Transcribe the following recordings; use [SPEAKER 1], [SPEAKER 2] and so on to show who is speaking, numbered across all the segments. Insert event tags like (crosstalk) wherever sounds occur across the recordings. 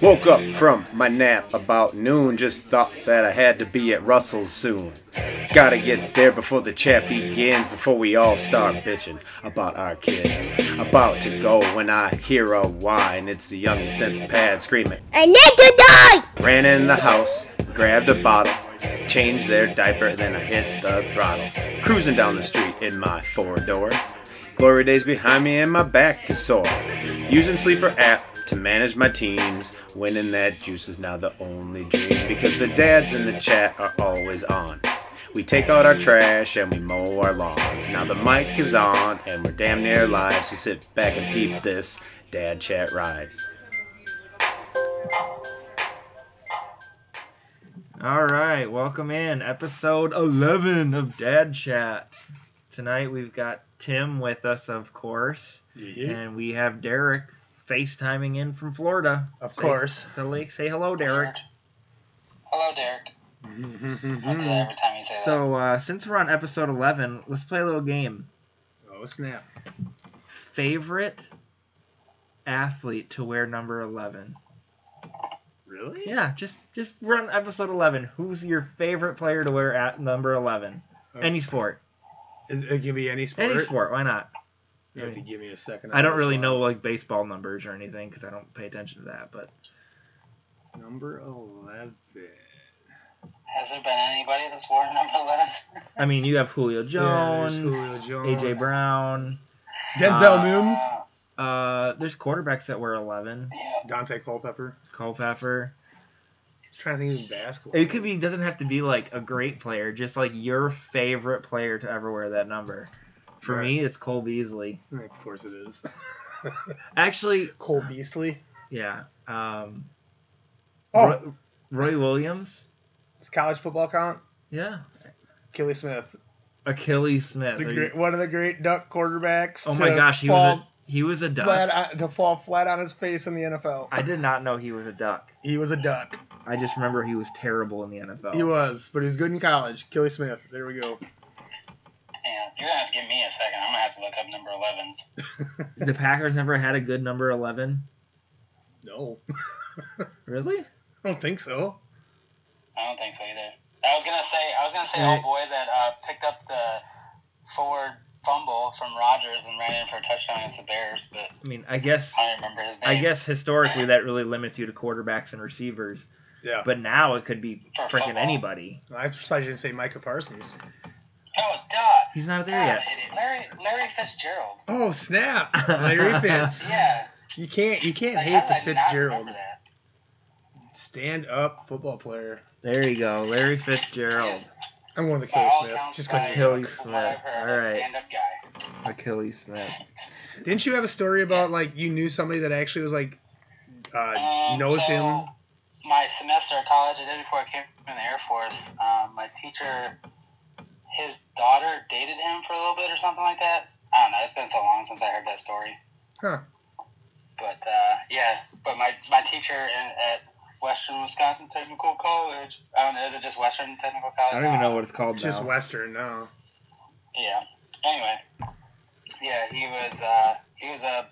[SPEAKER 1] Woke up from my nap about noon, just thought that I had to be at Russell's soon. Gotta get there before the chat begins, before we all start bitching about our kids. About to go when I hear a whine, it's the young synth pad screaming.
[SPEAKER 2] I need to die!
[SPEAKER 1] Ran in the house, grabbed a bottle, changed their diaper, then I hit the throttle. Cruising down the street in my four door. Glory days behind me and my back is sore. Using Sleeper app to manage my teams. Winning that juice is now the only dream because the dads in the chat are always on. We take out our trash and we mow our lawns. Now the mic is on and we're damn near live, so sit back and peep this dad chat ride.
[SPEAKER 3] All right, welcome in episode 11 of Dad Chat. Tonight we've got Tim with us, of course, and we have Derek FaceTiming in from Florida.
[SPEAKER 4] Of
[SPEAKER 3] Say-
[SPEAKER 4] course.
[SPEAKER 3] So like, say hello, Derek.
[SPEAKER 5] Hello, Derek. I do that every time you say that.
[SPEAKER 3] So uh, since we're on episode 11, let's play a little game.
[SPEAKER 4] Oh snap!
[SPEAKER 3] Favorite athlete to wear number 11.
[SPEAKER 4] Really?
[SPEAKER 3] Yeah, just just we're on episode 11. Who's your favorite player to wear at number 11?
[SPEAKER 4] Okay.
[SPEAKER 3] Any sport.
[SPEAKER 4] It, it can be uh, any sport.
[SPEAKER 3] Any sport, why not?
[SPEAKER 4] You have to give me a second.
[SPEAKER 3] I don't
[SPEAKER 4] I'll
[SPEAKER 3] really
[SPEAKER 4] slide.
[SPEAKER 3] know like baseball numbers or anything because I don't pay attention to that. But
[SPEAKER 4] Number eleven.
[SPEAKER 5] Has there been anybody that's worn number 11?
[SPEAKER 3] (laughs) I mean, you have Julio
[SPEAKER 4] Yeah, there's
[SPEAKER 3] Jones,
[SPEAKER 4] Julio Jones.
[SPEAKER 3] AJ Brown.
[SPEAKER 4] Denzel
[SPEAKER 3] Uh,
[SPEAKER 4] Mims.
[SPEAKER 5] Uh,
[SPEAKER 3] Uh, there's quarterbacks that wear 11.
[SPEAKER 5] yeah.
[SPEAKER 4] Dante Culpepper.
[SPEAKER 3] Culpepper.
[SPEAKER 4] Just trying to think of basketball.
[SPEAKER 3] It could be doesn't have to be like a great player, just like your favorite player to ever wear that number. For
[SPEAKER 4] Right.
[SPEAKER 3] me, it's Cole Beasley.
[SPEAKER 4] Of course it is. (laughs)
[SPEAKER 3] Actually,
[SPEAKER 4] Cole Beasley.
[SPEAKER 3] yeah. Um,
[SPEAKER 4] Oh.
[SPEAKER 3] Roy, Roy Williams.
[SPEAKER 4] Does college football count?
[SPEAKER 3] Yeah.
[SPEAKER 4] Kelly Smith,
[SPEAKER 3] Achilles Smith.
[SPEAKER 4] the
[SPEAKER 3] Are you-
[SPEAKER 4] great, one of the great duck quarterbacks.
[SPEAKER 3] oh my
[SPEAKER 4] to
[SPEAKER 3] gosh, he
[SPEAKER 4] fall
[SPEAKER 3] was a, he was a duck.
[SPEAKER 4] flat on, to fall flat on his face in the NFL.
[SPEAKER 3] I did not know he was a duck.
[SPEAKER 4] he was a duck.
[SPEAKER 3] I just remember he was terrible in the NFL.
[SPEAKER 4] He was, but he was good in college. Kelly Smith. There we go.
[SPEAKER 5] yeah. You're going to have to give me a second. I'm going to have to look up number 11s.
[SPEAKER 3] The Packers never had a good number 11.
[SPEAKER 4] No, (laughs)
[SPEAKER 3] Really?
[SPEAKER 4] I don't think so.
[SPEAKER 5] I don't think so either. I was going to say, I was going to say,
[SPEAKER 3] Right.
[SPEAKER 5] old boy that uh, picked up the forward fumble from Rogers and ran in for a touchdown against the Bears, but
[SPEAKER 3] I mean, I guess
[SPEAKER 5] I don't remember his name.
[SPEAKER 3] I guess historically that really limits you to quarterbacks and receivers,
[SPEAKER 4] Yeah.
[SPEAKER 3] but now it could be
[SPEAKER 5] For
[SPEAKER 3] freaking
[SPEAKER 5] football.
[SPEAKER 3] anybody.
[SPEAKER 4] I probably shouldn't say Micah Parsons.
[SPEAKER 5] Oh, duh.
[SPEAKER 3] He's not there
[SPEAKER 5] God,
[SPEAKER 3] yet.
[SPEAKER 5] idiot. Larry, Larry Fitzgerald.
[SPEAKER 4] Oh snap!
[SPEAKER 5] (laughs)
[SPEAKER 4] Larry Fitz.
[SPEAKER 5] Yeah.
[SPEAKER 4] You can't you can't
[SPEAKER 5] Like,
[SPEAKER 4] hate
[SPEAKER 5] how
[SPEAKER 4] the
[SPEAKER 5] did I not
[SPEAKER 4] Fitzgerald.
[SPEAKER 5] remember that?
[SPEAKER 4] Stand up football player.
[SPEAKER 3] There you go, Larry Fitzgerald,
[SPEAKER 4] I'm going with
[SPEAKER 5] By
[SPEAKER 4] Kelly
[SPEAKER 5] all
[SPEAKER 4] Smith
[SPEAKER 5] accounts,
[SPEAKER 4] just
[SPEAKER 5] by-
[SPEAKER 4] because.
[SPEAKER 3] Kelly
[SPEAKER 5] from
[SPEAKER 3] Smith.
[SPEAKER 5] what I've heard,
[SPEAKER 3] All right.
[SPEAKER 5] Stand-up guy.
[SPEAKER 3] Achilles Smith.
[SPEAKER 4] Didn't you have a story about like you knew somebody that actually was like uh,
[SPEAKER 5] Um,
[SPEAKER 4] knows
[SPEAKER 5] so,
[SPEAKER 4] him?
[SPEAKER 5] My semester at college, I did it before I came in the Air Force. Um, my teacher, his daughter dated him for a little bit or something like that. I don't know. It's been so long since I heard that story.
[SPEAKER 4] Huh.
[SPEAKER 5] But uh, yeah, but my my teacher in, at Western Wisconsin Technical College. I don't know. Is it just Western Technical College? Um,
[SPEAKER 3] I don't even know what it's called
[SPEAKER 4] Just
[SPEAKER 3] now.
[SPEAKER 4] Western. No.
[SPEAKER 5] Yeah. Anyway, yeah, he was uh, he was a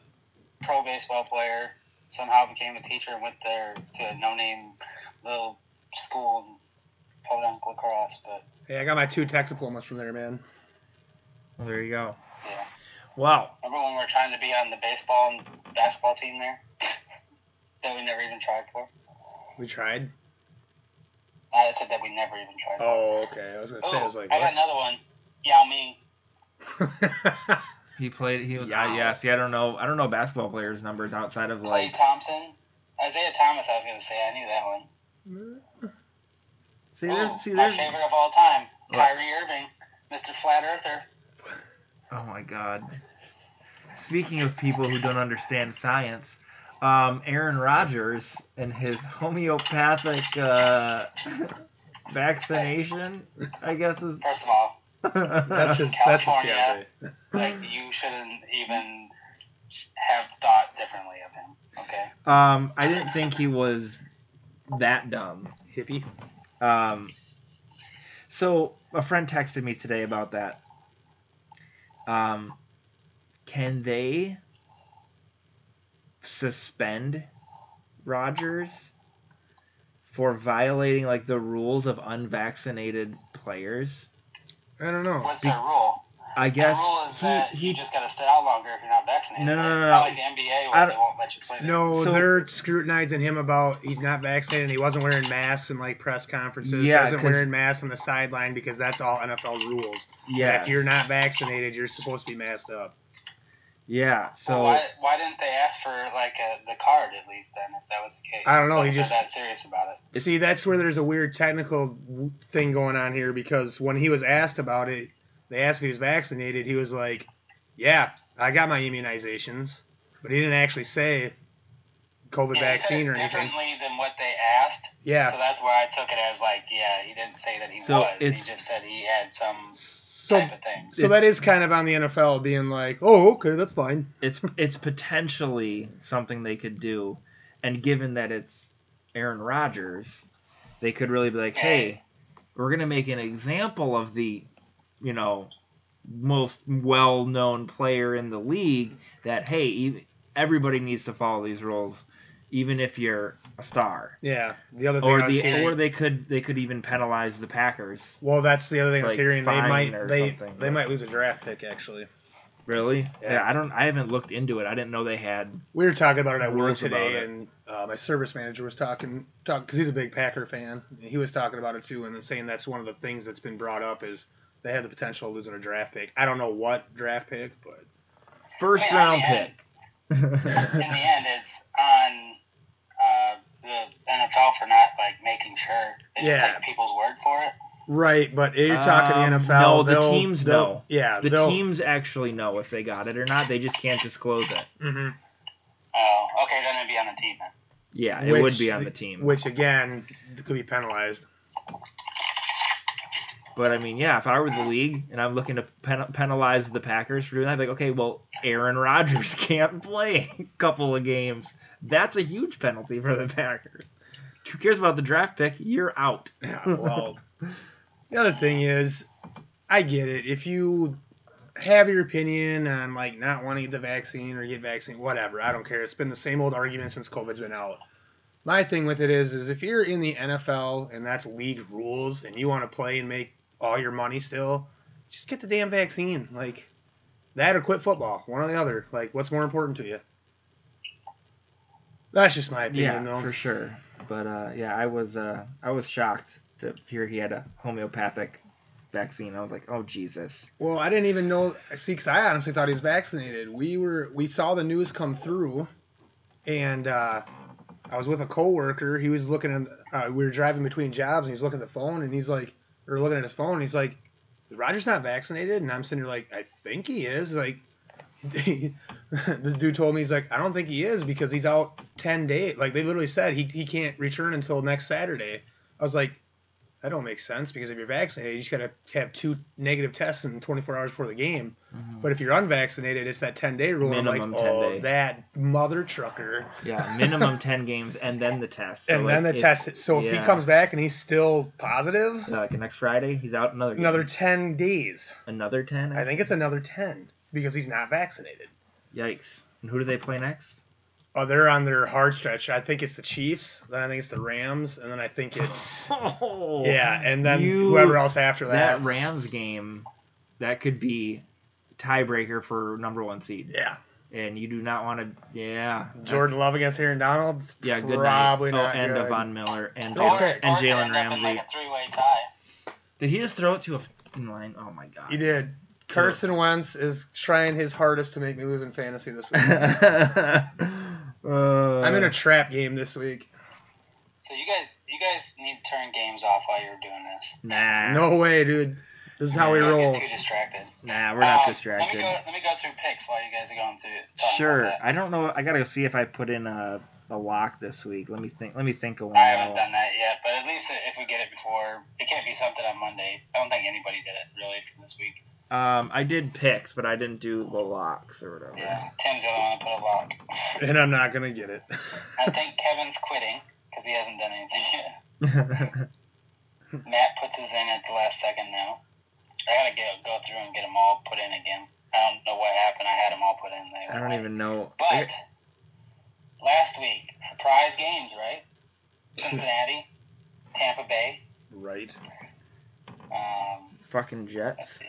[SPEAKER 5] pro baseball player. Somehow became a teacher and went there to a no name little school in Podunk lacrosse. But
[SPEAKER 4] Hey, I got my two tech diplomas from there, man.
[SPEAKER 3] Well, there you go.
[SPEAKER 5] yeah,
[SPEAKER 3] Wow.
[SPEAKER 5] remember when we were trying to be on the baseball and basketball team there (laughs) that we never even tried for?
[SPEAKER 4] We tried.
[SPEAKER 5] I said that we never even tried. for.
[SPEAKER 4] Oh, okay. I was gonna say I was
[SPEAKER 5] Ooh,
[SPEAKER 4] like.
[SPEAKER 5] I got another one. Yao Ming.
[SPEAKER 4] what?
[SPEAKER 3] He played. He was.
[SPEAKER 4] Yeah.
[SPEAKER 3] Yeah. yeah. See, I don't know. I don't know basketball players' numbers outside of
[SPEAKER 5] Clay
[SPEAKER 3] like
[SPEAKER 5] Thompson. Isaiah Thomas. I was gonna say. I knew that one.
[SPEAKER 3] See,
[SPEAKER 5] Ooh,
[SPEAKER 3] there's, see,
[SPEAKER 5] my
[SPEAKER 3] there's.
[SPEAKER 5] favorite of all time,
[SPEAKER 3] What?
[SPEAKER 5] Kyrie Irving, Mr. Flat Earther.
[SPEAKER 3] Oh my God. Speaking of people who don't understand science, um, Aaron Rodgers and his homeopathic uh, vaccination, I guess is.
[SPEAKER 5] First of all,
[SPEAKER 4] (laughs) that's his. That's his
[SPEAKER 5] California.
[SPEAKER 4] fiance.
[SPEAKER 3] (sighs)
[SPEAKER 5] like you shouldn't even have thought differently of him. Okay.
[SPEAKER 3] um, I didn't think he was that dumb.
[SPEAKER 4] Hippie.
[SPEAKER 3] Um, so a friend texted me today about that. Um, can they suspend Rogers for violating like the rules of unvaccinated players.
[SPEAKER 4] I don't know.
[SPEAKER 5] What's their rule?
[SPEAKER 3] I
[SPEAKER 5] Their
[SPEAKER 3] guess
[SPEAKER 5] rule is that
[SPEAKER 3] Oh, he,
[SPEAKER 5] you
[SPEAKER 3] he
[SPEAKER 5] just got to sit out longer if you're not vaccinated.
[SPEAKER 3] No, no, no,
[SPEAKER 5] It's
[SPEAKER 3] no,
[SPEAKER 5] not
[SPEAKER 3] no.
[SPEAKER 5] like the NBA
[SPEAKER 3] I
[SPEAKER 5] where they
[SPEAKER 3] don't-
[SPEAKER 5] won't let you play. there.
[SPEAKER 4] No,
[SPEAKER 3] So-
[SPEAKER 4] they're scrutinizing him about he's not vaccinated. and He wasn't wearing masks in like press conferences.
[SPEAKER 3] Yeah,
[SPEAKER 4] wasn't
[SPEAKER 3] 'cause-
[SPEAKER 4] wearing masks on the sideline because that's all NFL rules.
[SPEAKER 3] yeah
[SPEAKER 4] If you're not vaccinated, you're supposed to be masked up.
[SPEAKER 3] yeah
[SPEAKER 5] Well,
[SPEAKER 3] so
[SPEAKER 5] why, why didn't they ask for like a, the card at least then if that was the case?
[SPEAKER 4] I don't know,
[SPEAKER 5] Like,
[SPEAKER 4] he
[SPEAKER 5] if
[SPEAKER 4] just-
[SPEAKER 5] they're that serious about it.
[SPEAKER 4] See, that's where there's a weird technical w- thing going on here because when he was asked about it, they asked if he was vaccinated. He was like, "Yeah, I got my immunizations," but he didn't actually say COVID
[SPEAKER 5] Yeah, he said
[SPEAKER 4] vaccine
[SPEAKER 5] it
[SPEAKER 4] or anything.
[SPEAKER 5] differently than what they asked.
[SPEAKER 4] Yeah.
[SPEAKER 5] So that's where I took it as like, yeah, he didn't say that he
[SPEAKER 3] So
[SPEAKER 5] was. He
[SPEAKER 3] it's-
[SPEAKER 5] just said he had some
[SPEAKER 4] So,
[SPEAKER 5] type of thing.
[SPEAKER 4] so that is kind of on the NFL being like, "Oh, okay, that's fine."
[SPEAKER 3] it's it's potentially something they could do, and given that it's Aaron Rodgers, they could really be like, hey, we're gonna make an example of the, you know, most well-known player in the league. That hey, ev- everybody needs to follow these rules, even if you're a star.
[SPEAKER 4] Yeah. The other thing
[SPEAKER 3] Or
[SPEAKER 4] I was
[SPEAKER 3] the
[SPEAKER 4] hearing,
[SPEAKER 3] or they could they could even penalize the Packers.
[SPEAKER 4] well, that's the other thing I was
[SPEAKER 3] like,
[SPEAKER 4] hearing. They
[SPEAKER 3] fine
[SPEAKER 4] might
[SPEAKER 3] or
[SPEAKER 4] they
[SPEAKER 3] something,
[SPEAKER 4] they
[SPEAKER 3] but-
[SPEAKER 4] might lose a draft pick actually.
[SPEAKER 3] Really?
[SPEAKER 4] Yeah.
[SPEAKER 3] yeah, I don't. I haven't looked into it. I didn't know they had
[SPEAKER 4] We were talking about it at work
[SPEAKER 3] Rules about
[SPEAKER 4] today,
[SPEAKER 3] it.
[SPEAKER 4] and uh, my service manager was talking talk because he's a big Packer fan. and He was talking about it too, and then saying that's one of the things that's been brought up is they have the potential of losing a draft pick. I don't know what draft pick, but
[SPEAKER 3] first
[SPEAKER 5] Yeah,
[SPEAKER 3] round
[SPEAKER 5] yeah.
[SPEAKER 3] pick. (laughs)
[SPEAKER 5] In the end, it's on uh, the NFL for not like making sure. They just
[SPEAKER 4] Yeah.
[SPEAKER 5] take people's word for it.
[SPEAKER 4] right. But you're
[SPEAKER 3] talking the Um, NFL, no, the they'll- teams they'll- know.
[SPEAKER 4] Yeah,
[SPEAKER 3] The teams actually know if they got it or not. They just can't disclose it.
[SPEAKER 4] Mm-hmm.
[SPEAKER 5] Oh, okay, then it'd be on the team. Then.
[SPEAKER 3] Yeah, it would be on the team.
[SPEAKER 4] which again could be penalized.
[SPEAKER 3] but I mean, yeah, if I were the league and I'm looking to pen- penalize the Packers for doing that, I'd be like, okay, well, Aaron Rodgers (laughs) can't play a couple of games. That's a huge penalty for the Packers. Who cares about the draft pick? You're out.
[SPEAKER 4] Yeah, well, (laughs) the other thing is, I get it. If you have your opinion on like not wanting to get the vaccine or get vaccine, whatever, I don't care. It's been the same old argument since COVID's been out. My thing with it is, is if you're in the NFL and that's league rules and you want to play and make all your money still, just get the damn vaccine. Like that or quit football, one or the other. Like what's more important to you? That's just my opinion,
[SPEAKER 3] yeah,
[SPEAKER 4] though.
[SPEAKER 3] for sure. But uh, yeah, I was uh, I was shocked to hear he had a homeopathic vaccine. I was like, oh Jesus.
[SPEAKER 4] Well, I didn't even know. See, 'cause I honestly thought he was vaccinated. We were we saw the news come through, and uh, I was with a coworker. He was looking at. Uh, we were driving between jobs, and he's looking at the phone, and he's like, or looking at his phone, and he's like, "Roger's not vaccinated," and I'm sitting here like, "I think he is." Like, (laughs) this dude told me he's like, "I don't think he is because he's out ten days." Like they literally said he he can't return until next Saturday. I was like, that don't make sense because if you're vaccinated, you just gotta have two negative tests in 24 hours before the game.
[SPEAKER 3] Mm-hmm.
[SPEAKER 4] But if you're unvaccinated, it's that 10 day rule. and I'm
[SPEAKER 3] Minimum
[SPEAKER 4] like,
[SPEAKER 3] 10
[SPEAKER 4] oh,
[SPEAKER 3] day.
[SPEAKER 4] that mother trucker.
[SPEAKER 3] Yeah, minimum ten games and then the test. So,
[SPEAKER 4] and
[SPEAKER 3] like,
[SPEAKER 4] then the
[SPEAKER 3] it-
[SPEAKER 4] test. So if
[SPEAKER 3] yeah.
[SPEAKER 4] he comes back and he's still positive,
[SPEAKER 3] Yeah, uh, like next Friday, he's out another game.
[SPEAKER 4] another 10 days.
[SPEAKER 3] another ten.
[SPEAKER 4] I think it's another 10 because he's not vaccinated.
[SPEAKER 3] Yikes! And who do they play next?
[SPEAKER 4] Oh, they're on their hard stretch. I think it's the Chiefs. Then I think it's the Rams, and then I think it's
[SPEAKER 3] (laughs) Oh,
[SPEAKER 4] yeah, and then
[SPEAKER 3] you-
[SPEAKER 4] whoever else after that.
[SPEAKER 3] That Rams game, that could be tiebreaker for number one seed,
[SPEAKER 4] yeah,
[SPEAKER 3] and you do not want to. Yeah,
[SPEAKER 4] Jordan Love against Aaron Donald.
[SPEAKER 3] That's- Yeah, good
[SPEAKER 4] probably
[SPEAKER 3] night.
[SPEAKER 4] not
[SPEAKER 3] oh, and
[SPEAKER 4] good.
[SPEAKER 3] Devon Miller and
[SPEAKER 4] Don't
[SPEAKER 3] Jalen-
[SPEAKER 4] Okay.
[SPEAKER 5] Or-
[SPEAKER 3] and
[SPEAKER 5] or it could
[SPEAKER 3] Jalen
[SPEAKER 5] end up in,
[SPEAKER 3] Ramsey.
[SPEAKER 5] Like a three-way tie.
[SPEAKER 3] Did he just throw it to a fucking line? Oh my god. (laughs)
[SPEAKER 4] He did. Carson Wentz is trying his hardest to make me lose in fantasy this
[SPEAKER 3] (laughs)
[SPEAKER 4] week.
[SPEAKER 3] Uh,
[SPEAKER 4] I'm
[SPEAKER 3] I'm
[SPEAKER 4] in a trap game this week.
[SPEAKER 5] So you guys, you guys need to turn games off while you're doing this.
[SPEAKER 3] nah.
[SPEAKER 4] No way, dude. This is how we
[SPEAKER 5] You guys
[SPEAKER 4] (laughs) roll.
[SPEAKER 5] Get too distracted.
[SPEAKER 3] Nah, we're not
[SPEAKER 5] Um, Let me
[SPEAKER 3] distracted.
[SPEAKER 5] go. Let me go through picks while you guys are going through. talking
[SPEAKER 3] Sure.
[SPEAKER 5] about that.
[SPEAKER 3] I don't know. I gotta see if I put in a, a lock this week. Let me think. Let me think of one.
[SPEAKER 5] I haven't done that yet, but at least if we get it before, it can't be something on Monday. I don't think anybody did it really for this week.
[SPEAKER 3] Um, I did picks, but I didn't do the locks or whatever.
[SPEAKER 5] Yeah, Tim's the only one to put a lock.
[SPEAKER 4] And I'm not gonna
[SPEAKER 3] (laughs)
[SPEAKER 4] get it.
[SPEAKER 5] I think Kevin's quitting because he hasn't done anything yet. Matt puts his in at the last second now. I gotta get, go through and get them all put in again. I don't know what happened. I had them all put in there.
[SPEAKER 3] I don't even know.
[SPEAKER 5] But last week, surprise games, right? Cincinnati, Tampa Bay.
[SPEAKER 2] Right.
[SPEAKER 5] Um,
[SPEAKER 3] Fucking
[SPEAKER 5] let's
[SPEAKER 3] Jets.
[SPEAKER 5] see.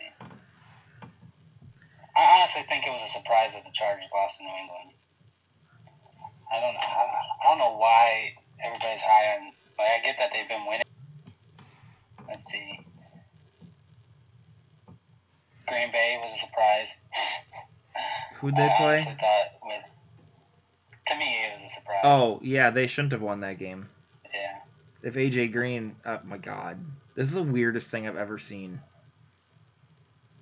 [SPEAKER 5] I honestly think it was a surprise that the Chargers lost to New England. I don't know. I I don't know why everybody's high on. Like, I get that they've been winning. Let's see. Green Bay was a surprise.
[SPEAKER 3] Who'd they
[SPEAKER 5] I
[SPEAKER 3] play?
[SPEAKER 5] honestly thought with. To me, it was a surprise.
[SPEAKER 3] Oh, yeah, they shouldn't have won that game.
[SPEAKER 5] Yeah.
[SPEAKER 3] If AJ Green, oh my god, this is the weirdest thing I've ever seen.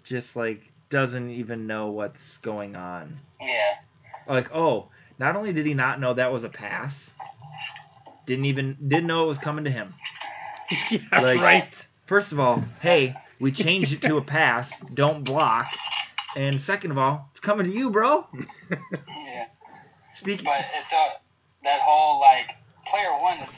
[SPEAKER 3] Just like doesn't even know what's going on.
[SPEAKER 5] Yeah.
[SPEAKER 3] Like, oh, not only did he not know that was a pass, didn't even didn't know it was coming to him.
[SPEAKER 4] yeah,
[SPEAKER 3] Like-
[SPEAKER 4] right.
[SPEAKER 3] First of all, hey, we changed it to a pass. Don't block. And second of all, it's coming to you, bro.
[SPEAKER 5] Yeah.
[SPEAKER 3] Speaking.
[SPEAKER 5] But it's uh that whole like player one is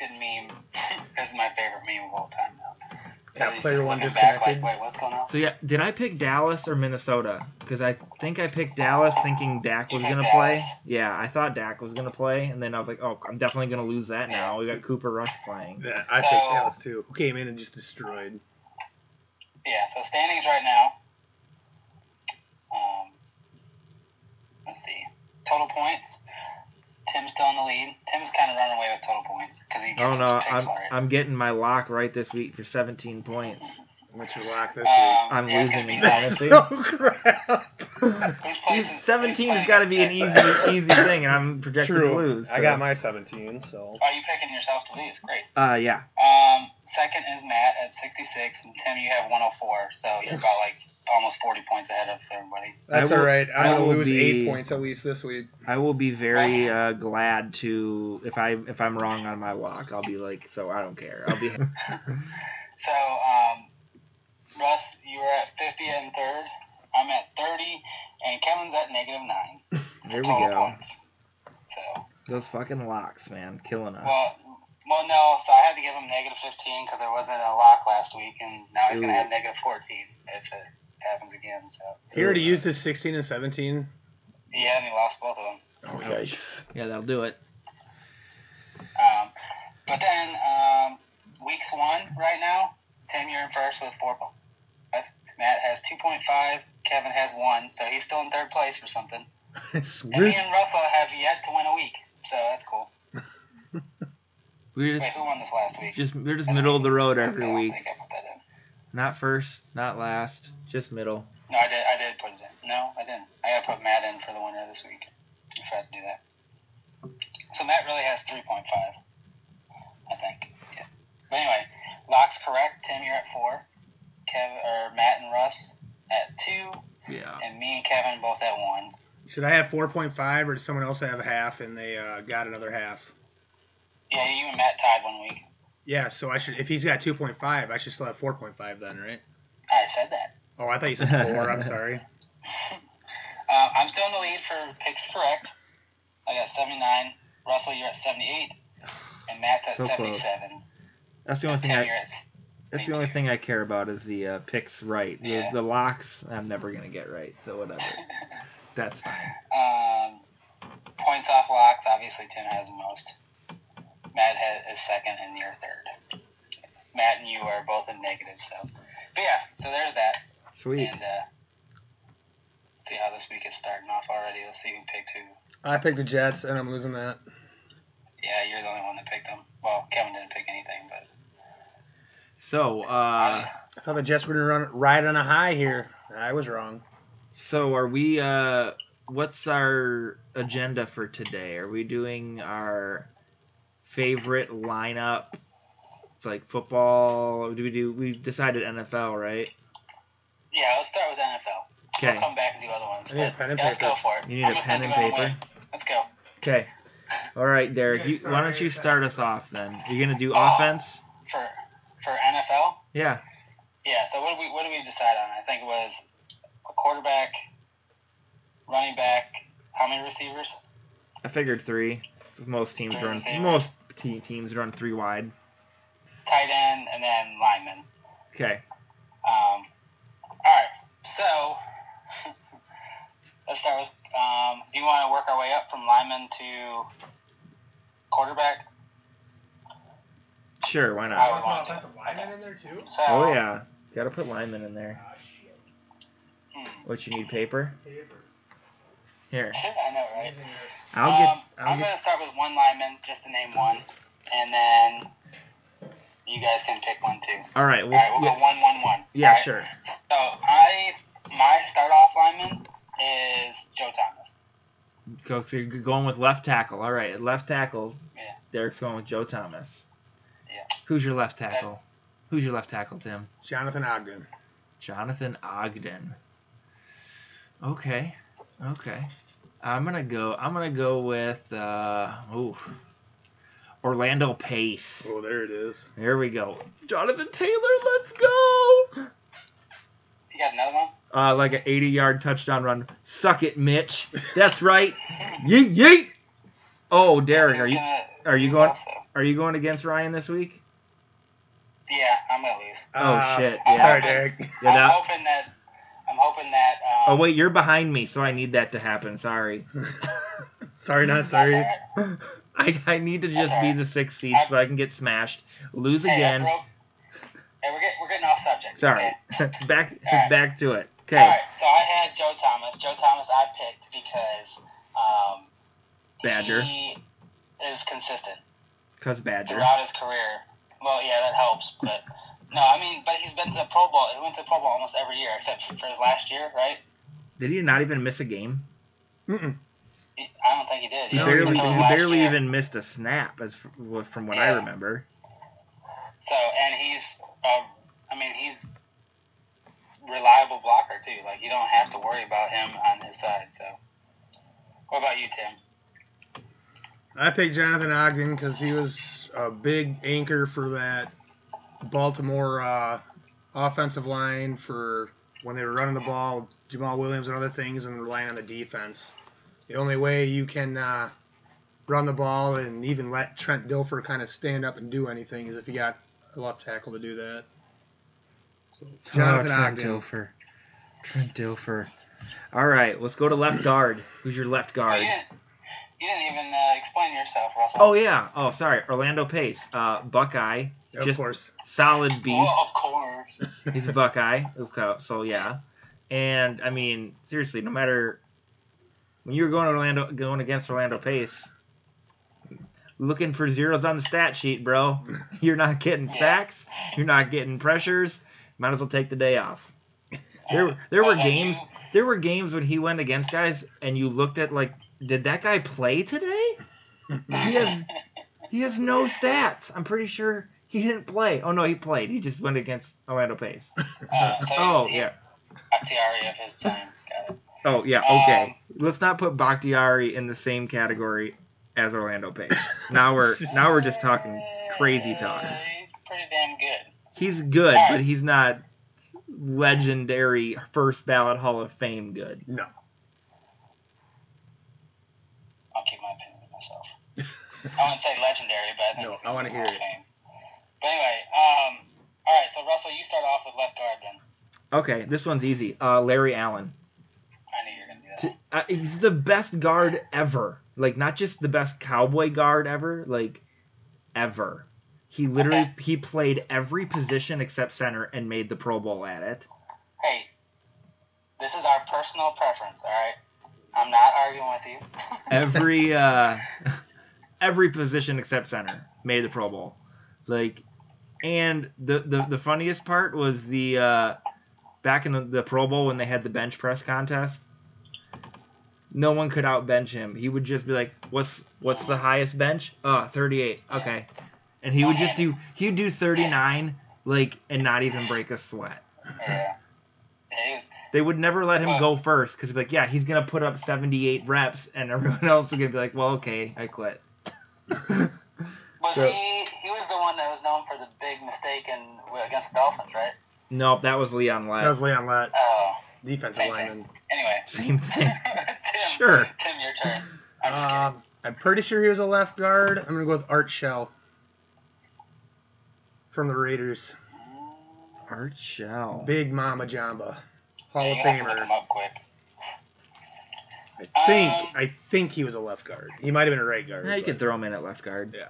[SPEAKER 5] good meme (laughs) is my favorite meme of all time now.
[SPEAKER 4] Yeah,
[SPEAKER 5] He's
[SPEAKER 4] player
[SPEAKER 5] just
[SPEAKER 4] one
[SPEAKER 5] looking back
[SPEAKER 4] disconnected.
[SPEAKER 5] Like, Wait, what's going on?
[SPEAKER 3] So yeah, did I pick Dallas or Minnesota? Because I think I picked Dallas, thinking Dak
[SPEAKER 5] You
[SPEAKER 3] was
[SPEAKER 5] picked
[SPEAKER 3] gonna play.
[SPEAKER 5] Dallas.
[SPEAKER 3] Yeah, I thought Dak was gonna play, and then I was like, oh, I'm definitely gonna lose that now. We got Cooper Rush playing.
[SPEAKER 4] Yeah, I
[SPEAKER 5] So-
[SPEAKER 4] picked Dallas too. Who came in and just destroyed?
[SPEAKER 5] Yeah. So standings right now. Um, let's see. Total points. Tim's still in the lead. Tim's kind of running away with total points because he gets
[SPEAKER 3] I don't know.
[SPEAKER 5] his picks
[SPEAKER 3] Oh, I'm
[SPEAKER 5] already.
[SPEAKER 3] I'm getting my lock right this week for 17 points.
[SPEAKER 4] What's your lock this
[SPEAKER 5] Um,
[SPEAKER 3] I'm
[SPEAKER 5] yeah, it's
[SPEAKER 3] losing
[SPEAKER 5] gonna be
[SPEAKER 3] in
[SPEAKER 5] nice.
[SPEAKER 4] (laughs)
[SPEAKER 3] fantasy.
[SPEAKER 4] Oh crap!
[SPEAKER 5] Who's
[SPEAKER 3] He's-
[SPEAKER 5] placing-
[SPEAKER 3] 17
[SPEAKER 5] (laughs) who's
[SPEAKER 3] has got to be an
[SPEAKER 5] playing
[SPEAKER 3] easy
[SPEAKER 5] (laughs) next?
[SPEAKER 3] easy thing, and I'm projected to lose.
[SPEAKER 4] I
[SPEAKER 3] so-
[SPEAKER 4] got my 17, so
[SPEAKER 5] Oh, you picking yourself to lose? Great.
[SPEAKER 3] Uh, yeah.
[SPEAKER 5] Um, second is Matt at 66, and Tim, you have 104, so you're about like almost 40 points ahead of everybody.
[SPEAKER 4] that's
[SPEAKER 3] I will-
[SPEAKER 4] all right. I'm
[SPEAKER 3] I
[SPEAKER 4] gonna
[SPEAKER 3] will
[SPEAKER 4] lose
[SPEAKER 3] be-
[SPEAKER 4] eight points at least this week.
[SPEAKER 3] I will be very uh, glad to if I if I'm wrong on my lock, I'll be like, so I don't care. I'll be (laughs)
[SPEAKER 5] So, um, Russ, you were at 50 and third. I'm at 30, and Kevin's at negative nine.
[SPEAKER 3] there. We
[SPEAKER 5] total
[SPEAKER 3] go.
[SPEAKER 5] Points. So,
[SPEAKER 3] Those fucking locks, man, killing us.
[SPEAKER 5] well, well, no. So I had to give him negative 15 because there wasn't a lock last week, and now he's gonna
[SPEAKER 3] Ooh.
[SPEAKER 5] have negative 14 if it happens again. So,
[SPEAKER 4] He already used his 16 and 17.
[SPEAKER 5] yeah, and he lost both of them.
[SPEAKER 4] Oh
[SPEAKER 3] yikes.
[SPEAKER 4] (laughs)
[SPEAKER 3] Yeah, that'll do it.
[SPEAKER 5] Um, but then um, weeks one right now, Tim, you're in first with four points. Matt has 2.5. Kevin has one, so he's still in third place for something. And me
[SPEAKER 4] Sweet.
[SPEAKER 5] and Russell have yet to win a week, so that's cool.
[SPEAKER 3] We're
[SPEAKER 5] Wait,
[SPEAKER 3] just
[SPEAKER 5] who won this last week?
[SPEAKER 3] just we're just middle of the road
[SPEAKER 5] Okay, I
[SPEAKER 3] every
[SPEAKER 5] don't
[SPEAKER 3] week.
[SPEAKER 5] think I put that in.
[SPEAKER 3] Not first, not last, just middle.
[SPEAKER 5] No, I did. I did put it in. No, I didn't. I gotta put Matt in for the winner this week. If I had to do that. So Matt really has three point five. I think. Yeah. But anyway, Locke's correct. Tim, you're at four. Kev or Matt and Russ at two,
[SPEAKER 3] Yeah.
[SPEAKER 5] and me and Kevin both at one.
[SPEAKER 4] Should I have 4.5 or did someone else have half and they uh, got another half?
[SPEAKER 5] Yeah, you and Matt tied one week.
[SPEAKER 4] Yeah, so I should. If he's got 2.5, I should still have 4.5 then, right?
[SPEAKER 5] I said that.
[SPEAKER 4] Oh, I thought you said four. I'm (laughs) sorry.
[SPEAKER 5] Um, I'm still in the lead for picks correct. I got seventy nine. Russell, you're at seventy eight, and Matt's at
[SPEAKER 3] So close.
[SPEAKER 5] seventy seven.
[SPEAKER 3] That's the only thing
[SPEAKER 5] Tim, you're
[SPEAKER 3] I
[SPEAKER 5] at
[SPEAKER 3] that's the only thing I care about is the uh, picks right. The-
[SPEAKER 5] Yeah.
[SPEAKER 3] The, locks I'm never gonna get right, so whatever. That's fine.
[SPEAKER 5] (sighs) Um, points off locks, obviously Tim has the most. Matt ha is second and you're third. Matt and you are both in negative, so. But yeah, so there's that.
[SPEAKER 3] Sweet.
[SPEAKER 5] And uh, see how this week is starting off already. Let's see who picked who.
[SPEAKER 4] I picked the Jets and I'm losing that.
[SPEAKER 5] Yeah, you're the only one that picked them. Well, Kevin didn't pick anything, but.
[SPEAKER 3] So uh
[SPEAKER 4] I thought the Jets were gonna run ride on a high here. I was wrong.
[SPEAKER 3] So are we uh what's our agenda for today? Are we doing our favorite lineup like football? Do we do we decided NFL, right?
[SPEAKER 5] yeah, let's start with NFL.
[SPEAKER 3] Okay.
[SPEAKER 5] We'll come back and do other ones.
[SPEAKER 4] I need a
[SPEAKER 5] but
[SPEAKER 4] pen and
[SPEAKER 5] yeah, let's
[SPEAKER 4] paper.
[SPEAKER 5] go for it.
[SPEAKER 3] You need
[SPEAKER 5] I'm
[SPEAKER 3] a
[SPEAKER 5] just
[SPEAKER 3] pen
[SPEAKER 5] gonna
[SPEAKER 3] and
[SPEAKER 5] give it away.
[SPEAKER 3] paper.
[SPEAKER 5] Let's go.
[SPEAKER 3] Okay. All right, Derek,
[SPEAKER 4] Okay,
[SPEAKER 3] you, why don't you
[SPEAKER 4] sorry.
[SPEAKER 3] start us off then? You're going to do
[SPEAKER 5] Oh.
[SPEAKER 3] offense?
[SPEAKER 5] For, for NFL,
[SPEAKER 3] Yeah.
[SPEAKER 5] Yeah. So what did we what did we decide on? I think it was a quarterback, running back. How many receivers?
[SPEAKER 3] I figured 3. Most teams
[SPEAKER 5] Three
[SPEAKER 3] run
[SPEAKER 5] receivers.
[SPEAKER 3] most te- teams run 3 wide.
[SPEAKER 5] Tight end, and then lineman.
[SPEAKER 3] Okay.
[SPEAKER 5] Um, all right. So (laughs) let's start with Um, do you want to work our way up from lineman to quarterback?
[SPEAKER 3] Sure, why
[SPEAKER 5] I
[SPEAKER 3] not?
[SPEAKER 5] would want to.
[SPEAKER 4] offensive lineman in there too.
[SPEAKER 5] So,
[SPEAKER 3] Oh yeah, gotta put lineman in there.
[SPEAKER 5] hmm. (laughs)
[SPEAKER 3] What you need paper? Here,
[SPEAKER 5] I know, right?
[SPEAKER 3] I'll get.
[SPEAKER 5] um,
[SPEAKER 3] I'll
[SPEAKER 5] I'm
[SPEAKER 3] get.
[SPEAKER 5] gonna start with one lineman, just to name one, and then you guys can pick one too.
[SPEAKER 3] All right, we'll,
[SPEAKER 5] All right, we'll
[SPEAKER 3] yeah,
[SPEAKER 5] go one, one, one.
[SPEAKER 3] yeah,
[SPEAKER 5] All right,
[SPEAKER 3] sure.
[SPEAKER 5] So I, my start off lineman is Joe Thomas.
[SPEAKER 3] Go, so you're going with left tackle. All right, at left tackle.
[SPEAKER 5] Yeah.
[SPEAKER 3] Derek's going with Joe Thomas.
[SPEAKER 5] Yeah.
[SPEAKER 3] Who's your left tackle? Who's your left tackle, Tim?
[SPEAKER 4] Jonathan Ogden.
[SPEAKER 3] Jonathan Ogden. Okay. Okay. I'm gonna go. I'm gonna go with uh, ooh, Orlando Pace.
[SPEAKER 4] Oh, there it is.
[SPEAKER 3] There we go. Jonathan Taylor, let's go.
[SPEAKER 5] You got another one?
[SPEAKER 3] Uh, like an 80-yard touchdown run. Suck it, Mitch. That's right. Yeet yeet. Oh, Derek,
[SPEAKER 5] Who's
[SPEAKER 3] are you
[SPEAKER 5] gonna
[SPEAKER 3] are you
[SPEAKER 5] lose
[SPEAKER 3] going
[SPEAKER 5] also?
[SPEAKER 3] are you going against Ryan this week?
[SPEAKER 5] Yeah, I'm gonna lose.
[SPEAKER 3] Oh,
[SPEAKER 4] Ah,
[SPEAKER 3] shit,
[SPEAKER 5] yeah.
[SPEAKER 4] Sorry, Derek. (laughs)
[SPEAKER 3] Yeah,
[SPEAKER 5] I'm
[SPEAKER 3] that-
[SPEAKER 5] hoping that. I'm hoping that. Um,
[SPEAKER 3] Oh wait, you're behind me, so I need that to happen. Sorry.
[SPEAKER 5] (laughs)
[SPEAKER 4] sorry, not
[SPEAKER 5] that's all
[SPEAKER 4] sorry.
[SPEAKER 5] right.
[SPEAKER 3] I, I need to just be
[SPEAKER 5] Okay.
[SPEAKER 3] the sixth seed so I can get smashed, lose
[SPEAKER 5] Hey, I
[SPEAKER 3] again.
[SPEAKER 5] broke- Hey, we're getting we're getting off subject.
[SPEAKER 3] Sorry. (laughs)
[SPEAKER 5] Okay. (laughs)
[SPEAKER 3] back
[SPEAKER 5] Alright.
[SPEAKER 3] back to it. Okay.
[SPEAKER 5] All right. So I had Joe Thomas. Joe Thomas I picked because um,
[SPEAKER 3] Badger.
[SPEAKER 5] he is consistent
[SPEAKER 3] Cause Badger.
[SPEAKER 5] throughout his career. Well, yeah, that helps, but no, I mean, but he's been to the Pro Bowl. He went to the Pro Bowl almost every year except for his last year, right?
[SPEAKER 3] Did he not even miss a game?
[SPEAKER 4] Mm-mm.
[SPEAKER 5] He- I don't think he did.
[SPEAKER 3] He
[SPEAKER 4] No, he
[SPEAKER 3] barely
[SPEAKER 4] didn't.
[SPEAKER 5] until his
[SPEAKER 3] he
[SPEAKER 5] last
[SPEAKER 3] barely
[SPEAKER 5] year.
[SPEAKER 3] even missed a snap as fr- from what I
[SPEAKER 5] Yeah.
[SPEAKER 3] remember.
[SPEAKER 5] So, and he's, uh, I mean, he's reliable blocker too. Like you don't have to worry about him on his side. So, what about you, Tim?
[SPEAKER 4] I picked Jonathan Ogden because he was a big anchor for that Baltimore uh, offensive line for when they were running the ball, with Jamal Williams and other things, and relying on the defense. The only way you can uh, run the ball and even let Trent Dilfer kind of stand up and do anything is if you got a left tackle to do that. So, Jonathan Ogden.
[SPEAKER 3] Oh, Dilfer. Trent Dilfer. All right, let's go to left guard. Who's your left
[SPEAKER 5] Oh,
[SPEAKER 3] guard?
[SPEAKER 5] you didn't, you didn't even uh, explain yourself, Russell.
[SPEAKER 3] Oh yeah. Oh sorry, Orlando Pace. Uh, Buckeye.
[SPEAKER 4] Of
[SPEAKER 3] Just-
[SPEAKER 4] course.
[SPEAKER 3] Solid beast.
[SPEAKER 5] (laughs) Well, of course.
[SPEAKER 3] He's a Buckeye. Okay, so yeah, and I mean seriously, no matter when you were going to Orlando, going against Orlando Pace, looking for zeros on the stat sheet, bro. (laughs) You're not getting
[SPEAKER 5] Yeah.
[SPEAKER 3] sacks. You're not getting pressures. Might as well take the day off. There, there
[SPEAKER 5] (laughs)
[SPEAKER 3] were
[SPEAKER 5] Well, then
[SPEAKER 3] games.
[SPEAKER 5] you-
[SPEAKER 3] There were games when he went against guys, and you looked at like, did that guy play today? He (laughs) has, he has no stats. I'm pretty sure he didn't play. Oh no, he played. He just went against Orlando Pace.
[SPEAKER 5] Uh, so
[SPEAKER 3] Oh
[SPEAKER 5] he's,
[SPEAKER 3] yeah.
[SPEAKER 5] He's Bakhtiari of his time. Got it.
[SPEAKER 3] Oh yeah. Okay. Let's not put Bakhtiari in the same category as Orlando Pace. Now we're now we're just talking. crazy talk.
[SPEAKER 5] Uh, He's pretty damn good.
[SPEAKER 3] He's good, but he's not legendary first ballot Hall of Fame good.
[SPEAKER 4] No.
[SPEAKER 5] I'll keep my opinion to myself. I wouldn't say legendary, but I think
[SPEAKER 4] No,
[SPEAKER 5] it's
[SPEAKER 4] I wanna
[SPEAKER 5] Hall
[SPEAKER 4] hear
[SPEAKER 5] of
[SPEAKER 4] it.
[SPEAKER 5] Fame. But anyway, um, all right. So Russell, you start off with left guard. Then
[SPEAKER 3] Okay, this one's easy. Uh, Larry Allen.
[SPEAKER 5] I knew you were gonna do that.
[SPEAKER 3] T- uh, he's the best guard ever. Like not just the best cowboy guard ever, like ever. He literally he played every position except center and made the Pro Bowl at it.
[SPEAKER 5] Hey, this is our personal preference. All right. I'm not arguing with you. (laughs)
[SPEAKER 3] every uh, every position except center made the Pro Bowl. Like, and the the, the funniest part was the uh, back in the, the Pro Bowl when they had the bench press contest. No one could outbench him. He would just be like, "What's what's the highest bench? Uh, 38. Okay." And he would just do he would do 39 like and not even break a sweat.
[SPEAKER 5] yeah. It was
[SPEAKER 3] They would never let him go first because like yeah he's gonna put up 78 reps and everyone (laughs) else is gonna be like well okay I quit.
[SPEAKER 5] was
[SPEAKER 3] So-
[SPEAKER 5] he? He was the one that was known for the big mistake in against the Dolphins, right?
[SPEAKER 3] Nope, that was Leon (laughs)
[SPEAKER 4] That was
[SPEAKER 3] Lett.
[SPEAKER 4] Leon Lett,
[SPEAKER 5] Oh.
[SPEAKER 4] defensive
[SPEAKER 5] Same thing.
[SPEAKER 4] lineman.
[SPEAKER 5] Anyway. (laughs)
[SPEAKER 3] Same thing.
[SPEAKER 5] Tim,
[SPEAKER 3] Sure.
[SPEAKER 5] Tim, your turn. I'm just kidding.
[SPEAKER 4] Um, I'm pretty sure he was a left guard. I'm gonna go with Art Shell from the Raiders.
[SPEAKER 3] Art Shell.
[SPEAKER 4] Big Mama Jamba,
[SPEAKER 5] Yeah,
[SPEAKER 4] Hall of
[SPEAKER 5] you have to look him
[SPEAKER 4] Famer.
[SPEAKER 5] up quick.
[SPEAKER 4] I think
[SPEAKER 5] Um,
[SPEAKER 4] I think he was a left guard. He might have been a right guard.
[SPEAKER 3] Yeah, you
[SPEAKER 4] but-
[SPEAKER 3] could throw him in at left guard.
[SPEAKER 4] yeah.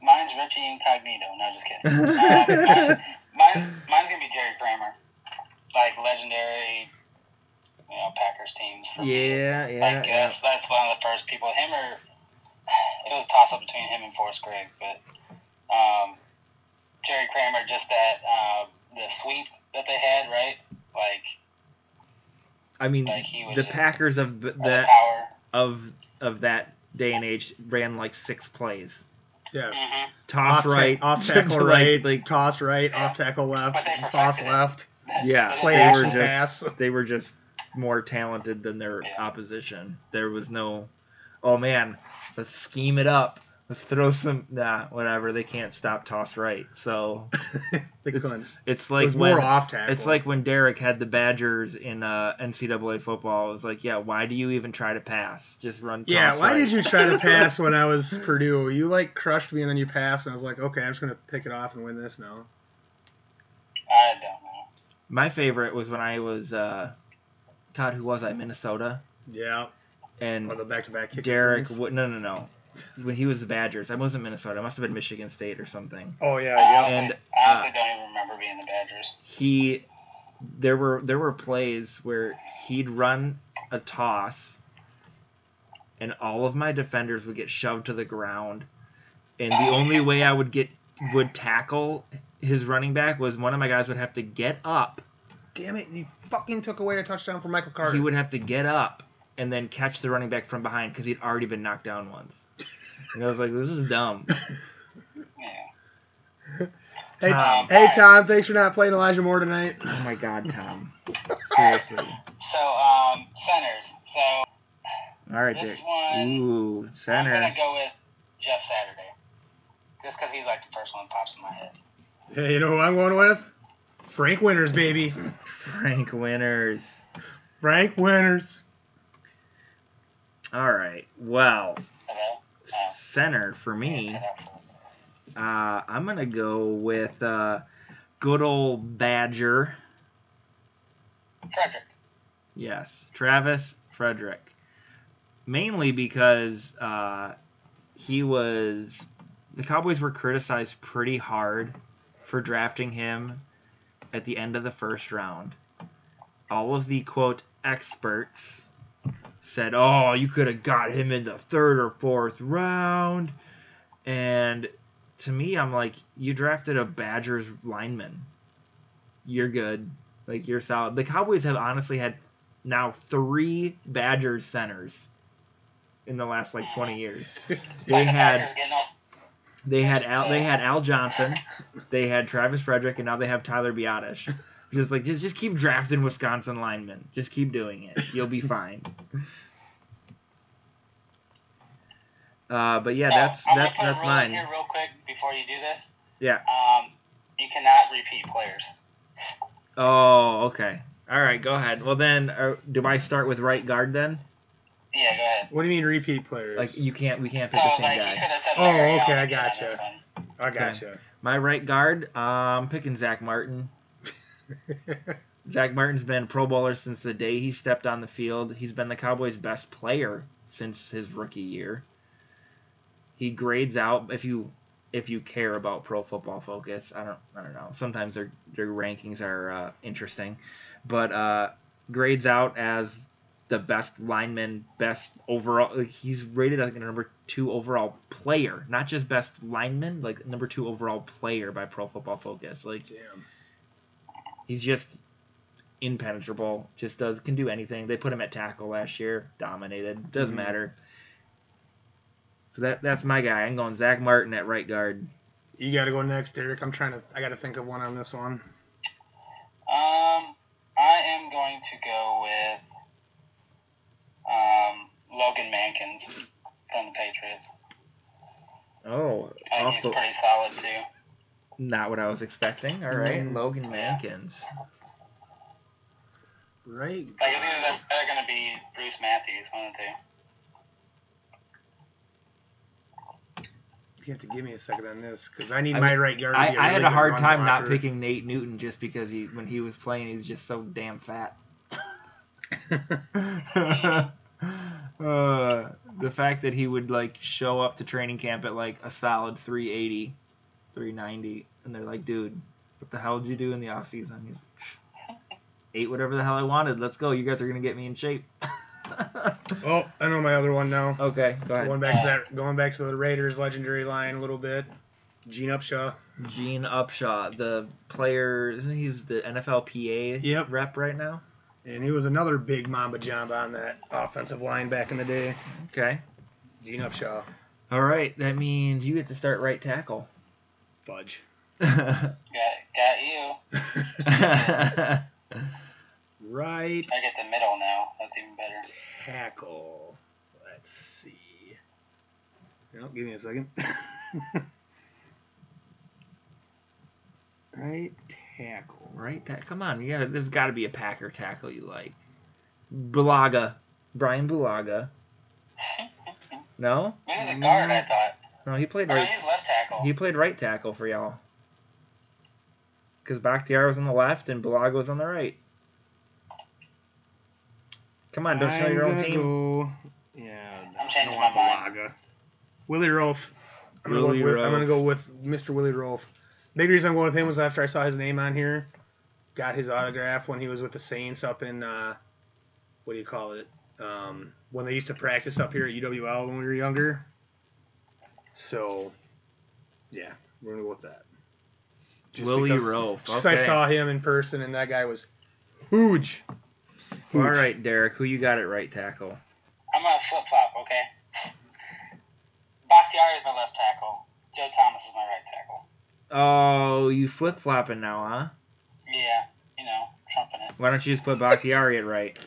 [SPEAKER 5] Mine's Richie Incognito. No, just kidding. Um, mine-
[SPEAKER 3] (laughs)
[SPEAKER 5] mine's mine's gonna be Jerry Kramer, like legendary, you know, Packers teams. for me.
[SPEAKER 3] (laughs) Yeah,
[SPEAKER 5] I
[SPEAKER 3] yeah. yeah.
[SPEAKER 5] guess that's one of the first people. Him or (sighs) it was a toss up between him and Forrest Gregg, but um, Jerry Kramer just that uh, the sweep that they had, right? Like
[SPEAKER 3] I mean,
[SPEAKER 5] Like, he was
[SPEAKER 3] the
[SPEAKER 5] just-
[SPEAKER 3] Packers of b-
[SPEAKER 5] all the
[SPEAKER 3] that
[SPEAKER 5] power.
[SPEAKER 3] of of that day and age ran like six plays.
[SPEAKER 4] Yeah.
[SPEAKER 5] hmm
[SPEAKER 3] (laughs) Toss
[SPEAKER 4] ta-
[SPEAKER 3] right,
[SPEAKER 4] off tackle
[SPEAKER 3] like-
[SPEAKER 4] right,
[SPEAKER 3] like
[SPEAKER 4] toss right, off tackle left,
[SPEAKER 5] But they
[SPEAKER 4] toss
[SPEAKER 5] perfected it.
[SPEAKER 4] left,
[SPEAKER 3] Yeah,
[SPEAKER 4] play
[SPEAKER 3] they were
[SPEAKER 4] action
[SPEAKER 3] just
[SPEAKER 4] pass. (laughs)
[SPEAKER 3] they were just more talented than their
[SPEAKER 5] Yeah.
[SPEAKER 3] opposition. There was no, oh man, let's scheme it up. Let's throw some nah, whatever. They can't stop toss right. So
[SPEAKER 4] They
[SPEAKER 3] It's
[SPEAKER 4] couldn't.
[SPEAKER 3] it's
[SPEAKER 4] it
[SPEAKER 3] like
[SPEAKER 4] was
[SPEAKER 3] when
[SPEAKER 4] more off tackle.
[SPEAKER 3] it's like when Derek had the Badgers in uh, NCAA football. It was like, yeah, why do you even try to pass? Just run.
[SPEAKER 4] yeah.
[SPEAKER 3] toss
[SPEAKER 4] Why
[SPEAKER 3] right.
[SPEAKER 4] did you try
[SPEAKER 3] (laughs)
[SPEAKER 4] to pass when I was Purdue? You like crushed me and then you passed, and I was like, okay, I'm just gonna pick it off and win this now.
[SPEAKER 5] I don't know.
[SPEAKER 3] My favorite was when I was, uh, God, who was I? Minnesota
[SPEAKER 4] Yeah.
[SPEAKER 3] and
[SPEAKER 4] Or the back-to-back kick.
[SPEAKER 3] Derek. W- no, no, no. When he was the Badgers, I wasn't Minnesota. I must have been Michigan State or something.
[SPEAKER 4] Oh yeah.
[SPEAKER 5] I
[SPEAKER 4] Yeah.
[SPEAKER 5] honestly,
[SPEAKER 3] and, uh,
[SPEAKER 5] I honestly don't even remember being the Badgers.
[SPEAKER 3] he there were there were plays where he'd run a toss and all of my defenders would get shoved to the ground and the only way I would get would tackle his running back was one of my guys would have to get up
[SPEAKER 4] Damn it! You fucking took away a touchdown from Michael Carter.
[SPEAKER 3] he would have to get up and then catch the running back from behind cuz he'd already been knocked down once and I was like this is dumb
[SPEAKER 5] Yeah.
[SPEAKER 4] Hey,
[SPEAKER 3] Tom.
[SPEAKER 4] hey Tom, thanks for not playing Elijah Moore tonight.
[SPEAKER 3] oh my god
[SPEAKER 5] (laughs)
[SPEAKER 3] Tom seriously
[SPEAKER 5] So um, centers. So
[SPEAKER 3] all right
[SPEAKER 5] this
[SPEAKER 3] Dick
[SPEAKER 5] one.
[SPEAKER 3] ooh center
[SPEAKER 5] I'm gonna go with Jeff Saturday, just because he's like the first one that pops in my head.
[SPEAKER 4] Hey, you know who I'm going with? Frank Winters, baby.
[SPEAKER 3] Frank Winters
[SPEAKER 4] Frank (laughs) Winters.
[SPEAKER 3] All right. Well,
[SPEAKER 5] Okay.
[SPEAKER 3] center for me, uh, I'm going to go with uh, good old Badger.
[SPEAKER 5] Frederick.
[SPEAKER 3] Yes, Travis Frederick. Mainly because uh, he was. The Cowboys were criticized pretty hard for drafting him at the end of the first round. All of the, quote, experts said, oh, you could have got him in the third or fourth round. And to me, I'm like, you drafted a Badgers lineman. You're good. Like, you're solid. The Cowboys have honestly had now three Badgers centers in the last like 20 years. They
[SPEAKER 5] Like the
[SPEAKER 3] had
[SPEAKER 5] Packers getting old.
[SPEAKER 3] they had Al they had Al
[SPEAKER 5] (laughs)
[SPEAKER 3] Johnson, they had Travis Frederick, and now they have Tyler Biotish. Just like just just keep drafting Wisconsin linemen. Just keep doing it. You'll be
[SPEAKER 5] (laughs)
[SPEAKER 3] fine. Uh, but yeah,
[SPEAKER 5] Now,
[SPEAKER 3] that's
[SPEAKER 5] I'm
[SPEAKER 3] that's
[SPEAKER 5] gonna
[SPEAKER 3] that's
[SPEAKER 5] put a rule in
[SPEAKER 3] mine.
[SPEAKER 5] Here real quick before you do this.
[SPEAKER 3] Yeah.
[SPEAKER 5] Um, you cannot repeat players.
[SPEAKER 3] Oh, okay. All right, go ahead. Well then, uh, do I start with right guard then?
[SPEAKER 5] Yeah, go ahead.
[SPEAKER 4] What do you mean repeat players?
[SPEAKER 3] Like you can't we can't
[SPEAKER 5] So
[SPEAKER 3] pick the
[SPEAKER 5] like
[SPEAKER 3] same
[SPEAKER 5] he (laughs)
[SPEAKER 3] guy.
[SPEAKER 5] could have said.
[SPEAKER 4] Oh,
[SPEAKER 5] Larry
[SPEAKER 4] okay,
[SPEAKER 5] Allen
[SPEAKER 4] I
[SPEAKER 5] again on
[SPEAKER 4] gotcha.
[SPEAKER 5] this one.
[SPEAKER 4] I gotcha.
[SPEAKER 3] My right guard, um, picking Zach Martin. Zach Martin's been Pro Bowler since the day he stepped on the field. He's been the Cowboys' best player since his rookie year. He grades out if you if you care about Pro Football Focus. I don't I don't know. Sometimes their their rankings are uh, interesting, but uh, grades out as the best lineman, best overall. Like he's rated as like, a number two overall player, not just best lineman, like number two overall player by Pro Football Focus. Like
[SPEAKER 4] Damn.
[SPEAKER 3] he's just impenetrable. Just does can do anything. They put him at tackle last year, dominated. Doesn't
[SPEAKER 4] Mhm.
[SPEAKER 3] matter. So that that's my guy. I'm going Zach Martin at right guard.
[SPEAKER 4] You gotta go next, Derek. I'm trying to. I gotta think of one on this one.
[SPEAKER 5] Um, I am going to go with um Logan Mankins from the Patriots.
[SPEAKER 3] Oh,
[SPEAKER 5] I think
[SPEAKER 3] also
[SPEAKER 5] he's pretty solid too.
[SPEAKER 3] not what I was expecting. All right,
[SPEAKER 4] Mm.
[SPEAKER 3] Logan Mankins.
[SPEAKER 4] Right.
[SPEAKER 5] Like it's either they're, they're gonna be Bruce Matthews, one of the two.
[SPEAKER 4] You have to give me a second on this because I need
[SPEAKER 3] I
[SPEAKER 4] my
[SPEAKER 3] mean,
[SPEAKER 4] right guard. To
[SPEAKER 3] I,
[SPEAKER 4] be
[SPEAKER 3] I had
[SPEAKER 4] really
[SPEAKER 3] a
[SPEAKER 4] good
[SPEAKER 3] hard
[SPEAKER 4] run
[SPEAKER 3] time not
[SPEAKER 4] blocker.
[SPEAKER 3] picking Nate Newton just because he when he was playing he was just so damn fat.
[SPEAKER 4] (laughs)
[SPEAKER 3] (laughs) uh, the fact that he would like show up to training camp at like a solid 380, 390, and they're like, dude, what the hell did you do in the off season? He's, Ate whatever the hell I wanted. Let's go. You guys are gonna get me in shape. (laughs)
[SPEAKER 4] Oh, I know my other one now.
[SPEAKER 3] okay, go ahead.
[SPEAKER 4] Going back to that, going back to the Raiders legendary line a little bit. Gene Upshaw.
[SPEAKER 3] Gene Upshaw, the player, isn't he- he's the NFLPA
[SPEAKER 4] Yep.
[SPEAKER 3] rep right now?
[SPEAKER 4] And he was another big Mamba Jamba on that offensive line back in the day.
[SPEAKER 3] Okay.
[SPEAKER 4] Gene Upshaw.
[SPEAKER 3] All right. That means you get to start right tackle. (laughs)
[SPEAKER 4] Fudge.
[SPEAKER 5] Got, got you.
[SPEAKER 3] okay.
[SPEAKER 4] (laughs) right
[SPEAKER 5] I get the middle now. That's even better. (laughs)
[SPEAKER 4] tackle. Let's see. No, give me a second. (laughs) right tackle.
[SPEAKER 3] Right. Ta- come on. You gotta, there's got to be a Packer tackle you like. Bulaga. Brian Bulaga. No?
[SPEAKER 5] He was a guard, I thought.
[SPEAKER 3] No, he played
[SPEAKER 5] Or
[SPEAKER 3] right.
[SPEAKER 5] he's left tackle.
[SPEAKER 3] He played right tackle for y'all. Because Bakhtiar was on the left and Bulaga was on the right. Come on, don't show your own team.
[SPEAKER 4] Go, yeah,
[SPEAKER 5] I'm
[SPEAKER 4] I
[SPEAKER 5] changing
[SPEAKER 4] don't want
[SPEAKER 5] my mind.
[SPEAKER 4] Balaga. Willie Rolfe. I'm gonna,
[SPEAKER 3] Willie
[SPEAKER 4] go with, I'm
[SPEAKER 3] Rolfe.
[SPEAKER 4] gonna go with Mr. Willie Rolfe. Big reason I'm going with him was after I saw his name on here, got his autograph when he was with the Saints up in uh, what do you call it? Um, when they used to practice up here at UWL when we were younger. So, yeah, we're gonna go with that.
[SPEAKER 3] Willie
[SPEAKER 4] because-
[SPEAKER 3] Rofe.
[SPEAKER 4] Just 'cause
[SPEAKER 3] okay.
[SPEAKER 4] I saw him in person and that guy was huge.
[SPEAKER 3] All right, Derek, who you got at right tackle?
[SPEAKER 5] I'm gonna flip flop, okay? Bakhtiari is my left tackle. Joe Thomas is my right tackle.
[SPEAKER 3] Oh, you flip flopping now, huh?
[SPEAKER 5] Yeah, you know, trumping it.
[SPEAKER 3] Why don't you just put Bakhtiari at right?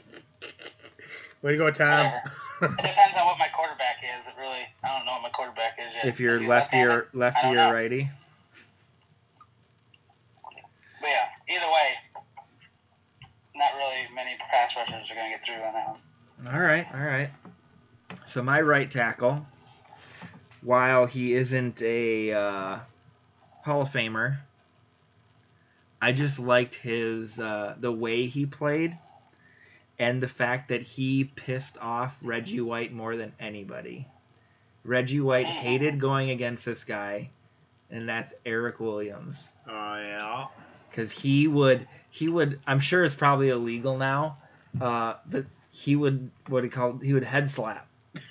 [SPEAKER 4] Way to go, Tom.
[SPEAKER 5] It depends on what my quarterback is. It really, I don't know what my quarterback is yet.
[SPEAKER 3] If you're
[SPEAKER 5] Is he
[SPEAKER 3] lefty
[SPEAKER 5] left-handed?
[SPEAKER 3] or lefty
[SPEAKER 5] I don't
[SPEAKER 3] or
[SPEAKER 5] know.
[SPEAKER 3] righty.
[SPEAKER 5] But yeah, either way, not really many pass rushers are gonna get through on that one.
[SPEAKER 3] All right, all right. So my right tackle, while he isn't a uh, Hall of Famer, I just liked his uh, the way he played, and the fact that he pissed off Reggie White more than anybody. Reggie White hated going against this guy, and that's Eric Williams
[SPEAKER 4] Oh yeah.
[SPEAKER 3] because he would he would I'm sure it's probably illegal now, uh, but he would what he called he would head slap.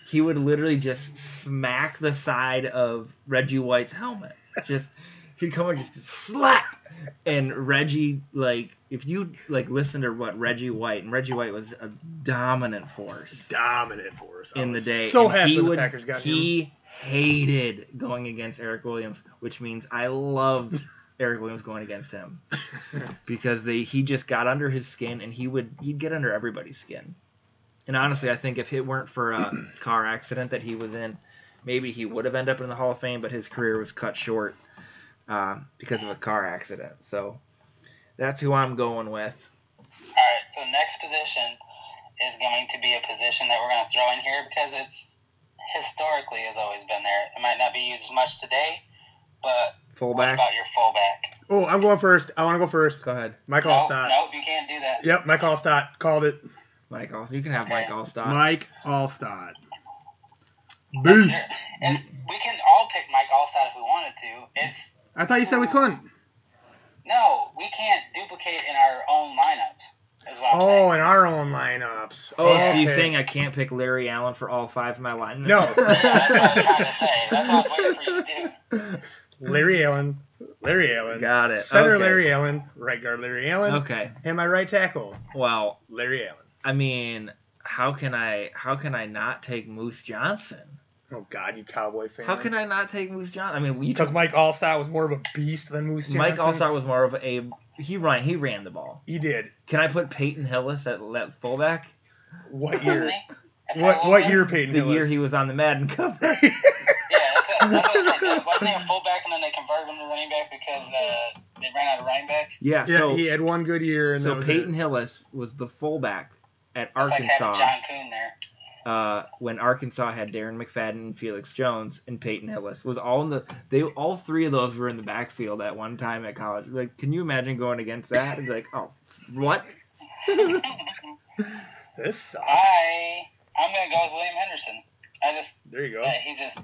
[SPEAKER 3] He would literally just smack the side of Reggie White's helmet. Just he'd come and just slap, and Reggie like if you like listen to what Reggie White and Reggie White was a dominant force
[SPEAKER 4] (laughs) dominant for us. I
[SPEAKER 3] in the
[SPEAKER 4] was
[SPEAKER 3] day.
[SPEAKER 4] So
[SPEAKER 3] and
[SPEAKER 4] happy
[SPEAKER 3] he
[SPEAKER 4] when
[SPEAKER 3] would-
[SPEAKER 4] the Packers got him.
[SPEAKER 3] He hated going against Eric Williams, which means I
[SPEAKER 4] (laughs)
[SPEAKER 3] loved Eric Williams going against him because they he just got under his skin and he would he'd get under everybody's skin. And honestly, I think if it weren't for
[SPEAKER 4] (clears throat)
[SPEAKER 3] a car accident that he was in, maybe he would have ended up in the Hall of Fame, but his career was cut short uh, because of a car accident. So that's who I'm going with.
[SPEAKER 5] All right, so next position is going to be a position that we're going to throw in here because it's historically has always been there. It might not be used as much today, but what
[SPEAKER 3] Fullback,
[SPEAKER 5] about your fullback?
[SPEAKER 4] Oh, I'm going first. I want to go first.
[SPEAKER 3] go ahead,
[SPEAKER 4] Mike
[SPEAKER 5] No,
[SPEAKER 4] Allstott.
[SPEAKER 5] nope, you can't do that.
[SPEAKER 4] Yep, Mike Allstott called it.
[SPEAKER 3] Mike. All you can have Mike Allstott.
[SPEAKER 4] Mike Allstott.
[SPEAKER 5] Sure. It's, we can all pick Mike Allstott if we wanted to. It's
[SPEAKER 4] I thought you said we couldn't.
[SPEAKER 5] no, we can't duplicate in our own lineups. Is what I'm
[SPEAKER 4] Oh,
[SPEAKER 5] saying.
[SPEAKER 4] in our own lineups.
[SPEAKER 3] Oh, so
[SPEAKER 4] Okay.
[SPEAKER 3] you saying I can't pick Larry Allen for all five of my line?
[SPEAKER 4] No.
[SPEAKER 5] Yeah, that's what I was
[SPEAKER 4] (laughs)
[SPEAKER 5] trying to say. That's what I was waiting for you to do.
[SPEAKER 4] Larry Allen. Larry
[SPEAKER 3] (laughs)
[SPEAKER 4] Allen.
[SPEAKER 3] Got it.
[SPEAKER 4] Center
[SPEAKER 3] okay.
[SPEAKER 4] Larry Allen. Right guard Larry Allen.
[SPEAKER 3] Okay.
[SPEAKER 4] And my right tackle
[SPEAKER 3] Well,
[SPEAKER 4] Larry Allen.
[SPEAKER 3] I mean, how can I how can I not take Moose Johnson?
[SPEAKER 4] Oh God, you cowboy fan.
[SPEAKER 3] How can I not take Moose Johnson? I mean, you
[SPEAKER 4] Because
[SPEAKER 3] took,
[SPEAKER 4] Mike Allstott was more of a beast than Moose Johnson.
[SPEAKER 3] Mike Allstar was more of a he ran he ran the ball.
[SPEAKER 4] He did.
[SPEAKER 3] Can I put Peyton Hillis at left fullback?
[SPEAKER 4] What
[SPEAKER 5] Wasn't
[SPEAKER 4] year?
[SPEAKER 5] (laughs) he? If I
[SPEAKER 4] What
[SPEAKER 5] love
[SPEAKER 4] what
[SPEAKER 5] him-
[SPEAKER 4] year Peyton
[SPEAKER 3] The
[SPEAKER 4] Hillis?
[SPEAKER 3] year he was on the Madden (laughs) cover.
[SPEAKER 5] Yeah, that's what, that's what I'm saying. Wasn't he a fullback and then they converted him to running back because uh, they ran out of running backs?
[SPEAKER 3] Yeah.
[SPEAKER 4] Yeah,
[SPEAKER 3] So
[SPEAKER 4] he had one good year, and that
[SPEAKER 3] so
[SPEAKER 4] was
[SPEAKER 3] Peyton
[SPEAKER 4] It.
[SPEAKER 3] Hillis was the fullback at
[SPEAKER 5] It's like having
[SPEAKER 3] Arkansas
[SPEAKER 5] John Coon there. (laughs)
[SPEAKER 3] uh, when Arkansas had Darren McFadden, and Felix Jones, and Peyton Hillis was all in the they all three of those were in the backfield at one time at college. Like, can you imagine going against that? It's like, oh, what?
[SPEAKER 4] This sucks.
[SPEAKER 5] I I'm gonna go with William Henderson. I just
[SPEAKER 4] There you go.
[SPEAKER 5] yeah, he just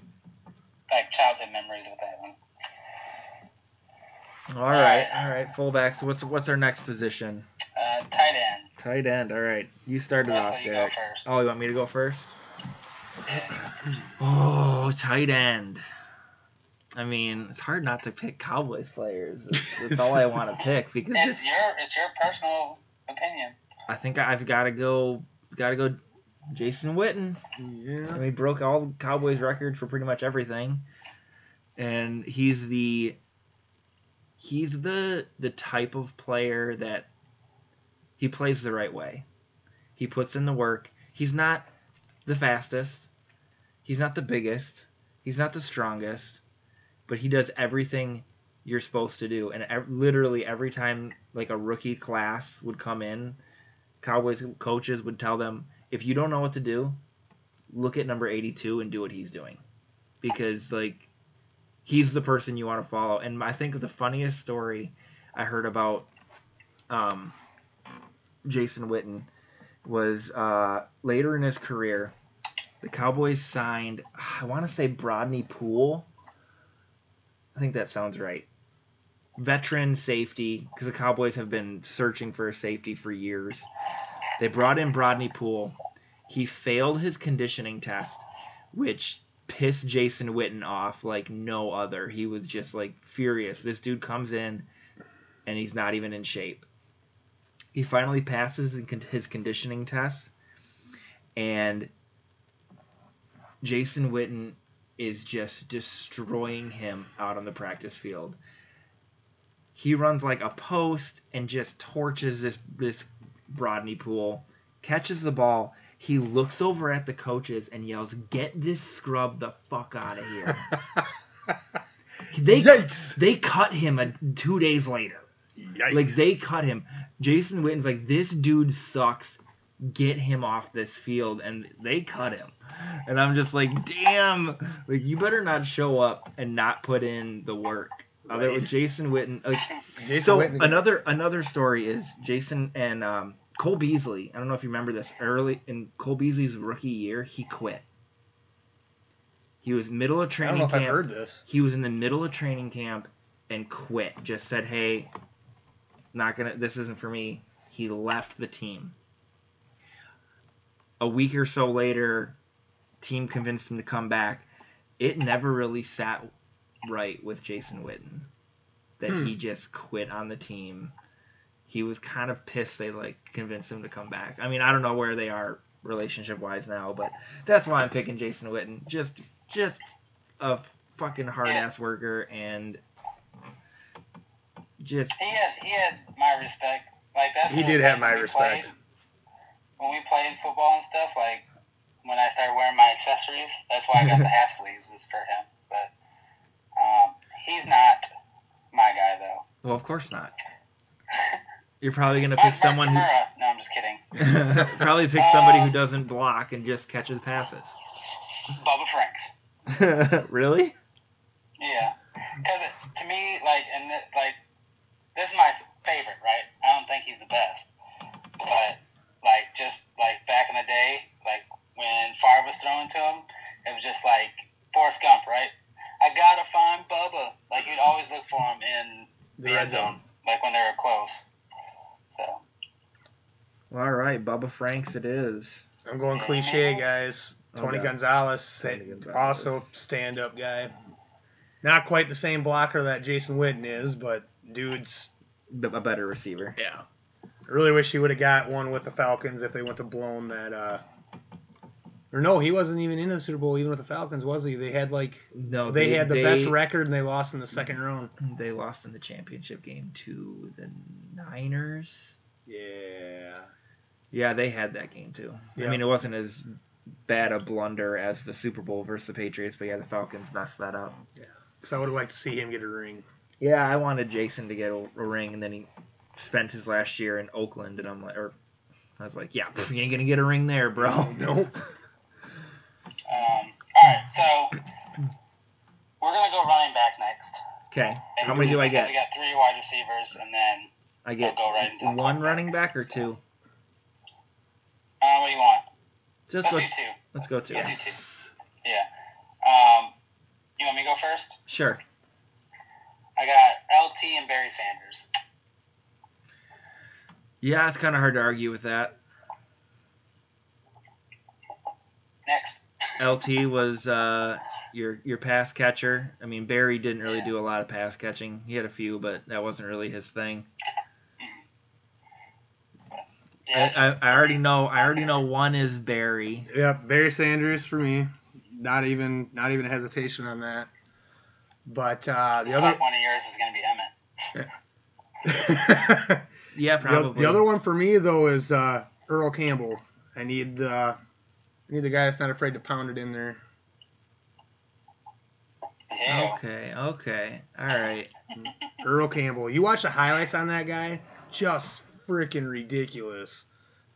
[SPEAKER 5] like childhood memories with that one.
[SPEAKER 3] All right, all right. Fullbacks. What's what's our next position?
[SPEAKER 5] Uh, tight end.
[SPEAKER 3] Tight end. All right, you started
[SPEAKER 5] Uh,
[SPEAKER 3] off
[SPEAKER 5] so you go
[SPEAKER 3] there.
[SPEAKER 5] first.
[SPEAKER 3] Oh, you want me to go first?
[SPEAKER 5] Yeah.
[SPEAKER 3] Oh, tight end. I mean, it's hard not to pick Cowboys players. That's, that's all I want to pick because
[SPEAKER 5] It's
[SPEAKER 3] it's,
[SPEAKER 5] your it's your personal opinion.
[SPEAKER 3] I think I've got to go. Got to go. Jason Witten. I
[SPEAKER 4] Yeah.
[SPEAKER 3] mean, he broke all the Cowboys records for pretty much everything, and he's the he's the the type of player that he plays the right way. He puts in the work. He's not the fastest. He's not the biggest. He's not the strongest, but he does everything you're supposed to do. And ev- literally every time like a rookie class would come in, Cowboys coaches would tell them, if you don't know what to do, look at number 82 and do what he's doing because like he's the person you want to follow and i think the funniest story i heard about um, jason witten was uh, later in his career the cowboys signed i want to say brodney poole i think that sounds right veteran safety because the cowboys have been searching for a safety for years they brought in brodney poole he failed his conditioning test, which pissed Jason Witten off like no other. He was just like furious. This dude comes in and he's not even in shape. He finally passes in con- his conditioning test, and Jason Witten is just destroying him out on the practice field. He runs like a post and just torches this this Rodney Pool, catches the ball, he looks over at the coaches and yells, "Get this scrub the fuck out of here!" They
[SPEAKER 4] Yikes!
[SPEAKER 3] they cut him a, two days later.
[SPEAKER 4] Yikes!
[SPEAKER 3] Like they cut him. Jason Witten's like, "This dude sucks. Get him off this field." And they cut him. And I'm just like, "Damn! Like you better not show up and not put in the work." Other with Jason Witten, like
[SPEAKER 4] Jason
[SPEAKER 3] so
[SPEAKER 4] Witten.
[SPEAKER 3] another another story is Jason and um, Cole Beasley. I don't know if you remember this. Early in Cole Beasley's rookie year, he quit. He was middle of
[SPEAKER 4] I
[SPEAKER 3] training
[SPEAKER 4] don't know
[SPEAKER 3] camp.
[SPEAKER 4] if I've heard this.
[SPEAKER 3] He was in the middle of training camp and quit. Just said, "Hey, not gonna. This isn't for me." He left the team. A week or so later, team convinced him to come back. It never really sat right with Jason Witten that
[SPEAKER 4] Hmm.
[SPEAKER 3] he just quit on the team. He was kind of pissed they like convinced him to come back. I mean, I don't know where they are relationship wise now, but that's why I'm picking Jason Witten. Just just a fucking hard ass worker and just
[SPEAKER 5] He had he had my respect. Like that's
[SPEAKER 4] He
[SPEAKER 5] what-
[SPEAKER 4] did have my
[SPEAKER 5] when we
[SPEAKER 4] respect.
[SPEAKER 5] played- when we played football and stuff, like when I started wearing my accessories, that's why
[SPEAKER 4] (laughs)
[SPEAKER 5] I got the half sleeves was for him. But um, he's not my guy though.
[SPEAKER 3] well, of course not. You're probably gonna pick
[SPEAKER 5] Mine's Mark
[SPEAKER 3] someone who
[SPEAKER 5] Kamara. No, I'm just kidding.
[SPEAKER 3] (laughs) probably pick somebody who doesn't block and just catches
[SPEAKER 4] (laughs)
[SPEAKER 3] passes.
[SPEAKER 5] Bubba Franks.
[SPEAKER 3] really?
[SPEAKER 5] Yeah, because to me, like, and th- like, this is my favorite, right? I don't think he's the best, but like, just like back in the day, like when Favre was thrown to him, it was just like Forrest Gump, right? I gotta find Bubba. Like you'd always look for him in the end zone, like when they were close. So
[SPEAKER 3] Well, all right, Bubba Franks, it is.
[SPEAKER 4] I'm going cliche, guys.
[SPEAKER 3] Oh,
[SPEAKER 4] Tony
[SPEAKER 3] God.
[SPEAKER 4] Gonzalez, sa-
[SPEAKER 3] Tony Gonzalez.
[SPEAKER 4] also stand up guy. Not quite the same blocker that Jason Witten is, but dude's.
[SPEAKER 3] B- A better receiver.
[SPEAKER 4] Yeah. Really wish he would have got one with the Falcons if they went to blown that. uh Or no, he wasn't even in the Super Bowl even with the Falcons, was he? They had like
[SPEAKER 3] No,
[SPEAKER 4] Oh, they, had the best record and they lost in the second round.
[SPEAKER 3] They lost in the championship game to the Niners.
[SPEAKER 4] Yeah.
[SPEAKER 3] Yeah, they had that game too. I
[SPEAKER 4] Yeah.
[SPEAKER 3] mean, it wasn't as bad a blunder as the Super Bowl versus the Patriots, but yeah, the Falcons messed that up.
[SPEAKER 4] Because I would have liked to see him get a ring.
[SPEAKER 3] Yeah, I wanted Jason to get a, a ring, and then he spent his last year in Oakland, and I'm like, or I was like, yeah, (laughs) you ain't gonna get a ring there, bro.
[SPEAKER 4] Nope.
[SPEAKER 5] um, all right, so we're gonna go running back next.
[SPEAKER 3] (laughs) Okay,
[SPEAKER 5] And
[SPEAKER 3] how many do I
[SPEAKER 5] because
[SPEAKER 3] get?
[SPEAKER 5] We got three wide receivers, and then
[SPEAKER 3] I get
[SPEAKER 5] We'll go right into
[SPEAKER 3] one
[SPEAKER 5] quarterback.
[SPEAKER 3] running back or two.
[SPEAKER 5] Uh, on what do you want?
[SPEAKER 3] Just
[SPEAKER 5] Let's
[SPEAKER 3] go.
[SPEAKER 5] do two.
[SPEAKER 3] Let's go to
[SPEAKER 5] Yes.
[SPEAKER 3] it.
[SPEAKER 5] Yeah. Um, you want me to go first?
[SPEAKER 3] Sure.
[SPEAKER 5] I got LT and Barry Sanders.
[SPEAKER 3] Yeah, it's kind of hard to argue with that.
[SPEAKER 5] Next.
[SPEAKER 3] LT was uh, your your pass catcher. I mean, Barry didn't really do a lot of pass catching. He had a few, but that wasn't really his thing.
[SPEAKER 5] Yeah,
[SPEAKER 3] I, I, I already know. I already know one is Barry.
[SPEAKER 4] (laughs) Yep, Barry Sanders for me. Not even not even a hesitation on that. But uh, the
[SPEAKER 5] just
[SPEAKER 4] other
[SPEAKER 5] (laughs)
[SPEAKER 4] (laughs)
[SPEAKER 5] like one of yours is going to be Emmett.
[SPEAKER 4] the,
[SPEAKER 3] Yeah, probably.
[SPEAKER 4] the other one for me though is uh, Earl Campbell. I need the I need the guy that's not afraid to pound it in there. Oh,
[SPEAKER 5] Yeah.
[SPEAKER 3] Okay. Okay. All right.
[SPEAKER 4] Earl Campbell. You watch the highlights on that guy? Just freaking ridiculous.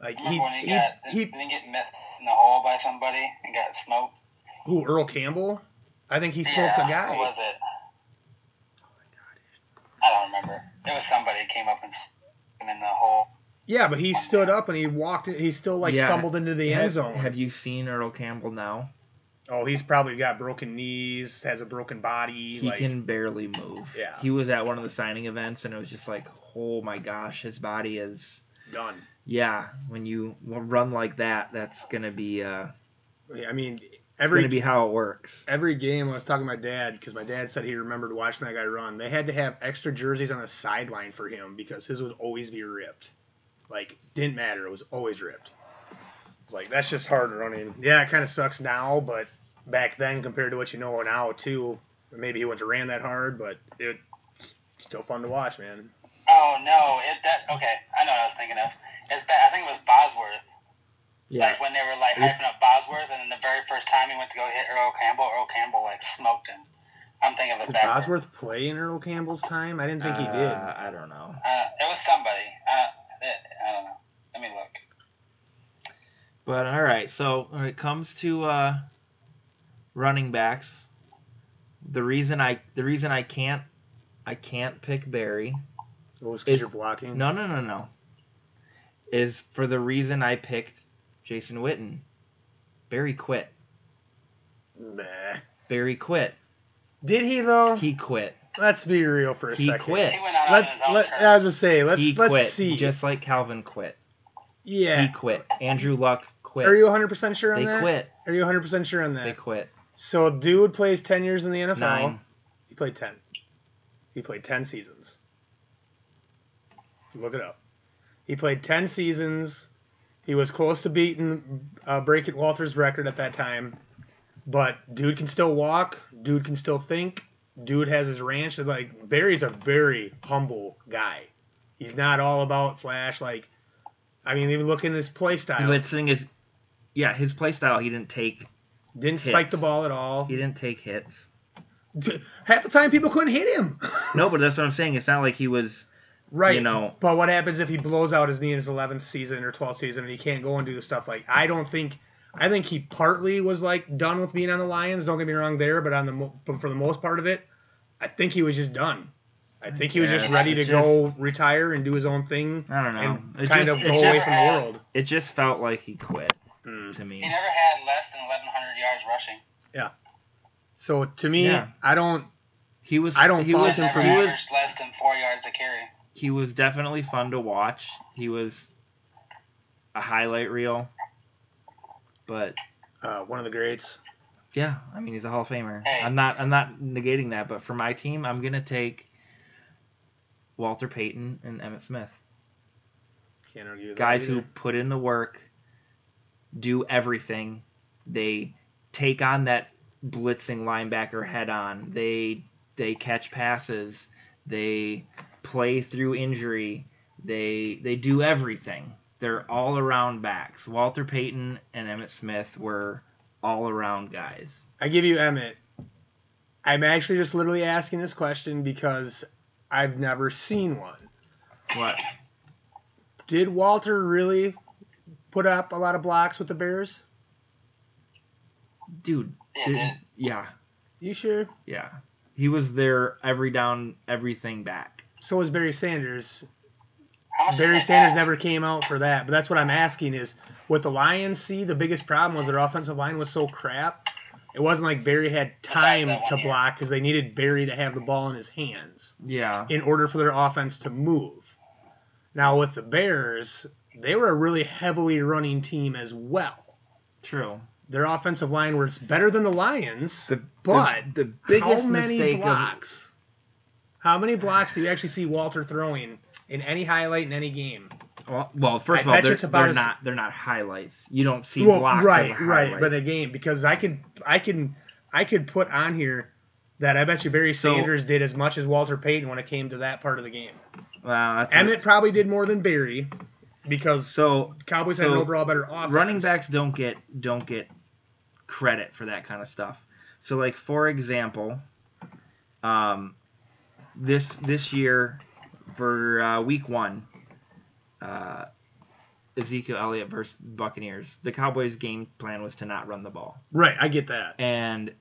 [SPEAKER 4] Like
[SPEAKER 5] Remember
[SPEAKER 4] he
[SPEAKER 5] when he,
[SPEAKER 4] he,
[SPEAKER 5] got
[SPEAKER 4] he,
[SPEAKER 5] didn't get met in the hole by somebody and got smoked?
[SPEAKER 4] who Earl Campbell? I think he smoked
[SPEAKER 5] yeah,
[SPEAKER 4] a guy. Oh
[SPEAKER 5] Who was it? I don't remember. It was somebody who came up and s- him in the hole.
[SPEAKER 4] Yeah, but he stood up and he walked. in- He still like
[SPEAKER 3] Yeah.
[SPEAKER 4] stumbled into the end
[SPEAKER 3] Have-
[SPEAKER 4] zone.
[SPEAKER 3] Have you seen Earl Campbell now?
[SPEAKER 4] Oh, he's probably got broken knees, has a broken body.
[SPEAKER 3] He
[SPEAKER 4] like,
[SPEAKER 3] can barely move.
[SPEAKER 4] Yeah.
[SPEAKER 3] He was at one of the signing events, and it was just like, oh my gosh, his body is.
[SPEAKER 4] done.
[SPEAKER 3] Yeah, when you run like that, that's gonna be uh,
[SPEAKER 4] I mean,
[SPEAKER 3] it's
[SPEAKER 4] every
[SPEAKER 3] gonna be how it works.
[SPEAKER 4] every game I was talking to my dad because my dad said he remembered watching that guy run. They had to have extra jerseys on the sideline for him because his would always be ripped. Like didn't matter, it was always ripped. It's like that's just hard running. Yeah, it kind of sucks now, but back then compared to what you know now too, maybe he wouldn't have ran that hard, but it still fun to watch, man.
[SPEAKER 5] Oh no! It that okay. I know what I was thinking of. It's ba- I think it was Bosworth.
[SPEAKER 3] Yeah.
[SPEAKER 5] Like when they were like hyping up Bosworth, and then the very first time he went to go hit Earl Campbell, Earl Campbell like smoked him. I'm thinking of it
[SPEAKER 4] Did
[SPEAKER 5] backwards.
[SPEAKER 4] Bosworth play in Earl Campbell's time? I didn't think he did.
[SPEAKER 3] Uh, I don't know.
[SPEAKER 5] Uh, it was somebody. Uh, it, I don't know. Let me look.
[SPEAKER 3] But all right, so when it comes to uh, running backs, the reason I the reason I can't I can't pick Barry.
[SPEAKER 4] Oh, it's
[SPEAKER 3] Is-
[SPEAKER 4] because you're blocking.
[SPEAKER 3] No, no, no, no. Is for the reason I picked Jason Witten. Barry quit.
[SPEAKER 4] Nah.
[SPEAKER 3] Barry quit.
[SPEAKER 4] Did he though?
[SPEAKER 3] He quit.
[SPEAKER 4] let's be real for a
[SPEAKER 3] He
[SPEAKER 4] second.
[SPEAKER 3] quit.
[SPEAKER 5] He went out
[SPEAKER 4] Let's.
[SPEAKER 5] on his own
[SPEAKER 4] Let, uh,
[SPEAKER 5] terms.
[SPEAKER 4] I was just say. Let's.
[SPEAKER 3] he
[SPEAKER 4] let's
[SPEAKER 3] quit.
[SPEAKER 4] see.
[SPEAKER 3] Just like Calvin quit.
[SPEAKER 4] yeah.
[SPEAKER 3] He quit. Andrew Luck quit.
[SPEAKER 4] Are you 100 percent sure on
[SPEAKER 3] they
[SPEAKER 4] that?
[SPEAKER 3] quit.
[SPEAKER 4] Are you 100 percent sure on that?
[SPEAKER 3] They quit.
[SPEAKER 4] So dude plays 10 years in the NFL.
[SPEAKER 3] Nine.
[SPEAKER 4] He played 10. He played 10 seasons. Look it up. He played 10 seasons. He was close to beating uh, breaking Walter's record at that time. But dude can still walk. Dude can still think. Dude has his ranch. And, Like Barry's a very humble guy. He's not all about flash. Like, I mean, even look in his play style.
[SPEAKER 3] But the thing is, yeah, his play style. He didn't take.
[SPEAKER 4] Didn't
[SPEAKER 3] hits.
[SPEAKER 4] spike the ball at all.
[SPEAKER 3] He didn't take hits.
[SPEAKER 4] (laughs) Half the time people couldn't hit him.
[SPEAKER 3] No, but that's what I'm saying. It's not like he was.
[SPEAKER 4] Right.
[SPEAKER 3] You know.
[SPEAKER 4] But what happens if he blows out his knee in his 11th season or 12th season and he can't go and do the stuff like I don't think I think he partly was like done with being on the Lions. Don't get me wrong there, but on the mo- but for the most part of it, I think he was just done. I think he was just
[SPEAKER 3] guess.
[SPEAKER 4] ready to
[SPEAKER 3] Just-
[SPEAKER 4] go retire and do his own thing
[SPEAKER 3] I don't know.
[SPEAKER 4] and
[SPEAKER 3] It
[SPEAKER 4] kind
[SPEAKER 3] just,
[SPEAKER 4] of
[SPEAKER 3] it
[SPEAKER 4] go
[SPEAKER 3] just- Hmm.
[SPEAKER 4] away from the world.
[SPEAKER 3] It just felt like he quit to
[SPEAKER 5] He
[SPEAKER 3] me.
[SPEAKER 5] never had less than 1,100 yards rushing.
[SPEAKER 4] So to me,
[SPEAKER 3] Yeah.
[SPEAKER 4] I don't.
[SPEAKER 3] He was.
[SPEAKER 4] I don't
[SPEAKER 3] He
[SPEAKER 4] fault
[SPEAKER 3] was.
[SPEAKER 5] He
[SPEAKER 4] him for
[SPEAKER 3] He
[SPEAKER 5] never
[SPEAKER 4] that.
[SPEAKER 3] was.
[SPEAKER 5] averaged less than four yards a carry.
[SPEAKER 3] He was definitely fun to watch. He was a highlight reel. But
[SPEAKER 4] Uh, one of the greats.
[SPEAKER 3] yeah, I mean he's a Hall of Famer.
[SPEAKER 5] Hey.
[SPEAKER 3] I'm not. I'm not negating that. But for my team, I'm gonna take Walter Payton and Emmett Smith.
[SPEAKER 4] Can't argue with that
[SPEAKER 3] guys
[SPEAKER 4] either.
[SPEAKER 3] who put in the work, do everything. They take on that blitzing linebacker head on. They they catch passes. They play through injury. They they do everything. They're all around backs. Walter Payton and Emmett Smith were all around guys.
[SPEAKER 4] I give you Emmett. I'm actually just literally asking this question because I've never seen one.
[SPEAKER 3] What?
[SPEAKER 4] Did Walter really put up a lot of blocks with the Bears?
[SPEAKER 3] Dude.
[SPEAKER 5] Yeah,
[SPEAKER 3] did-
[SPEAKER 5] dude.
[SPEAKER 3] yeah.
[SPEAKER 4] You sure?
[SPEAKER 3] Yeah. He was their every down everything back.
[SPEAKER 4] So was Barry Sanders.
[SPEAKER 5] How much did
[SPEAKER 4] Barry
[SPEAKER 5] they
[SPEAKER 4] Sanders
[SPEAKER 5] ask?
[SPEAKER 4] never came out for that. But that's what I'm asking is what the Lions see, the biggest problem was their offensive line was so crap. It wasn't like Barry had time
[SPEAKER 5] that one
[SPEAKER 4] to
[SPEAKER 5] year.
[SPEAKER 4] block because they needed Barry to have the ball in his hands
[SPEAKER 3] Yeah.
[SPEAKER 4] in order for their offense to move. Now with the Bears, they were a really heavily running team as well.
[SPEAKER 3] True.
[SPEAKER 4] Their offensive line was better than the Lions,
[SPEAKER 3] The-
[SPEAKER 4] but
[SPEAKER 3] The, the biggest
[SPEAKER 4] how many
[SPEAKER 3] mistake of
[SPEAKER 4] blocks? How many blocks do you actually see Walter throwing in any highlight in any game?
[SPEAKER 3] Well, well first
[SPEAKER 4] I
[SPEAKER 3] of all,
[SPEAKER 4] bet
[SPEAKER 3] they're,
[SPEAKER 4] you it's about
[SPEAKER 3] they're
[SPEAKER 4] as-
[SPEAKER 3] not they're not highlights. You don't see blocks.
[SPEAKER 4] right,
[SPEAKER 3] as a
[SPEAKER 4] right,
[SPEAKER 3] highlight.
[SPEAKER 4] but a game because I could, I can, I could put on here that I bet you Barry
[SPEAKER 3] So-
[SPEAKER 4] Sanders did as much as Walter Payton when it came to that part of the game.
[SPEAKER 3] Wow, that's
[SPEAKER 4] Emmett probably did more than Barry because
[SPEAKER 3] so
[SPEAKER 4] Cowboys had an
[SPEAKER 3] so
[SPEAKER 4] overall better offense.
[SPEAKER 3] running backs don't get don't get credit for that kind of stuff. So like for example, um, this this year for uh, week one, uh, Ezekiel Elliott versus Buccaneers, the Cowboys' game plan was to not run the ball,
[SPEAKER 4] Right, I get that.
[SPEAKER 3] and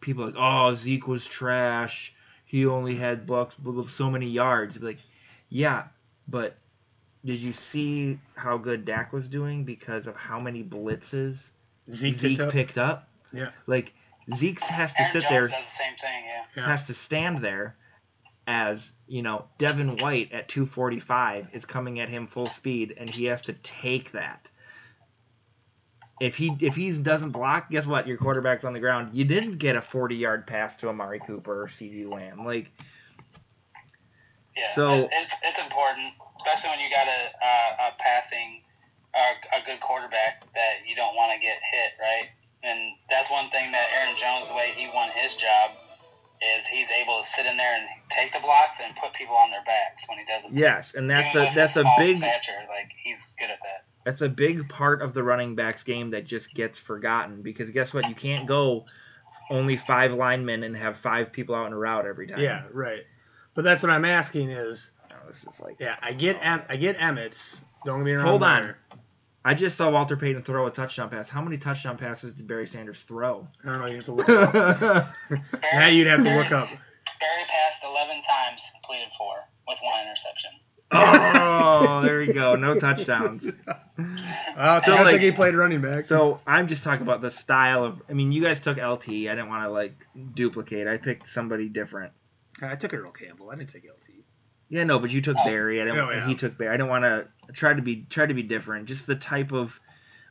[SPEAKER 3] people are like, oh Zeke was trash. He only had blocks, blah, blah, so many yards. You'd be like, yeah, but did you see how good Dak was doing because of how many blitzes
[SPEAKER 4] Zeke,
[SPEAKER 3] Zeke,
[SPEAKER 4] picked up.
[SPEAKER 3] picked up.
[SPEAKER 4] Yeah.
[SPEAKER 3] Like Zeke has to
[SPEAKER 5] Aaron
[SPEAKER 3] sit
[SPEAKER 5] Jones
[SPEAKER 3] there,
[SPEAKER 5] does the same thing. Yeah.
[SPEAKER 4] Yeah.
[SPEAKER 3] has to stand there as, you know, Devin White at 245 is coming at him full speed and he has to take that. If he if he doesn't block, guess what? Your quarterback's on the ground. You didn't get a 40-yard pass to Amari Cooper or CeeDee Lamb. Like
[SPEAKER 5] Yeah,
[SPEAKER 3] So-
[SPEAKER 5] it, it's it's important, especially when you got a a, a passing, a, a good quarterback that you don't want to get hit, right? And that's one thing that Aaron Jones, the way he won his job, is he's able to sit in there and take the blocks and put people on their backs when he does it.
[SPEAKER 3] yes, and that's
[SPEAKER 5] Even
[SPEAKER 3] a
[SPEAKER 5] with his
[SPEAKER 3] that's a
[SPEAKER 5] small
[SPEAKER 3] big
[SPEAKER 5] stature, like he's good at that.
[SPEAKER 3] That's a big part of the running backs game that just gets forgotten because guess what? You can't go only five linemen and have five people out in a route every time.
[SPEAKER 4] Yeah, right. But that's what I'm asking is,
[SPEAKER 3] You know, this is like
[SPEAKER 4] yeah, I get, em- I get Emmett's. Don't get me wrong.
[SPEAKER 3] Oh. Hold on.
[SPEAKER 4] there.
[SPEAKER 3] I just saw Walter Payton throw a touchdown pass. How many touchdown passes did Barry Sanders throw?
[SPEAKER 4] I don't know. You have to look it up. Now you'd have to look up.
[SPEAKER 5] Barry passed 11 times, completed four with one interception.
[SPEAKER 3] (laughs) oh, there we go. (laughs) No
[SPEAKER 4] (laughs)
[SPEAKER 3] touchdowns.
[SPEAKER 4] Oh, so
[SPEAKER 3] So,
[SPEAKER 4] I don't
[SPEAKER 3] like-
[SPEAKER 4] think he played running back.
[SPEAKER 3] So I'm just talking about the style of. I mean, you guys took LT. I didn't want to like duplicate. I picked somebody different.
[SPEAKER 4] I took Earl Campbell. I didn't take LT.
[SPEAKER 3] Yeah, no, but you took
[SPEAKER 5] Oh.
[SPEAKER 3] Barry. I didn't.
[SPEAKER 4] Oh, yeah.
[SPEAKER 3] He took Barry. I don't want to try to be try to be different. Just the type of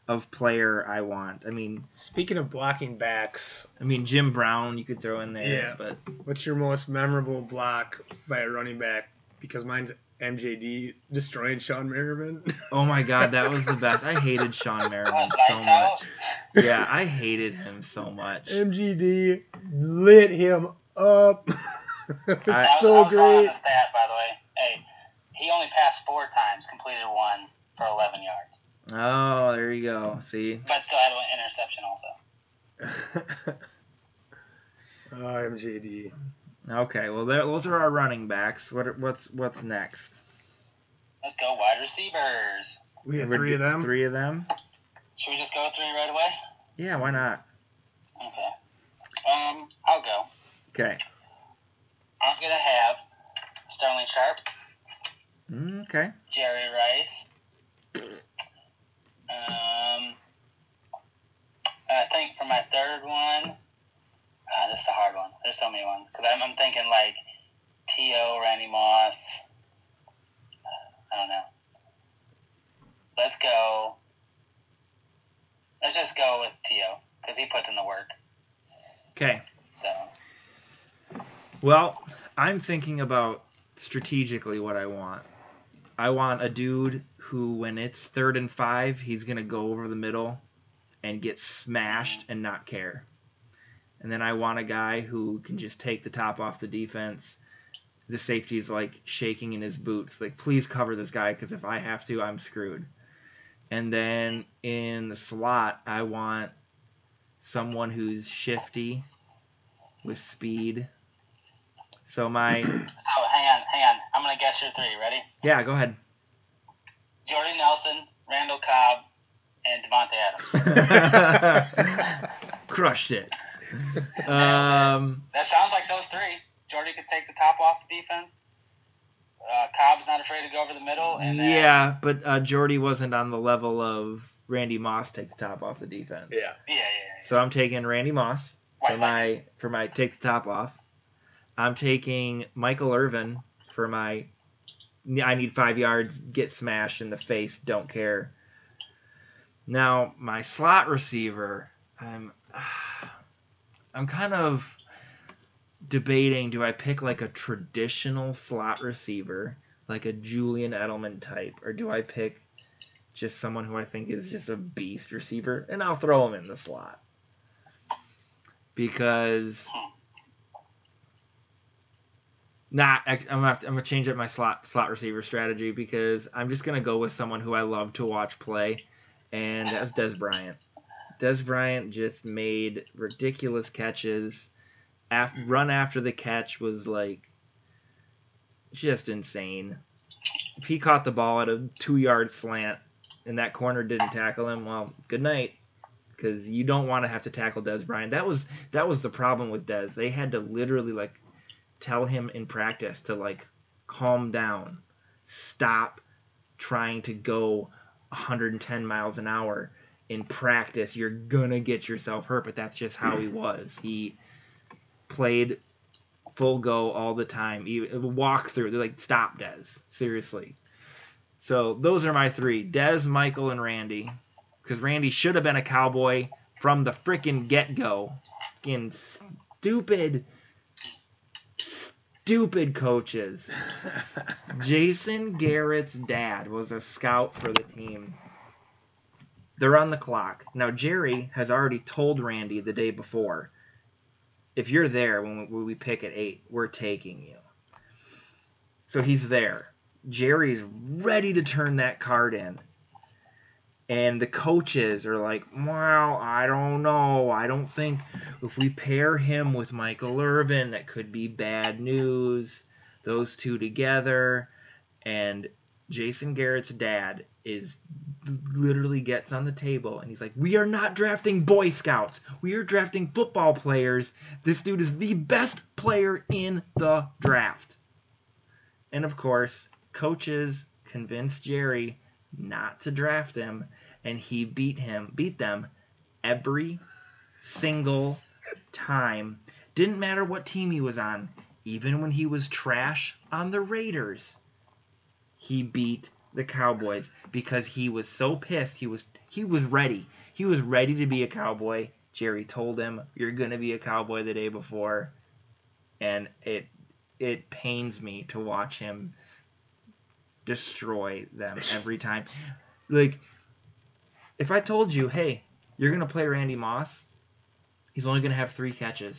[SPEAKER 3] of player I want. I mean,
[SPEAKER 4] Speaking of blocking backs,
[SPEAKER 3] I mean Jim Brown you could throw in there.
[SPEAKER 4] Yeah.
[SPEAKER 3] But
[SPEAKER 4] what's your most memorable block by a running back? Because mine's MJD destroying Sean Merriman. (laughs)
[SPEAKER 3] oh my God, that was the best. I hated Sean Merriman (laughs)
[SPEAKER 5] What,
[SPEAKER 3] so
[SPEAKER 5] lights out?
[SPEAKER 3] much. Yeah, I hated him so much.
[SPEAKER 4] MJD lit him up. (laughs) It's
[SPEAKER 3] I-
[SPEAKER 5] I was, I
[SPEAKER 4] so
[SPEAKER 3] (laughs)
[SPEAKER 5] was wrong on
[SPEAKER 4] great.
[SPEAKER 5] the stat, by the way. Hey, he only passed four times, completed one for 11 yards,
[SPEAKER 3] Oh, there you go. See,
[SPEAKER 5] but still had an interception also.
[SPEAKER 4] oh, MJD.
[SPEAKER 3] okay. Well, there, those are our running backs. What are- what's what's next?
[SPEAKER 5] Let's go wide receivers.
[SPEAKER 4] We had
[SPEAKER 3] We're
[SPEAKER 4] three of
[SPEAKER 3] do-
[SPEAKER 4] them. (laughs)
[SPEAKER 3] Three (laughs) of them.
[SPEAKER 5] Should we just go three right away?
[SPEAKER 3] Yeah, why not?
[SPEAKER 5] Okay. Um, I'll go.
[SPEAKER 3] Okay.
[SPEAKER 5] I'm gonna have Sterling Sharp,
[SPEAKER 3] Mm, Okay.
[SPEAKER 5] Jerry Rice. Um, I think for my third one, ah, this is a hard one. There's so many ones because I'm, I'm thinking like T.O. Randy Moss. I don't know. Let's go. Let's just go with T.O. because he puts in the work.
[SPEAKER 3] Okay.
[SPEAKER 5] So
[SPEAKER 3] Well, I'm thinking about strategically what I want. I want a dude who, when it's third and five, he's going to go over the middle and get smashed and not care. And then I want a guy who can just take the top off the defense. The safety is like shaking in his boots, like, please cover this guy because if I have to, I'm screwed. And then in the slot, I want someone who's shifty with speed. So my
[SPEAKER 5] so hang on, hang on. I'm gonna guess your three. Ready?
[SPEAKER 3] yeah, go ahead.
[SPEAKER 5] Jordy Nelson, Randall Cobb, and Devontae Adams.
[SPEAKER 3] Crushed it. Um,
[SPEAKER 5] That sounds like those three. Jordy could take the top off the defense. Uh, uh, Cobb's not afraid to go over the middle. And then,
[SPEAKER 3] yeah, but uh, Jordy wasn't on the level of Randy Moss takes top off the defense.
[SPEAKER 2] Yeah.
[SPEAKER 5] (laughs) Yeah, yeah. yeah.
[SPEAKER 3] So I'm taking Randy Moss for
[SPEAKER 5] White line.
[SPEAKER 3] my for my take the top off. I'm taking Michael Irvin for my I need five yards, get smashed in the face, don't care. Now my slot receiver, I'm (sighs) I'm kind of debating do I pick like a traditional slot receiver, like a Julian Edelman type, or do I pick just someone who I think is just a beast receiver and I'll throw him in the slot. Because Nah, I, I'm gonna have to, I'm gonna change up my slot slot receiver strategy because I'm just gonna go with someone who I love to watch play, and that's Des Bryant. Des Bryant just made ridiculous catches. Af- run after the catch was like just insane. If he caught the ball at a two yard slant and that corner didn't tackle him, well, good night. Because you don't want to have to tackle Des Bryant. That was that was the problem with Des. They had to literally like tell him in practice to like calm down, stop trying to go 110 miles an hour in practice. You're gonna get yourself hurt, but that's just how he was. He played full go all the time. Even walk through. They're like, stop, Des. Seriously. So those are my three: Des, Michael, and Randy. Because Randy should have been a cowboy from the frickin' get-go. Fucking stupid, stupid coaches. Jason Garrett's dad was a scout for the team. They're on the clock. Now, Jerry has already told Randy the day before if you're there when we- when we pick at eight, we're taking you. So he's there. Jerry's ready to turn that card in. And the coaches are like, well, I don't know. I don't think if we pair him with Michael Irvin, that could be bad news. Those two together. And Jason Garrett's dad is literally gets on the table and he's like, We are not drafting Boy Scouts. We are drafting football players. This dude is the best player in the draft. And of course, coaches convinced Jerry not to draft him, and he beat him, beat them every single time. Didn't matter what team he was on, even when he was trash on the Raiders, he beat the Cowboys because he was so pissed. He was he was ready. He was ready to be a cowboy. Jerry told him, "You're gonna be a cowboy the day before," and it it pains me to watch him destroy them every time. Like, if I told you, "Hey, you're gonna play Randy Moss," he's only gonna have three catches.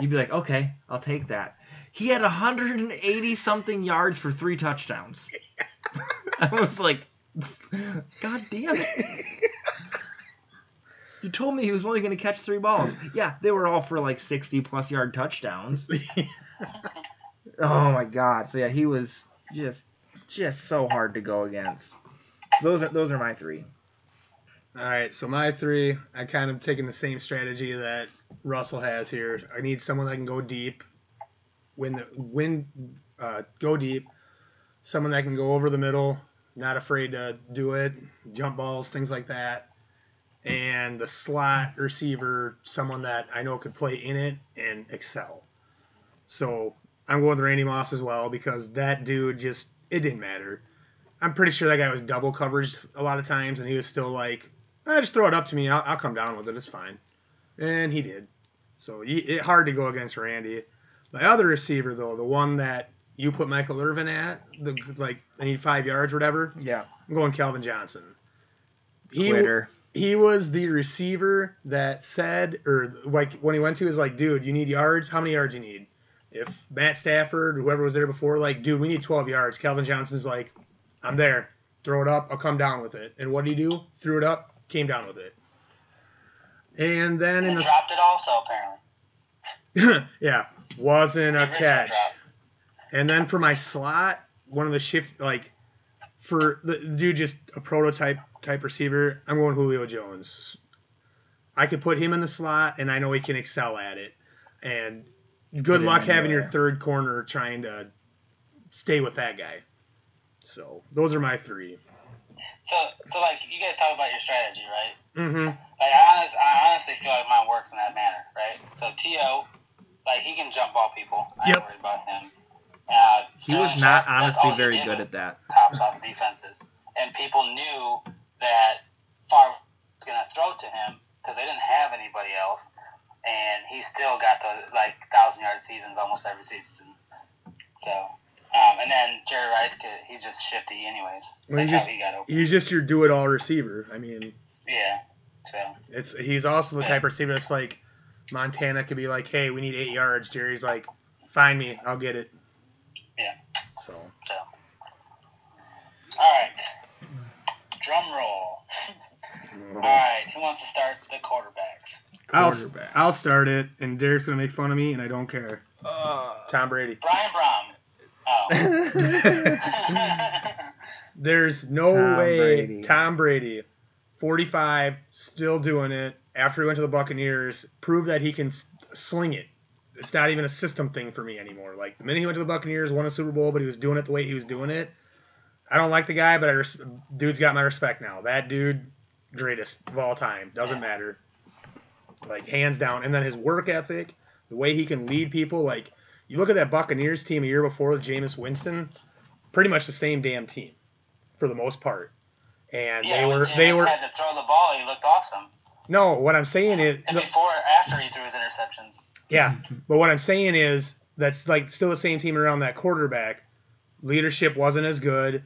[SPEAKER 3] You'd be like, "Okay, I'll take that." He had 180 something yards for three touchdowns. I was like, God damn it. You told me he was only going to catch three balls. Yeah, they were all for like 60 plus yard touchdowns. Oh my God. So yeah, he was just just so hard to go against. Those are those are my three.
[SPEAKER 4] All right, so my three, I kind of taking the same strategy that Russell has here. I need someone that can go deep, win the win, uh, go deep. Someone that can go over the middle, not afraid to do it, jump balls, things like that. And the slot receiver, someone that I know could play in it and excel. So I'm going with Randy Moss as well because that dude just it didn't matter. I'm pretty sure that guy was double coverage a lot of times, and he was still like, "Ah, "Just throw it up to me. I'll, I'll come down with it. It's fine." And he did. So y it hard to go against Randy. My other receiver, though, the one that you put Michael Irvin at, the like I need five yards, or whatever.
[SPEAKER 3] Yeah.
[SPEAKER 4] I'm going Calvin Johnson. He
[SPEAKER 3] Quitter.
[SPEAKER 4] he was the receiver that said or like when he went to is like, dude, you need yards. How many yards you need? If Matt Stafford, whoever was there before, like, dude, we need 12 yards. Calvin Johnson's like, I'm there. Throw it up. I'll come down with it. And what did he do? Threw it up. Came down with it. And then in
[SPEAKER 5] And
[SPEAKER 4] the
[SPEAKER 5] dropped it also, apparently.
[SPEAKER 4] (clears throat) yeah, wasn't a
[SPEAKER 5] The original
[SPEAKER 4] catch.
[SPEAKER 5] drop.
[SPEAKER 4] And then for my slot, one of the shift like for the dude just a prototype type receiver, I'm going Julio Jones. I could put him in the slot and I know he can excel at it. And
[SPEAKER 3] Put
[SPEAKER 4] good
[SPEAKER 3] him
[SPEAKER 4] luck having
[SPEAKER 3] anywhere.
[SPEAKER 4] your third corner trying to stay with that guy. So those are my three.
[SPEAKER 5] So, so like you guys talk about your strategy, right?
[SPEAKER 4] Mm-hmm.
[SPEAKER 5] Like I, honest, I honestly feel like mine works in that manner, right? So To, like he can jump ball people. I
[SPEAKER 4] Yep.
[SPEAKER 5] don't worry about him. Uh,
[SPEAKER 3] He was
[SPEAKER 5] Jalen
[SPEAKER 3] not
[SPEAKER 5] Sharp, that's
[SPEAKER 3] honestly
[SPEAKER 5] all he
[SPEAKER 3] very
[SPEAKER 5] did
[SPEAKER 3] good
[SPEAKER 5] was
[SPEAKER 3] at that.
[SPEAKER 5] pops off defenses, and people knew that Favre was going to throw to him because they didn't have anybody else, and he still got the like thousand yard seasons almost every season. So, um, and then Jerry Rice could he just shifty anyways.
[SPEAKER 4] Well, he
[SPEAKER 5] That's
[SPEAKER 4] just-
[SPEAKER 5] how he got open.
[SPEAKER 4] He's just your do-it-all receiver. I mean,
[SPEAKER 5] Yeah. So
[SPEAKER 4] it's he's also the type of receiver that's like Montana could be like, hey, we need eight yards. Jerry's like, find me, I'll get it.
[SPEAKER 5] Yeah.
[SPEAKER 4] So
[SPEAKER 5] all right, drum roll. all right, who wants to start the quarterbacks?
[SPEAKER 4] I'll
[SPEAKER 3] Quarterback.
[SPEAKER 4] I'll start it, and Derek's gonna make fun of me, and I don't care. Tom
[SPEAKER 5] (laughs)
[SPEAKER 4] (laughs) Brady.
[SPEAKER 5] Brian Brom. Oh.
[SPEAKER 4] (laughs)
[SPEAKER 5] (laughs)
[SPEAKER 4] There's no
[SPEAKER 3] Tom
[SPEAKER 4] way
[SPEAKER 3] Brady.
[SPEAKER 4] Tom Brady, 45, still doing it after he went to the Buccaneers, proved that he can s- sling it. It's not even a system thing for me anymore. Like the minute he went to the Buccaneers, won a Super Bowl, but he was doing it the way he was doing it. I don't like the guy, but I res- dude's got my respect now. That dude, greatest of all time. Doesn't matter. Like hands down. And then his work ethic, the way he can lead people. Like you look at that Buccaneers team a year before with Jameis Winston, pretty much the same damn team for the most part. And
[SPEAKER 5] yeah,
[SPEAKER 4] they
[SPEAKER 5] when
[SPEAKER 4] were
[SPEAKER 5] Jameis
[SPEAKER 4] they were
[SPEAKER 5] had to throw the ball. He looked awesome.
[SPEAKER 4] no. What I'm saying is
[SPEAKER 5] And
[SPEAKER 4] no,
[SPEAKER 5] before, after he threw his interceptions.
[SPEAKER 4] yeah. But what I'm saying is that's like still the same team around that quarterback. Leadership wasn't as good.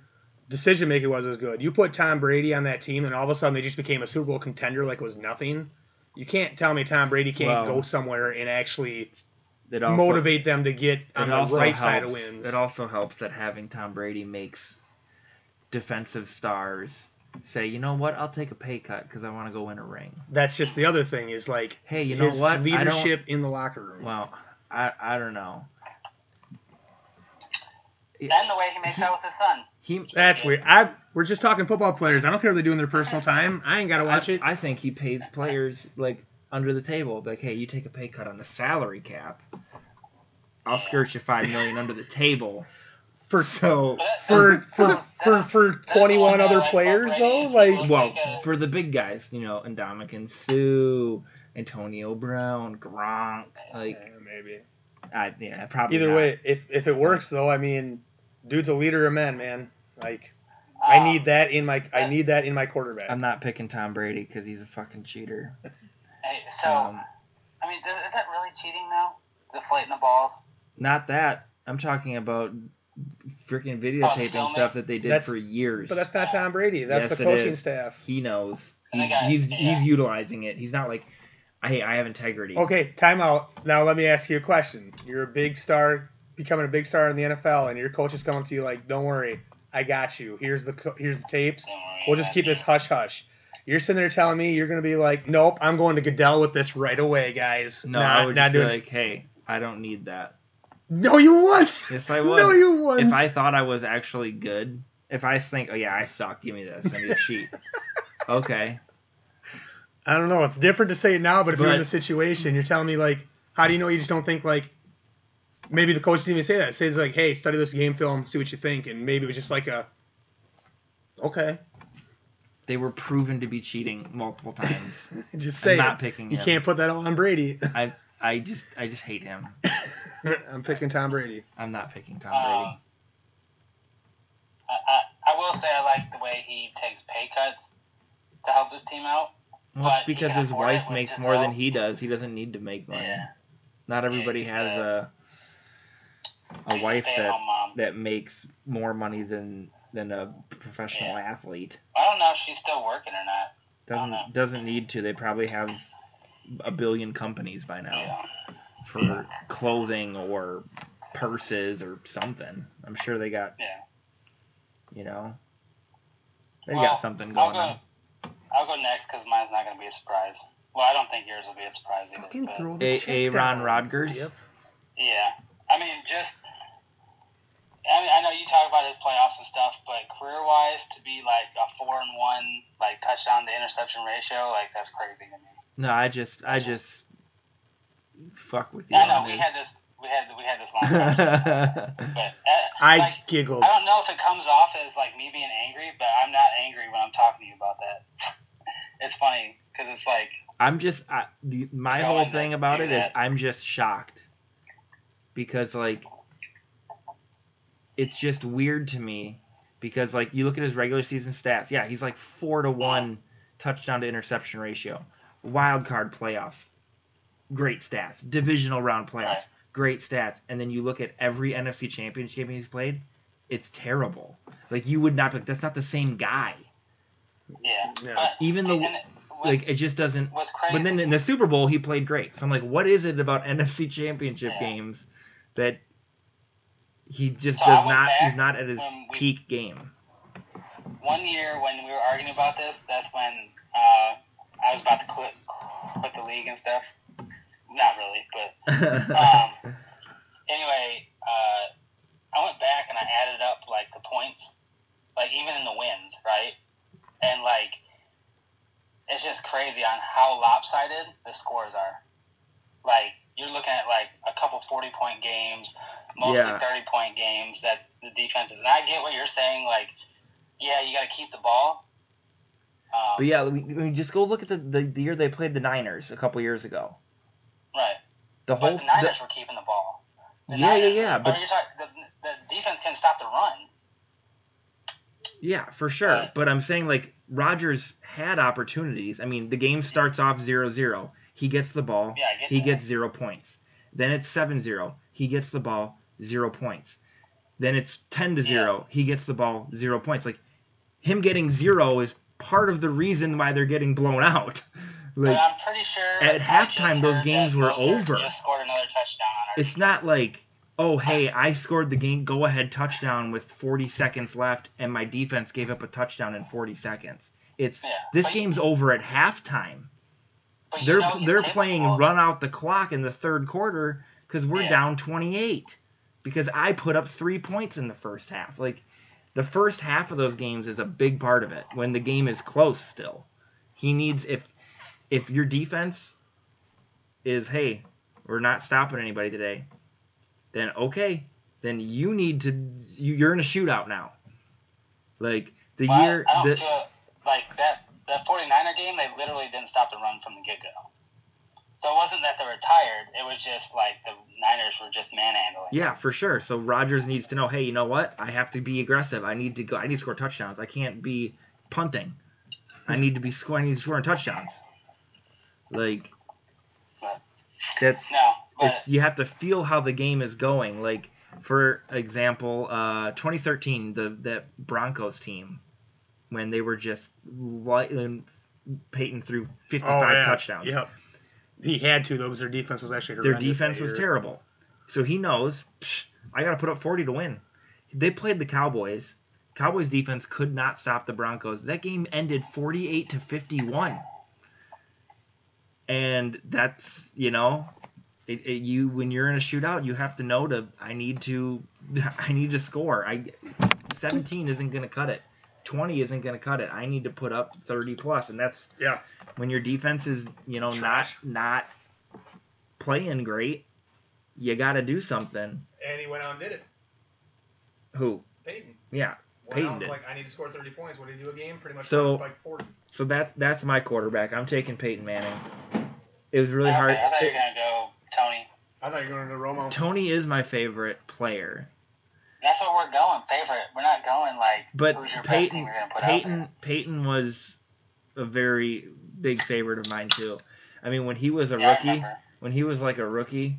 [SPEAKER 4] Decision making wasn't as good. You put Tom Brady on that team, and all of a sudden they just became a Super Bowl contender like it was nothing. You can't tell me Tom Brady
[SPEAKER 3] Well-
[SPEAKER 4] can't go somewhere and actually
[SPEAKER 3] It also-
[SPEAKER 4] motivate them to get
[SPEAKER 3] it
[SPEAKER 4] on the
[SPEAKER 3] also
[SPEAKER 4] right side of
[SPEAKER 3] helps-
[SPEAKER 4] wins.
[SPEAKER 3] It also helps that having Tom Brady makes defensive stars say, you know what, I'll take a pay cut because I want to go win a ring.
[SPEAKER 4] That's just the other thing is like
[SPEAKER 3] Hey, you know
[SPEAKER 4] his
[SPEAKER 3] what? I don't-
[SPEAKER 4] leadership in the locker room.
[SPEAKER 3] Well, I I don't know.
[SPEAKER 5] And the way he makes out with his son.
[SPEAKER 3] He
[SPEAKER 4] That's weird. I we're just talking football players. I don't care what they do in their personal time. I ain't gotta watch
[SPEAKER 3] I,
[SPEAKER 4] it.
[SPEAKER 3] I think he pays players like under the table, like, hey, you take a pay cut on the salary cap. I'll skirt you five million under the
[SPEAKER 4] (laughs)
[SPEAKER 3] table.
[SPEAKER 4] For
[SPEAKER 3] So
[SPEAKER 5] But uh, that-
[SPEAKER 3] (laughs)
[SPEAKER 4] for for
[SPEAKER 5] that's-
[SPEAKER 4] for, for
[SPEAKER 5] that's
[SPEAKER 4] 21
[SPEAKER 5] one
[SPEAKER 4] other
[SPEAKER 5] I like
[SPEAKER 4] players
[SPEAKER 5] about
[SPEAKER 4] though,
[SPEAKER 5] Brady.
[SPEAKER 4] like
[SPEAKER 3] well,
[SPEAKER 5] Okay.
[SPEAKER 3] for the big guys, you know, Indomitian Sue, Antonio Brown, Gronk, like
[SPEAKER 4] maybe.
[SPEAKER 3] I, yeah, probably.
[SPEAKER 4] Either
[SPEAKER 3] not.
[SPEAKER 4] way, if if it works though, I mean, dude's a leader of men, man. Like
[SPEAKER 5] Um,
[SPEAKER 4] I need that in my I need that in my quarterback.
[SPEAKER 3] I'm not picking Tom Brady because he's a fucking cheater.
[SPEAKER 5] hey, so,
[SPEAKER 3] Um,
[SPEAKER 5] I mean, is is that really cheating now? Deflating the balls?
[SPEAKER 3] not that. I'm talking about freaking videotaping
[SPEAKER 5] filming?
[SPEAKER 3] stuff that they did
[SPEAKER 4] That's-
[SPEAKER 3] for years.
[SPEAKER 4] But that's not Tom Brady. That's
[SPEAKER 3] Yes,
[SPEAKER 4] the
[SPEAKER 3] it
[SPEAKER 4] coaching
[SPEAKER 3] is.
[SPEAKER 4] staff.
[SPEAKER 3] he knows.
[SPEAKER 5] And
[SPEAKER 3] He's
[SPEAKER 5] they got-
[SPEAKER 3] he's,
[SPEAKER 5] yeah.
[SPEAKER 3] he's utilizing it. He's not like, hey, I have integrity.
[SPEAKER 4] Okay, timeout. Now let me ask you a question. You're a big star, becoming a big star in the NFL, and your coach is coming to you like, "Don't worry, I got you. Here's the co- here's the tapes.
[SPEAKER 5] Don't worry
[SPEAKER 4] We'll just
[SPEAKER 5] about
[SPEAKER 4] keep
[SPEAKER 5] it.
[SPEAKER 4] this hush hush." You're sitting there telling me you're gonna be like, "Nope, I'm going to Goodell with this right away, guys."
[SPEAKER 3] No,
[SPEAKER 4] not,
[SPEAKER 3] I would just
[SPEAKER 4] not
[SPEAKER 3] be
[SPEAKER 4] doing.
[SPEAKER 3] like, hey, I don't need that.
[SPEAKER 4] no, you won't.
[SPEAKER 3] Yes, I would.
[SPEAKER 4] No, you won't.
[SPEAKER 3] if I thought I was actually good, if I think, oh yeah, I suck, give me this, I need to cheat.
[SPEAKER 4] (laughs)
[SPEAKER 3] Okay.
[SPEAKER 4] I don't know. It's different to say it now, but if you're in
[SPEAKER 3] But-
[SPEAKER 4] the situation, you're telling me like, how do you know you just don't think like, maybe the coach didn't even say that. Say it's like, hey, study this game film, see what you think, and maybe it was just like a, okay,
[SPEAKER 3] (laughs) They were proven to be cheating multiple times.
[SPEAKER 4] just
[SPEAKER 3] I'm
[SPEAKER 4] say
[SPEAKER 3] not
[SPEAKER 4] it.
[SPEAKER 3] picking
[SPEAKER 4] You
[SPEAKER 3] him.
[SPEAKER 4] can't put that all on Brady. (laughs)
[SPEAKER 3] I I just I just hate him.
[SPEAKER 4] I'm picking Tom Brady.
[SPEAKER 3] I'm not picking Tom Brady.
[SPEAKER 5] Um, I, I, I will say I like the way he takes pay cuts to help his team out.
[SPEAKER 3] Well, it's
[SPEAKER 5] but you
[SPEAKER 3] because
[SPEAKER 5] can
[SPEAKER 3] his
[SPEAKER 5] afford
[SPEAKER 3] wife
[SPEAKER 5] it with
[SPEAKER 3] makes
[SPEAKER 5] this
[SPEAKER 3] more than
[SPEAKER 5] help.
[SPEAKER 3] he does. He doesn't need to make money.
[SPEAKER 5] Yeah.
[SPEAKER 3] Not everybody
[SPEAKER 5] he's
[SPEAKER 3] has a a
[SPEAKER 5] He's
[SPEAKER 3] wife that
[SPEAKER 5] stay-at-home mom.
[SPEAKER 3] that makes more money than than a professional athlete.
[SPEAKER 5] I don't know if she's still working or not.
[SPEAKER 3] Doesn't
[SPEAKER 5] Uh-huh.
[SPEAKER 3] doesn't need to. They probably have a billion companies by now.
[SPEAKER 5] Yeah.
[SPEAKER 3] for clothing or purses or something. I'm sure they got,
[SPEAKER 5] yeah.
[SPEAKER 3] you know, they got
[SPEAKER 5] Well,
[SPEAKER 3] something
[SPEAKER 5] I'll
[SPEAKER 3] going
[SPEAKER 5] go.
[SPEAKER 3] on.
[SPEAKER 5] I'll go next because mine's not going to be a surprise. Well, I don't think yours will be a surprise either.
[SPEAKER 4] Fucking
[SPEAKER 5] but-
[SPEAKER 4] throw the
[SPEAKER 3] A-
[SPEAKER 4] check
[SPEAKER 3] Aaron
[SPEAKER 4] down.
[SPEAKER 3] Rodgers.
[SPEAKER 4] Yep.
[SPEAKER 5] Yeah, I mean, just I mean, I know you talk about his playoffs and stuff, but career-wise, to be like a four and one like touchdown to interception ratio, like that's crazy to me.
[SPEAKER 3] No, I just, I just fuck with you.
[SPEAKER 5] Yeah, I know
[SPEAKER 3] on
[SPEAKER 5] we
[SPEAKER 3] his- (laughs)
[SPEAKER 5] had this, we had we had this long conversation, but uh,
[SPEAKER 4] I
[SPEAKER 5] Like,
[SPEAKER 4] giggled.
[SPEAKER 5] I don't know if it comes off as like me being angry, but I'm not angry when I'm talking to you about that. (laughs) It's funny because it's like,
[SPEAKER 3] I'm just I, the, my
[SPEAKER 5] No,
[SPEAKER 3] whole
[SPEAKER 5] I'm not
[SPEAKER 3] thing about it
[SPEAKER 5] doing
[SPEAKER 3] is
[SPEAKER 5] that.
[SPEAKER 3] I'm just shocked because like it's just weird to me because like you look at his regular season stats. Yeah, he's like four to one touchdown to interception ratio. Wild card playoffs, great stats. Divisional round playoffs,
[SPEAKER 5] Right.
[SPEAKER 3] great stats. And then you look at every NFC Championship he's played. It's terrible. Like you would not. be like, That's not the same guy.
[SPEAKER 5] yeah.
[SPEAKER 4] Yeah.
[SPEAKER 5] But,
[SPEAKER 3] Even though,
[SPEAKER 5] and it was,
[SPEAKER 3] Like it just doesn't.
[SPEAKER 5] was crazy.
[SPEAKER 3] But then in the Super Bowl, he played great. So I'm like, what is it about (laughs) NFC Championship
[SPEAKER 5] Yeah.
[SPEAKER 3] games that he just
[SPEAKER 5] So I
[SPEAKER 3] does
[SPEAKER 5] went
[SPEAKER 3] not?
[SPEAKER 5] back
[SPEAKER 3] He's not at his
[SPEAKER 5] when we-
[SPEAKER 3] peak game.
[SPEAKER 5] one year when we were arguing about this, that's when uh, I was about to quit, quit the league and stuff. Not really, but um, anyway, uh, I went back and I added up like the points, like even in the wins, right? And like, it's just crazy on how lopsided the scores are. Like you're looking at like a couple forty point games, mostly
[SPEAKER 3] Yeah.
[SPEAKER 5] thirty point games that the defenses. And I get what you're saying. Like, yeah, you got to keep the ball. Um,
[SPEAKER 3] (laughs) but yeah, we, we just go look at the, the, the year they played the Niners a couple years ago.
[SPEAKER 5] Right.
[SPEAKER 3] The
[SPEAKER 5] But
[SPEAKER 3] whole
[SPEAKER 5] the Niners were keeping the ball.
[SPEAKER 3] the-
[SPEAKER 5] The
[SPEAKER 3] yeah yeah
[SPEAKER 5] Niners-
[SPEAKER 3] yeah,
[SPEAKER 5] or
[SPEAKER 3] but
[SPEAKER 5] you're talking, the, the defense can stop the run.
[SPEAKER 3] yeah for sure.
[SPEAKER 5] Right.
[SPEAKER 3] But I'm saying like Rodgers had opportunities. I mean, the game starts off 0-0. He gets the ball.
[SPEAKER 5] Yeah, I get
[SPEAKER 3] he
[SPEAKER 5] that.
[SPEAKER 3] gets zero points. Then it's 7 0. He gets the ball, zero points. Then it's 10 to 0. He gets the ball, zero points. Like, him getting zero is part of the reason why they're getting blown out. (laughs)
[SPEAKER 5] But
[SPEAKER 3] Like,
[SPEAKER 5] I'm pretty sure
[SPEAKER 3] at
[SPEAKER 5] I
[SPEAKER 3] halftime,
[SPEAKER 5] just
[SPEAKER 3] those
[SPEAKER 5] heard
[SPEAKER 3] games
[SPEAKER 5] that
[SPEAKER 3] were
[SPEAKER 5] Moser
[SPEAKER 3] over.
[SPEAKER 5] Just scored another touchdown on our
[SPEAKER 3] it's not like, oh, hey, I scored the game go ahead touchdown with 40 seconds left, and my defense gave up a touchdown in 40 seconds. It's
[SPEAKER 5] Yeah,
[SPEAKER 3] this
[SPEAKER 5] but-
[SPEAKER 3] game's over at halftime.
[SPEAKER 5] But you
[SPEAKER 3] They're
[SPEAKER 5] know he's
[SPEAKER 3] they're
[SPEAKER 5] capable.
[SPEAKER 3] playing run out the clock in the third quarter because we're
[SPEAKER 5] Yeah.
[SPEAKER 3] down 28 because I put up three points in the first half. Like the first half of those games is a big part of it when the game is close still. He needs if if your defense is hey we're not stopping anybody today, then okay then you need to you, you're in a shootout now. Like the
[SPEAKER 5] Well, oh, I-
[SPEAKER 3] year
[SPEAKER 5] I don't
[SPEAKER 3] the,
[SPEAKER 5] feel like that that 49er game. They literally didn't stop the run from the get go. So it wasn't that they were tired. It was just like the Niners were just manhandling.
[SPEAKER 3] Yeah, for sure. So Rogers needs to know, hey, you know what? I have to be aggressive. I need to go. I need to score touchdowns. I can't be punting. I need to be scoring. I need to score touchdowns. Like that's
[SPEAKER 5] No, but
[SPEAKER 3] it's you have to feel how the game is going. Like for example, uh, 2013, the that Broncos team when they were just light, and Peyton threw 55 touchdowns.
[SPEAKER 4] Oh, Yep. He had to though, because their defense was actually
[SPEAKER 3] Their
[SPEAKER 4] horrendous
[SPEAKER 3] defense
[SPEAKER 4] that
[SPEAKER 3] was
[SPEAKER 4] year.
[SPEAKER 3] terrible. So he knows, psh, I got to put up 40 to win. They played the Cowboys. Cowboys defense could not stop the Broncos. That game ended 48 to 51. And that's, you know, it, it, you when you're in a shootout, you have to know to I need to (laughs) I need to score. I 17 isn't going to cut it. 20 isn't going to cut it. I need to put up 30 plus and that's
[SPEAKER 4] Yeah.
[SPEAKER 3] when your defense is you know
[SPEAKER 4] Trash.
[SPEAKER 3] not not playing great you gotta do something
[SPEAKER 4] And he went out and did it.
[SPEAKER 3] who
[SPEAKER 4] Peyton.
[SPEAKER 3] yeah Peyton out and was did.
[SPEAKER 4] like, I need to score 30 points. What did he do a game? Pretty much
[SPEAKER 3] So-
[SPEAKER 4] like 40.
[SPEAKER 3] so that that's my quarterback i'm taking peyton manning it was really hard
[SPEAKER 5] Okay, I thought you were gonna go Tony.
[SPEAKER 4] I thought you were going to go Romo.
[SPEAKER 3] tony is my favorite player
[SPEAKER 5] That's what we're going favorite. We're not going like
[SPEAKER 3] but
[SPEAKER 5] who's your best team
[SPEAKER 3] peyton
[SPEAKER 5] you're gonna put out.
[SPEAKER 3] peyton
[SPEAKER 5] there.
[SPEAKER 3] peyton was a very big favorite of mine too i mean when he was a
[SPEAKER 5] Yeah, I
[SPEAKER 3] rookie
[SPEAKER 5] remember.
[SPEAKER 3] when he was like a rookie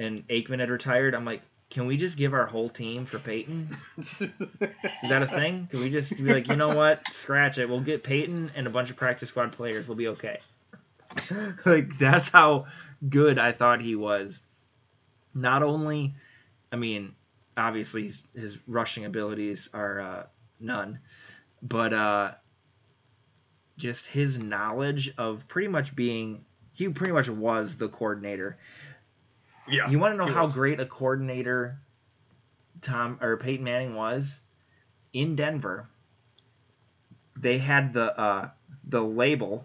[SPEAKER 3] and aikman had retired i'm like can we just give our whole team for peyton
[SPEAKER 4] (laughs)
[SPEAKER 3] Is that a thing? Can we just be like, you know what? Scratch it. We'll get Peyton and a bunch of practice squad players. We'll be okay. like that's how good I thought he was. Not only, I mean, obviously his, his rushing abilities are uh, none, but uh, just his knowledge of pretty much being he pretty much was the coordinator.
[SPEAKER 4] Yeah.
[SPEAKER 3] You want to know
[SPEAKER 4] he
[SPEAKER 3] how
[SPEAKER 4] was.
[SPEAKER 3] great a coordinator Tom or Peyton Manning was in Denver? They had the uh, the label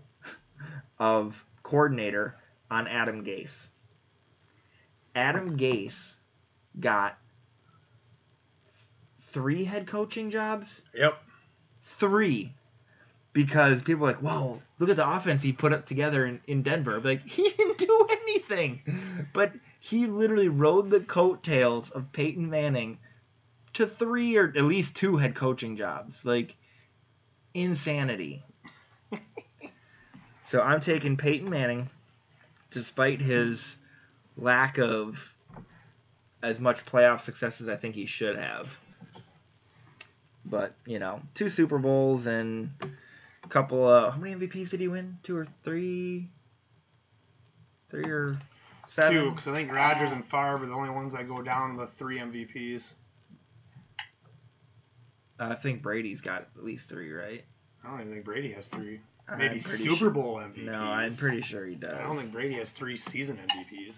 [SPEAKER 3] of coordinator on Adam Gase. Adam Gase got three head coaching jobs?
[SPEAKER 4] Yep.
[SPEAKER 3] Three. Because people are like, whoa, look at the offense he put up together in, in Denver. I'd be like, (laughs) he didn't do anything. But he literally rode the coattails of Peyton Manning to three or at least two head coaching jobs. Like, insanity. so I'm taking Peyton Manning, despite his lack of as much playoff success as I think he should have. But, you know, two Super Bowls and a couple of. How many MVPs did he win? Two or three? Three or seven?
[SPEAKER 4] Two, because I think Rodgers and Favre are the only ones that go down the three MVPs.
[SPEAKER 3] I think Brady's got at least three, right?
[SPEAKER 4] I don't even think Brady has three.
[SPEAKER 3] I'm
[SPEAKER 4] Maybe
[SPEAKER 3] pretty
[SPEAKER 4] Super
[SPEAKER 3] sure-
[SPEAKER 4] Bowl MVPs.
[SPEAKER 3] No, I'm pretty sure he does.
[SPEAKER 4] I don't think Brady has three season MVPs.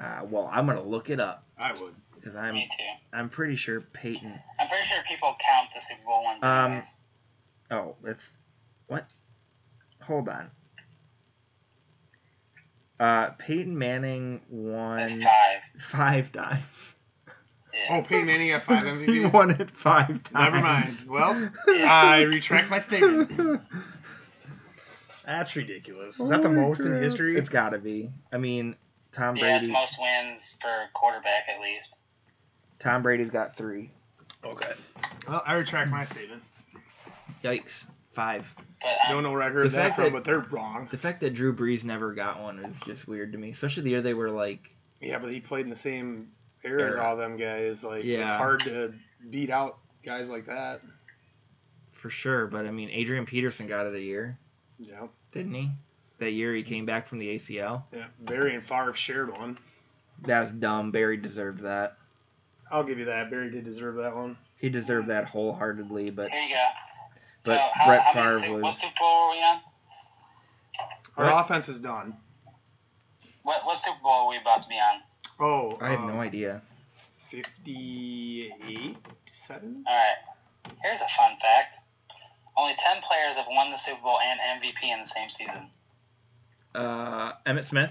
[SPEAKER 3] Uh, well, I'm gonna look it up
[SPEAKER 4] I would.
[SPEAKER 3] because I'm
[SPEAKER 5] Me too.
[SPEAKER 3] I'm pretty sure Peyton.
[SPEAKER 5] I'm pretty sure people count the Super Bowl ones.
[SPEAKER 3] Um,
[SPEAKER 5] anyways.
[SPEAKER 3] Oh, it's what? Hold on. Uh, Peyton Manning
[SPEAKER 5] It's
[SPEAKER 3] won
[SPEAKER 5] five.
[SPEAKER 3] (laughs) five times.
[SPEAKER 5] Yeah.
[SPEAKER 4] Oh, Peyton Manning got (laughs) five
[SPEAKER 3] (laughs)
[SPEAKER 4] MVPs.
[SPEAKER 3] He won it five times.
[SPEAKER 4] Never mind.
[SPEAKER 3] (laughs)
[SPEAKER 4] Well, I retract my statement. (laughs) That's ridiculous. Is that the
[SPEAKER 3] Holy
[SPEAKER 4] most in
[SPEAKER 3] crap.
[SPEAKER 4] history?
[SPEAKER 3] It's gotta be. I mean, Tom
[SPEAKER 5] yeah, it's
[SPEAKER 3] Brady.
[SPEAKER 5] most wins for a quarterback at least.
[SPEAKER 3] Tom Brady's got three.
[SPEAKER 4] okay. Well, I retract my statement.
[SPEAKER 3] Yikes. Five.
[SPEAKER 5] But
[SPEAKER 4] Don't
[SPEAKER 5] um,
[SPEAKER 4] know where I heard
[SPEAKER 3] The
[SPEAKER 4] that
[SPEAKER 3] fact
[SPEAKER 4] from,
[SPEAKER 3] that-
[SPEAKER 4] but they're wrong.
[SPEAKER 3] The fact that Drew Brees never got one is just weird to me, especially the year they were like
[SPEAKER 4] Yeah, but he played in the same era as
[SPEAKER 3] Era.
[SPEAKER 4] all them guys. Like, it's
[SPEAKER 3] Yeah.
[SPEAKER 4] hard to beat out guys like that.
[SPEAKER 3] for sure. But I mean, Adrian Peterson got it a year,
[SPEAKER 4] Yeah.
[SPEAKER 3] didn't he? That year he came back from the ACL.
[SPEAKER 4] Yeah. Barry and Favre shared one.
[SPEAKER 3] That was dumb. Barry deserved that.
[SPEAKER 4] I'll give you that. Barry did deserve that one.
[SPEAKER 3] He deserved that wholeheartedly. But
[SPEAKER 5] here you go. So
[SPEAKER 3] but
[SPEAKER 5] how,
[SPEAKER 3] Brett
[SPEAKER 5] how many,
[SPEAKER 3] Favre
[SPEAKER 5] Su-
[SPEAKER 3] was.
[SPEAKER 5] what Super Bowl were we on?
[SPEAKER 4] Our
[SPEAKER 3] What?
[SPEAKER 4] offense is done.
[SPEAKER 5] What, what Super Bowl are we about to be on?
[SPEAKER 4] Oh,
[SPEAKER 3] I have
[SPEAKER 4] um,
[SPEAKER 3] no idea.
[SPEAKER 4] 58? 7?
[SPEAKER 5] All right. Here's a fun fact. Only 10 players have won the Super Bowl and MVP in the same season.
[SPEAKER 3] Uh, Emmett Smith.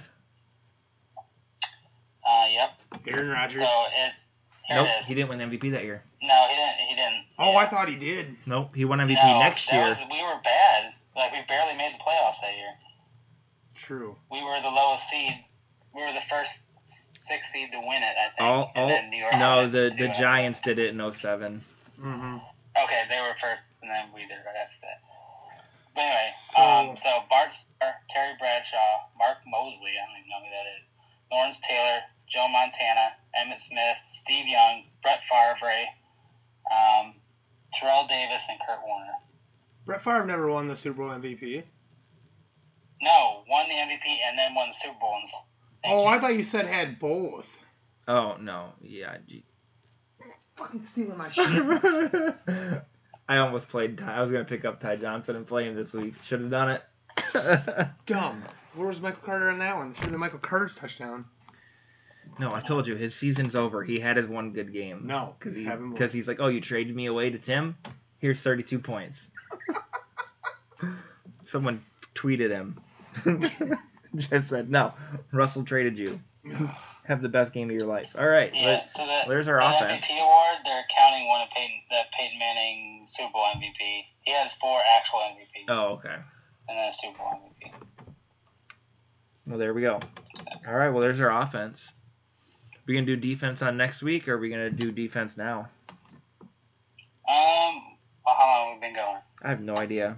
[SPEAKER 5] Uh, yep.
[SPEAKER 4] Aaron Rodgers.
[SPEAKER 5] So it's here
[SPEAKER 3] Nope,
[SPEAKER 5] it is.
[SPEAKER 3] he didn't win MVP that year.
[SPEAKER 5] no, he didn't. He didn't.
[SPEAKER 4] Oh, I thought he did.
[SPEAKER 3] Nope, he won MVP
[SPEAKER 5] no,
[SPEAKER 3] next
[SPEAKER 5] that
[SPEAKER 3] year.
[SPEAKER 5] Was, we were bad. Like we barely made the playoffs that year.
[SPEAKER 4] True.
[SPEAKER 5] We were the lowest seed. We were the first six seed to win it. I think.
[SPEAKER 3] All,
[SPEAKER 5] and
[SPEAKER 3] all,
[SPEAKER 5] then New York
[SPEAKER 3] Oh, no,
[SPEAKER 5] won it
[SPEAKER 3] the,
[SPEAKER 5] too,
[SPEAKER 3] the
[SPEAKER 5] I-
[SPEAKER 3] Giants did it in 07.
[SPEAKER 4] Mm-hmm.
[SPEAKER 5] Okay, they were first, and then we did right after that. But anyway,
[SPEAKER 4] So-
[SPEAKER 5] so, um, so Bart Starr, Terry Bradshaw, Mark Mosley, I don't even know who that is, Lawrence Taylor, Joe Montana, Emmett Smith, Steve Young, Brett Favre, um, Terrell Davis, and Kurt Warner.
[SPEAKER 4] Brett Favre never won the Super Bowl MVP.
[SPEAKER 5] No, won the MVP and then won the Super Bowl. And
[SPEAKER 4] Oh, I thought you said had both.
[SPEAKER 3] Oh no, yeah. gee.
[SPEAKER 4] Fucking stealing my
[SPEAKER 3] (laughs) I almost played. Ty. I was gonna pick up Ty Johnson and play him this week. Should have done it. (laughs)
[SPEAKER 4] Dumb. Where was Michael Carter on that one? Should have been Michael Carter's touchdown.
[SPEAKER 3] No, I told you his season's over. He had his one good game.
[SPEAKER 4] No,
[SPEAKER 3] because
[SPEAKER 4] just have him win.
[SPEAKER 3] he's like, oh, you traded me away to Tim. Here's 32 (laughs) points. Someone tweeted him. (laughs) Just said, no, Russell traded you. Have the best game of your life. All right,
[SPEAKER 5] Yeah,
[SPEAKER 3] let-
[SPEAKER 5] so the,
[SPEAKER 3] there's our
[SPEAKER 5] the
[SPEAKER 3] offense.
[SPEAKER 5] MVP award, they're counting one of Peyton, the Peyton Manning Super Bowl MVP. He has four actual MVPs
[SPEAKER 3] Oh, okay.
[SPEAKER 5] and then a Super Bowl MVP.
[SPEAKER 3] Well, there we go. All right, well, there's our offense. We gonna do defense on next week, or are we gonna do defense now?
[SPEAKER 5] Um, well, how long have we been going?
[SPEAKER 3] I have no idea.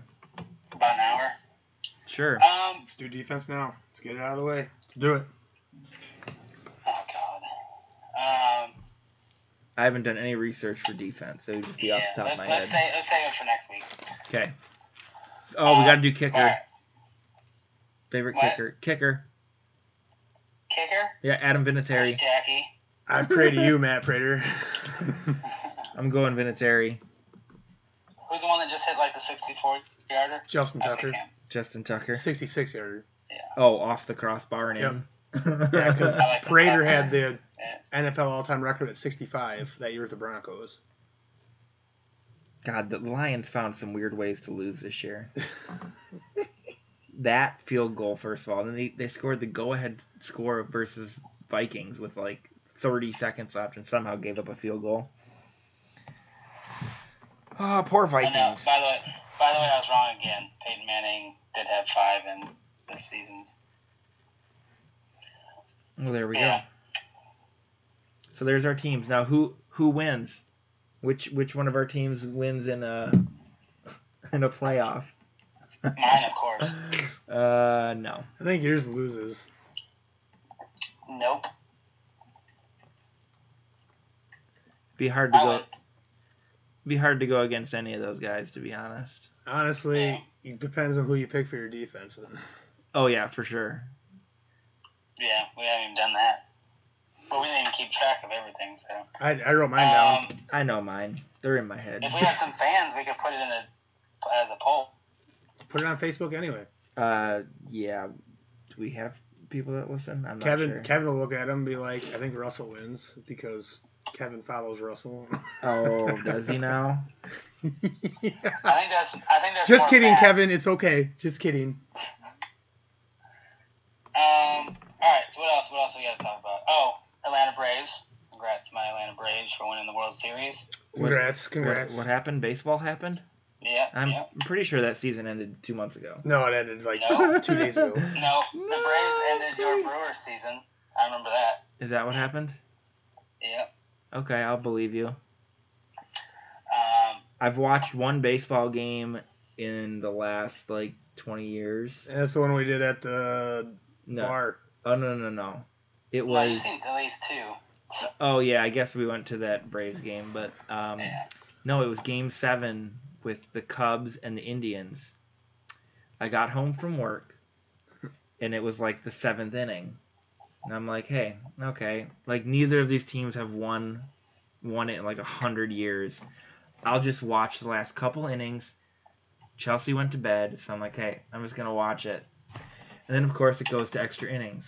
[SPEAKER 5] About an hour.
[SPEAKER 3] Sure.
[SPEAKER 5] Um,
[SPEAKER 4] Let's do defense now. Let's get it out of the way. Do it.
[SPEAKER 5] oh god. Um,
[SPEAKER 3] I haven't done any research for defense. It would just be
[SPEAKER 5] yeah.
[SPEAKER 3] off the top
[SPEAKER 5] let's
[SPEAKER 3] of my
[SPEAKER 5] let's
[SPEAKER 3] head.
[SPEAKER 5] say let's save it for next week.
[SPEAKER 3] Okay. Oh, we gotta do kicker.
[SPEAKER 5] Alright,
[SPEAKER 3] Favorite
[SPEAKER 5] What?
[SPEAKER 3] kicker. Kicker.
[SPEAKER 5] Kicker.
[SPEAKER 3] Yeah, Adam Vinatieri.
[SPEAKER 5] That's Jackie. (laughs)
[SPEAKER 4] I pray to you, Matt Prater.
[SPEAKER 3] I'm going Vinatieri.
[SPEAKER 5] Who's the one that just hit like the 64 yarder?
[SPEAKER 4] Justin
[SPEAKER 5] I think
[SPEAKER 4] Tucker.
[SPEAKER 5] him.
[SPEAKER 3] Justin Tucker.
[SPEAKER 4] 66 yarder.
[SPEAKER 3] Oh, off the crossbar and in.
[SPEAKER 4] Yeah, (laughs) because
[SPEAKER 5] I like the
[SPEAKER 4] Prater
[SPEAKER 5] Tucker.
[SPEAKER 4] had the
[SPEAKER 5] Yeah.
[SPEAKER 4] NFL all time record at 65 that year with the Broncos.
[SPEAKER 3] God, the Lions found some weird ways to lose this year. that field goal, first of all, and then they, they scored the go-ahead score versus Vikings with like 30 seconds left and somehow gave up a field goal. Ah, poor
[SPEAKER 5] I know.
[SPEAKER 3] Vikings.
[SPEAKER 5] By the way, by the way, I was wrong again. Peyton Manning did have five in this
[SPEAKER 3] (laughs)
[SPEAKER 5] season.
[SPEAKER 3] Well, there we go.
[SPEAKER 5] Yeah.
[SPEAKER 3] So there's our teams. Now who who wins? Which which one of our teams wins in a in a playoff?
[SPEAKER 5] Mine, of course.
[SPEAKER 3] Uh no.
[SPEAKER 4] I think yours loses.
[SPEAKER 5] Nope.
[SPEAKER 3] Be hard to
[SPEAKER 5] I
[SPEAKER 3] go
[SPEAKER 5] would.
[SPEAKER 3] be hard to go against any of those guys to be honest.
[SPEAKER 4] Honestly, it depends on who you pick for your defense. Then.
[SPEAKER 3] Oh yeah, for sure.
[SPEAKER 5] Yeah, we haven't even done that. But we didn't even keep track of everything, so.
[SPEAKER 4] I, I wrote mine down.
[SPEAKER 5] Um,
[SPEAKER 3] I know mine. They're in my head.
[SPEAKER 5] if we had some fans, we could put it in a, as a poll.
[SPEAKER 4] Put it on Facebook anyway.
[SPEAKER 3] (laughs) Uh yeah. Do we have people that listen? I'm not
[SPEAKER 4] Kevin
[SPEAKER 3] sure.
[SPEAKER 4] Kevin will look at him and be like, I think Russell wins because Kevin follows Russell. (laughs)
[SPEAKER 3] oh, does he now?
[SPEAKER 5] I think that's. I think that's.
[SPEAKER 4] Just
[SPEAKER 5] more
[SPEAKER 4] kidding,
[SPEAKER 5] bad.
[SPEAKER 4] Kevin. It's okay. Just kidding.
[SPEAKER 5] Um. All right. So what else? What else we got to talk about? Oh, Atlanta Braves. Congrats to my Atlanta Braves for winning the World Series.
[SPEAKER 3] What-
[SPEAKER 4] Congrats, (laughs) congrats.
[SPEAKER 3] What, what happened? Baseball happened?
[SPEAKER 5] Yeah.
[SPEAKER 3] I'm
[SPEAKER 5] yeah.
[SPEAKER 3] pretty sure that season ended two months ago.
[SPEAKER 4] No, it ended like (laughs)
[SPEAKER 5] No.
[SPEAKER 4] two days ago.
[SPEAKER 5] No, the Braves ended your
[SPEAKER 3] Okay.
[SPEAKER 5] Brewers season. I remember that.
[SPEAKER 3] Is that what happened?
[SPEAKER 5] Yep.
[SPEAKER 3] Okay, I'll believe you.
[SPEAKER 5] Um.
[SPEAKER 3] I've watched one baseball game in the last like 20 years.
[SPEAKER 4] And that's the one we did at the
[SPEAKER 3] No. (laughs)
[SPEAKER 4] bar.
[SPEAKER 3] Oh no no no. It
[SPEAKER 5] Well, you've
[SPEAKER 3] was
[SPEAKER 5] seen at least two.
[SPEAKER 3] Oh yeah, I guess we went to that Braves game, but um
[SPEAKER 5] Yeah.
[SPEAKER 3] no, it was game 7 with the Cubs and the Indians. I got home from work and it was like the 7th inning. And I'm like, "Hey, okay, like neither of these teams have won won it in like a 100 years. I'll just watch the last couple innings. Chelsea went to bed, so I'm like, "Hey, I'm just going to watch it." And then of course it goes to extra innings.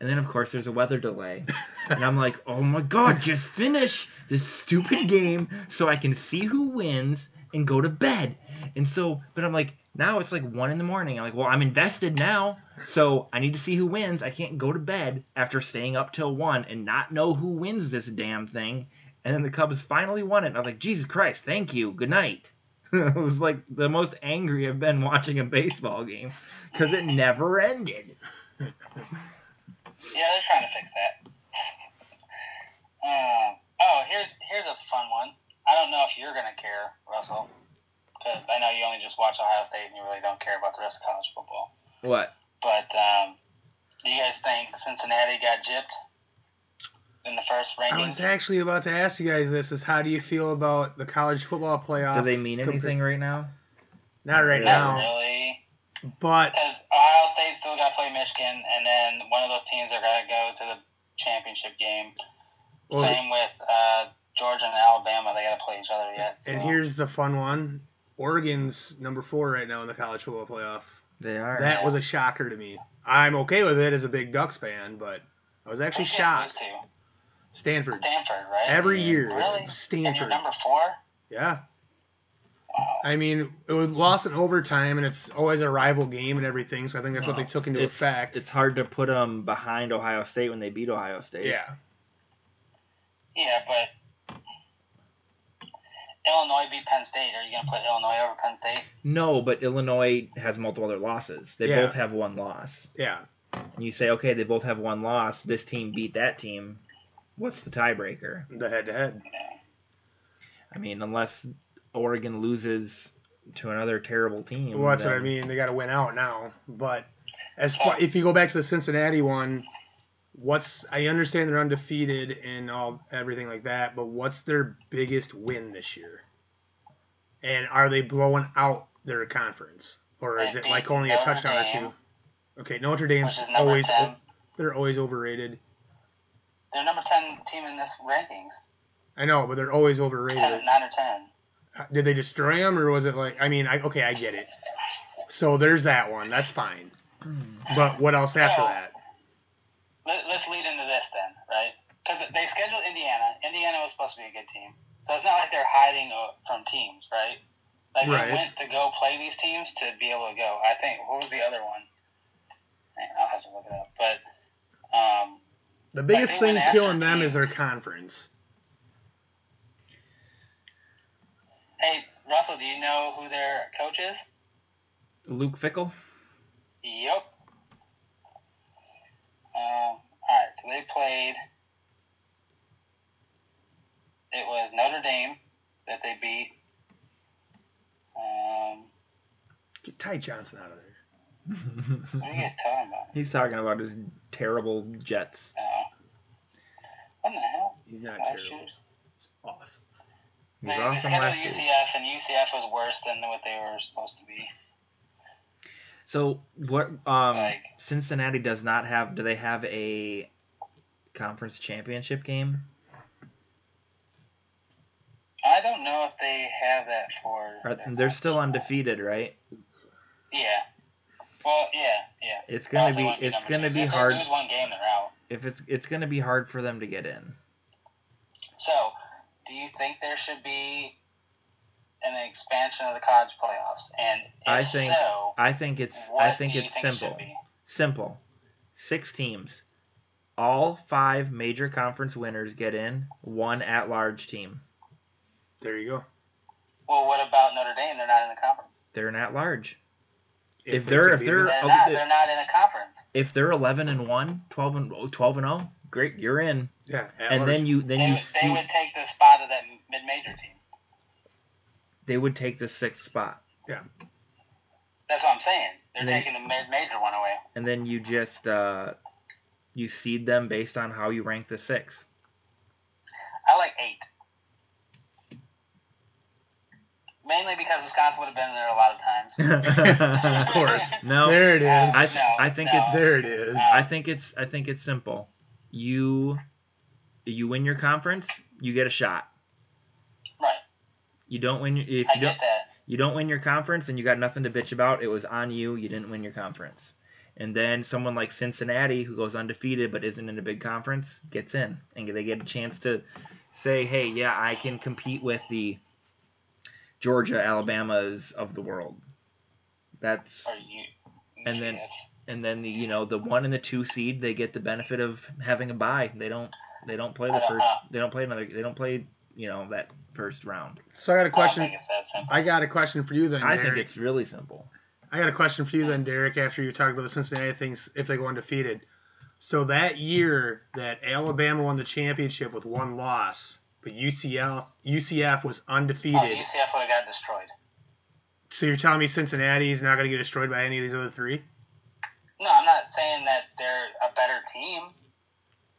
[SPEAKER 3] And then of course there's a weather delay. And I'm like, oh my god, just finish this stupid game so I can see who wins and go to bed. And so, but I'm like, now it's like one in the morning. I'm like, well, I'm invested now, so I need to see who wins. I can't go to bed after staying up till one and not know who wins this damn thing. And then the Cubs finally won it. And I was like, Jesus Christ, thank you, good night. (laughs) it was like the most angry I've been watching a baseball game because it never ended.
[SPEAKER 5] Yeah, they're trying to fix that. (laughs) um. Oh, here's here's a fun one. I don't know if you're gonna care, Russell, because I know you only just watch Ohio State and you really don't care about the rest of college football.
[SPEAKER 3] What?
[SPEAKER 5] But um, do you guys think Cincinnati got gypped in the first
[SPEAKER 4] I
[SPEAKER 5] rankings?
[SPEAKER 4] was actually about to ask you guys this: is how do you feel about the college football playoff?
[SPEAKER 3] Do they mean anything right now?
[SPEAKER 4] Not right now,
[SPEAKER 5] Not really,
[SPEAKER 4] but
[SPEAKER 5] because Ohio State's still got to play Michigan, and then one of those teams are going to go to the championship game.
[SPEAKER 4] Well-
[SPEAKER 5] Same with uh, Georgia and Alabama; they got to play each other yet. So.
[SPEAKER 4] and here's the fun one: Oregon's number four right now in the college football playoff.
[SPEAKER 3] They are.
[SPEAKER 4] That was a shocker to me. I'm okay with it as a big Ducks fan, but I was actually
[SPEAKER 5] Who gets
[SPEAKER 4] shocked.
[SPEAKER 5] those two?
[SPEAKER 4] Stanford.
[SPEAKER 5] Stanford, right?
[SPEAKER 4] Every year,
[SPEAKER 5] Really?
[SPEAKER 4] it's
[SPEAKER 5] And you're
[SPEAKER 4] Stanford.
[SPEAKER 5] number four.
[SPEAKER 4] Yeah.
[SPEAKER 5] Wow.
[SPEAKER 4] I mean, it was lost in overtime, and it's always a rival game and everything. So I think that's what they took into
[SPEAKER 3] Oh, it's,
[SPEAKER 4] effect.
[SPEAKER 3] It's hard to put them behind Ohio State when they beat Ohio State.
[SPEAKER 4] yeah.
[SPEAKER 5] Yeah, but Illinois beat Penn State. Are you going to put Illinois over Penn State?
[SPEAKER 3] No, but Illinois has multiple other losses. They
[SPEAKER 4] Yeah.
[SPEAKER 3] both have one loss.
[SPEAKER 4] Yeah.
[SPEAKER 3] And you say, okay, they both have one loss. This team beat that team. What's the tiebreaker?
[SPEAKER 4] The head to head.
[SPEAKER 3] I mean, unless Oregon loses to another terrible team.
[SPEAKER 4] Well, that's what I
[SPEAKER 3] then-
[SPEAKER 4] mean. They got to win out now. But as far, if you go back to the Cincinnati one, what's I understand they're undefeated and all everything like that, but what's their biggest win this year? And are they blowing out their conference, or is it like only a
[SPEAKER 5] Notre
[SPEAKER 4] touchdown or
[SPEAKER 5] Dame,
[SPEAKER 4] two? Okay, Notre Dame's
[SPEAKER 5] Which is number
[SPEAKER 4] always
[SPEAKER 5] ten.
[SPEAKER 4] they're always overrated.
[SPEAKER 5] They're number ten team in this rankings.
[SPEAKER 4] I know, but they're always
[SPEAKER 5] Ten,
[SPEAKER 4] overrated.
[SPEAKER 5] nine or ten.
[SPEAKER 4] Did they destroy them, or was it like? I mean, I okay, I get it. So there's that one. That's fine.
[SPEAKER 3] Hmm.
[SPEAKER 4] But what else after
[SPEAKER 5] So-
[SPEAKER 4] that?
[SPEAKER 5] Let, let's lead into this then, right? Because they scheduled Indiana. Indiana was supposed to be a good team, so it's not like they're hiding uh, from teams, right? Like
[SPEAKER 4] Right.
[SPEAKER 5] they went to go play these teams to be able to go. I think what was the other one? Hang on, I'll have to look it up. But um,
[SPEAKER 4] The biggest
[SPEAKER 5] they
[SPEAKER 4] thing
[SPEAKER 5] went after
[SPEAKER 4] killing them is their
[SPEAKER 5] teams.
[SPEAKER 4] conference.
[SPEAKER 5] Hey, Russell, do you know who their coach is?
[SPEAKER 3] Luke (laughs) Fickle.
[SPEAKER 5] Yep. Um, all right, so they played. It was Notre Dame that they beat. Um,
[SPEAKER 4] Get Ty Johnson out of there.
[SPEAKER 5] what are you guys talking about?
[SPEAKER 3] He's talking about his terrible Jets.
[SPEAKER 5] Uh, what in the hell?
[SPEAKER 4] He's not
[SPEAKER 5] Last
[SPEAKER 4] terrible.
[SPEAKER 5] year's?
[SPEAKER 4] He's awesome.
[SPEAKER 3] He
[SPEAKER 5] They,
[SPEAKER 3] was
[SPEAKER 5] they
[SPEAKER 3] awesome
[SPEAKER 5] scheduled
[SPEAKER 3] last year.
[SPEAKER 5] UCF, and UCF was worse than what they were supposed to be.
[SPEAKER 3] So what? Um,
[SPEAKER 5] Like-
[SPEAKER 3] Cincinnati does not have. Do they have a conference championship game?
[SPEAKER 5] I don't know if they have that for.
[SPEAKER 3] Are,
[SPEAKER 5] their
[SPEAKER 3] they're still
[SPEAKER 5] conference.
[SPEAKER 3] undefeated, right?
[SPEAKER 5] Yeah. Well, yeah, yeah.
[SPEAKER 3] It's
[SPEAKER 5] Well,
[SPEAKER 3] gonna
[SPEAKER 5] they
[SPEAKER 3] be.
[SPEAKER 5] wouldn't
[SPEAKER 3] It's
[SPEAKER 5] number
[SPEAKER 3] gonna
[SPEAKER 5] two.
[SPEAKER 3] be
[SPEAKER 5] If they
[SPEAKER 3] hard.
[SPEAKER 5] Lose one game, they're out.
[SPEAKER 3] If it's it's gonna be hard for them to get in.
[SPEAKER 5] So, do you think there should be an expansion of the college playoffs? And if
[SPEAKER 3] I think-
[SPEAKER 5] so,
[SPEAKER 3] I think it's.
[SPEAKER 5] what
[SPEAKER 3] I think
[SPEAKER 5] do you
[SPEAKER 3] it's
[SPEAKER 5] think it
[SPEAKER 3] simple.
[SPEAKER 5] should be?
[SPEAKER 3] Simple. Six teams. All five major conference winners get in. One at-large team.
[SPEAKER 4] There you go.
[SPEAKER 5] Well, what about Notre Dame? They're not in the conference.
[SPEAKER 3] They're an at-large. If
[SPEAKER 4] we
[SPEAKER 3] they're-
[SPEAKER 4] can
[SPEAKER 3] if
[SPEAKER 4] beat
[SPEAKER 3] they're-
[SPEAKER 4] them-
[SPEAKER 5] They're
[SPEAKER 3] Okay,
[SPEAKER 5] not.
[SPEAKER 3] the-
[SPEAKER 5] They're not in the conference.
[SPEAKER 3] If they're 11 and 1, 12 and oh, 12 and 0, great, you're in.
[SPEAKER 4] yeah, at
[SPEAKER 3] And
[SPEAKER 4] large.
[SPEAKER 3] then you then
[SPEAKER 5] They,
[SPEAKER 3] you
[SPEAKER 5] would- they
[SPEAKER 3] see
[SPEAKER 5] would take the spot of that mid-major team.
[SPEAKER 3] they would take the sixth spot.
[SPEAKER 5] That's what I'm saying. They're
[SPEAKER 3] And they-
[SPEAKER 5] taking the mid-major one away.
[SPEAKER 3] and then you just uh, you seed them based on how you rank the six. (laughs)
[SPEAKER 5] I like eight. Mainly because Wisconsin would have been there a lot of times.
[SPEAKER 4] of course.
[SPEAKER 3] no,
[SPEAKER 4] There it is.
[SPEAKER 3] I th-
[SPEAKER 5] No,
[SPEAKER 3] I think
[SPEAKER 5] no.
[SPEAKER 3] it's-
[SPEAKER 4] there it is.
[SPEAKER 3] I think it's I think it's simple. You you win your conference, you get a shot.
[SPEAKER 5] Right.
[SPEAKER 3] You don't win your- if
[SPEAKER 5] I
[SPEAKER 3] you don't
[SPEAKER 5] get that.
[SPEAKER 3] you don't win your conference and you got nothing to bitch about. It was on you. You didn't win your conference. And then someone like Cincinnati, who goes undefeated but isn't in a big conference, gets in and they get a chance to say, hey, yeah, I can compete with the Georgia, Alabamas of the world. That's
[SPEAKER 5] Or you.
[SPEAKER 3] And then-
[SPEAKER 5] UCFs.
[SPEAKER 3] and then the you know the one and the two seed they get the benefit of having a bye. They don't they don't play the first they don't play another they don't play you know that first round.
[SPEAKER 4] So I got a
[SPEAKER 5] I don't
[SPEAKER 4] question.
[SPEAKER 5] think it's that simple.
[SPEAKER 4] I got a question for you then.
[SPEAKER 3] I
[SPEAKER 4] Derek.
[SPEAKER 3] think it's really simple.
[SPEAKER 4] I got a question for you then, Derek. After you talked about the Cincinnati things, if they go undefeated, so that year that Alabama won the championship with one loss, but UCL UCF was
[SPEAKER 5] Oh,
[SPEAKER 4] undefeated.
[SPEAKER 5] UCF would have got destroyed.
[SPEAKER 4] So you're telling me Cincinnati is not going to get destroyed by any of these other three?
[SPEAKER 5] No, I'm not saying that they're a better team.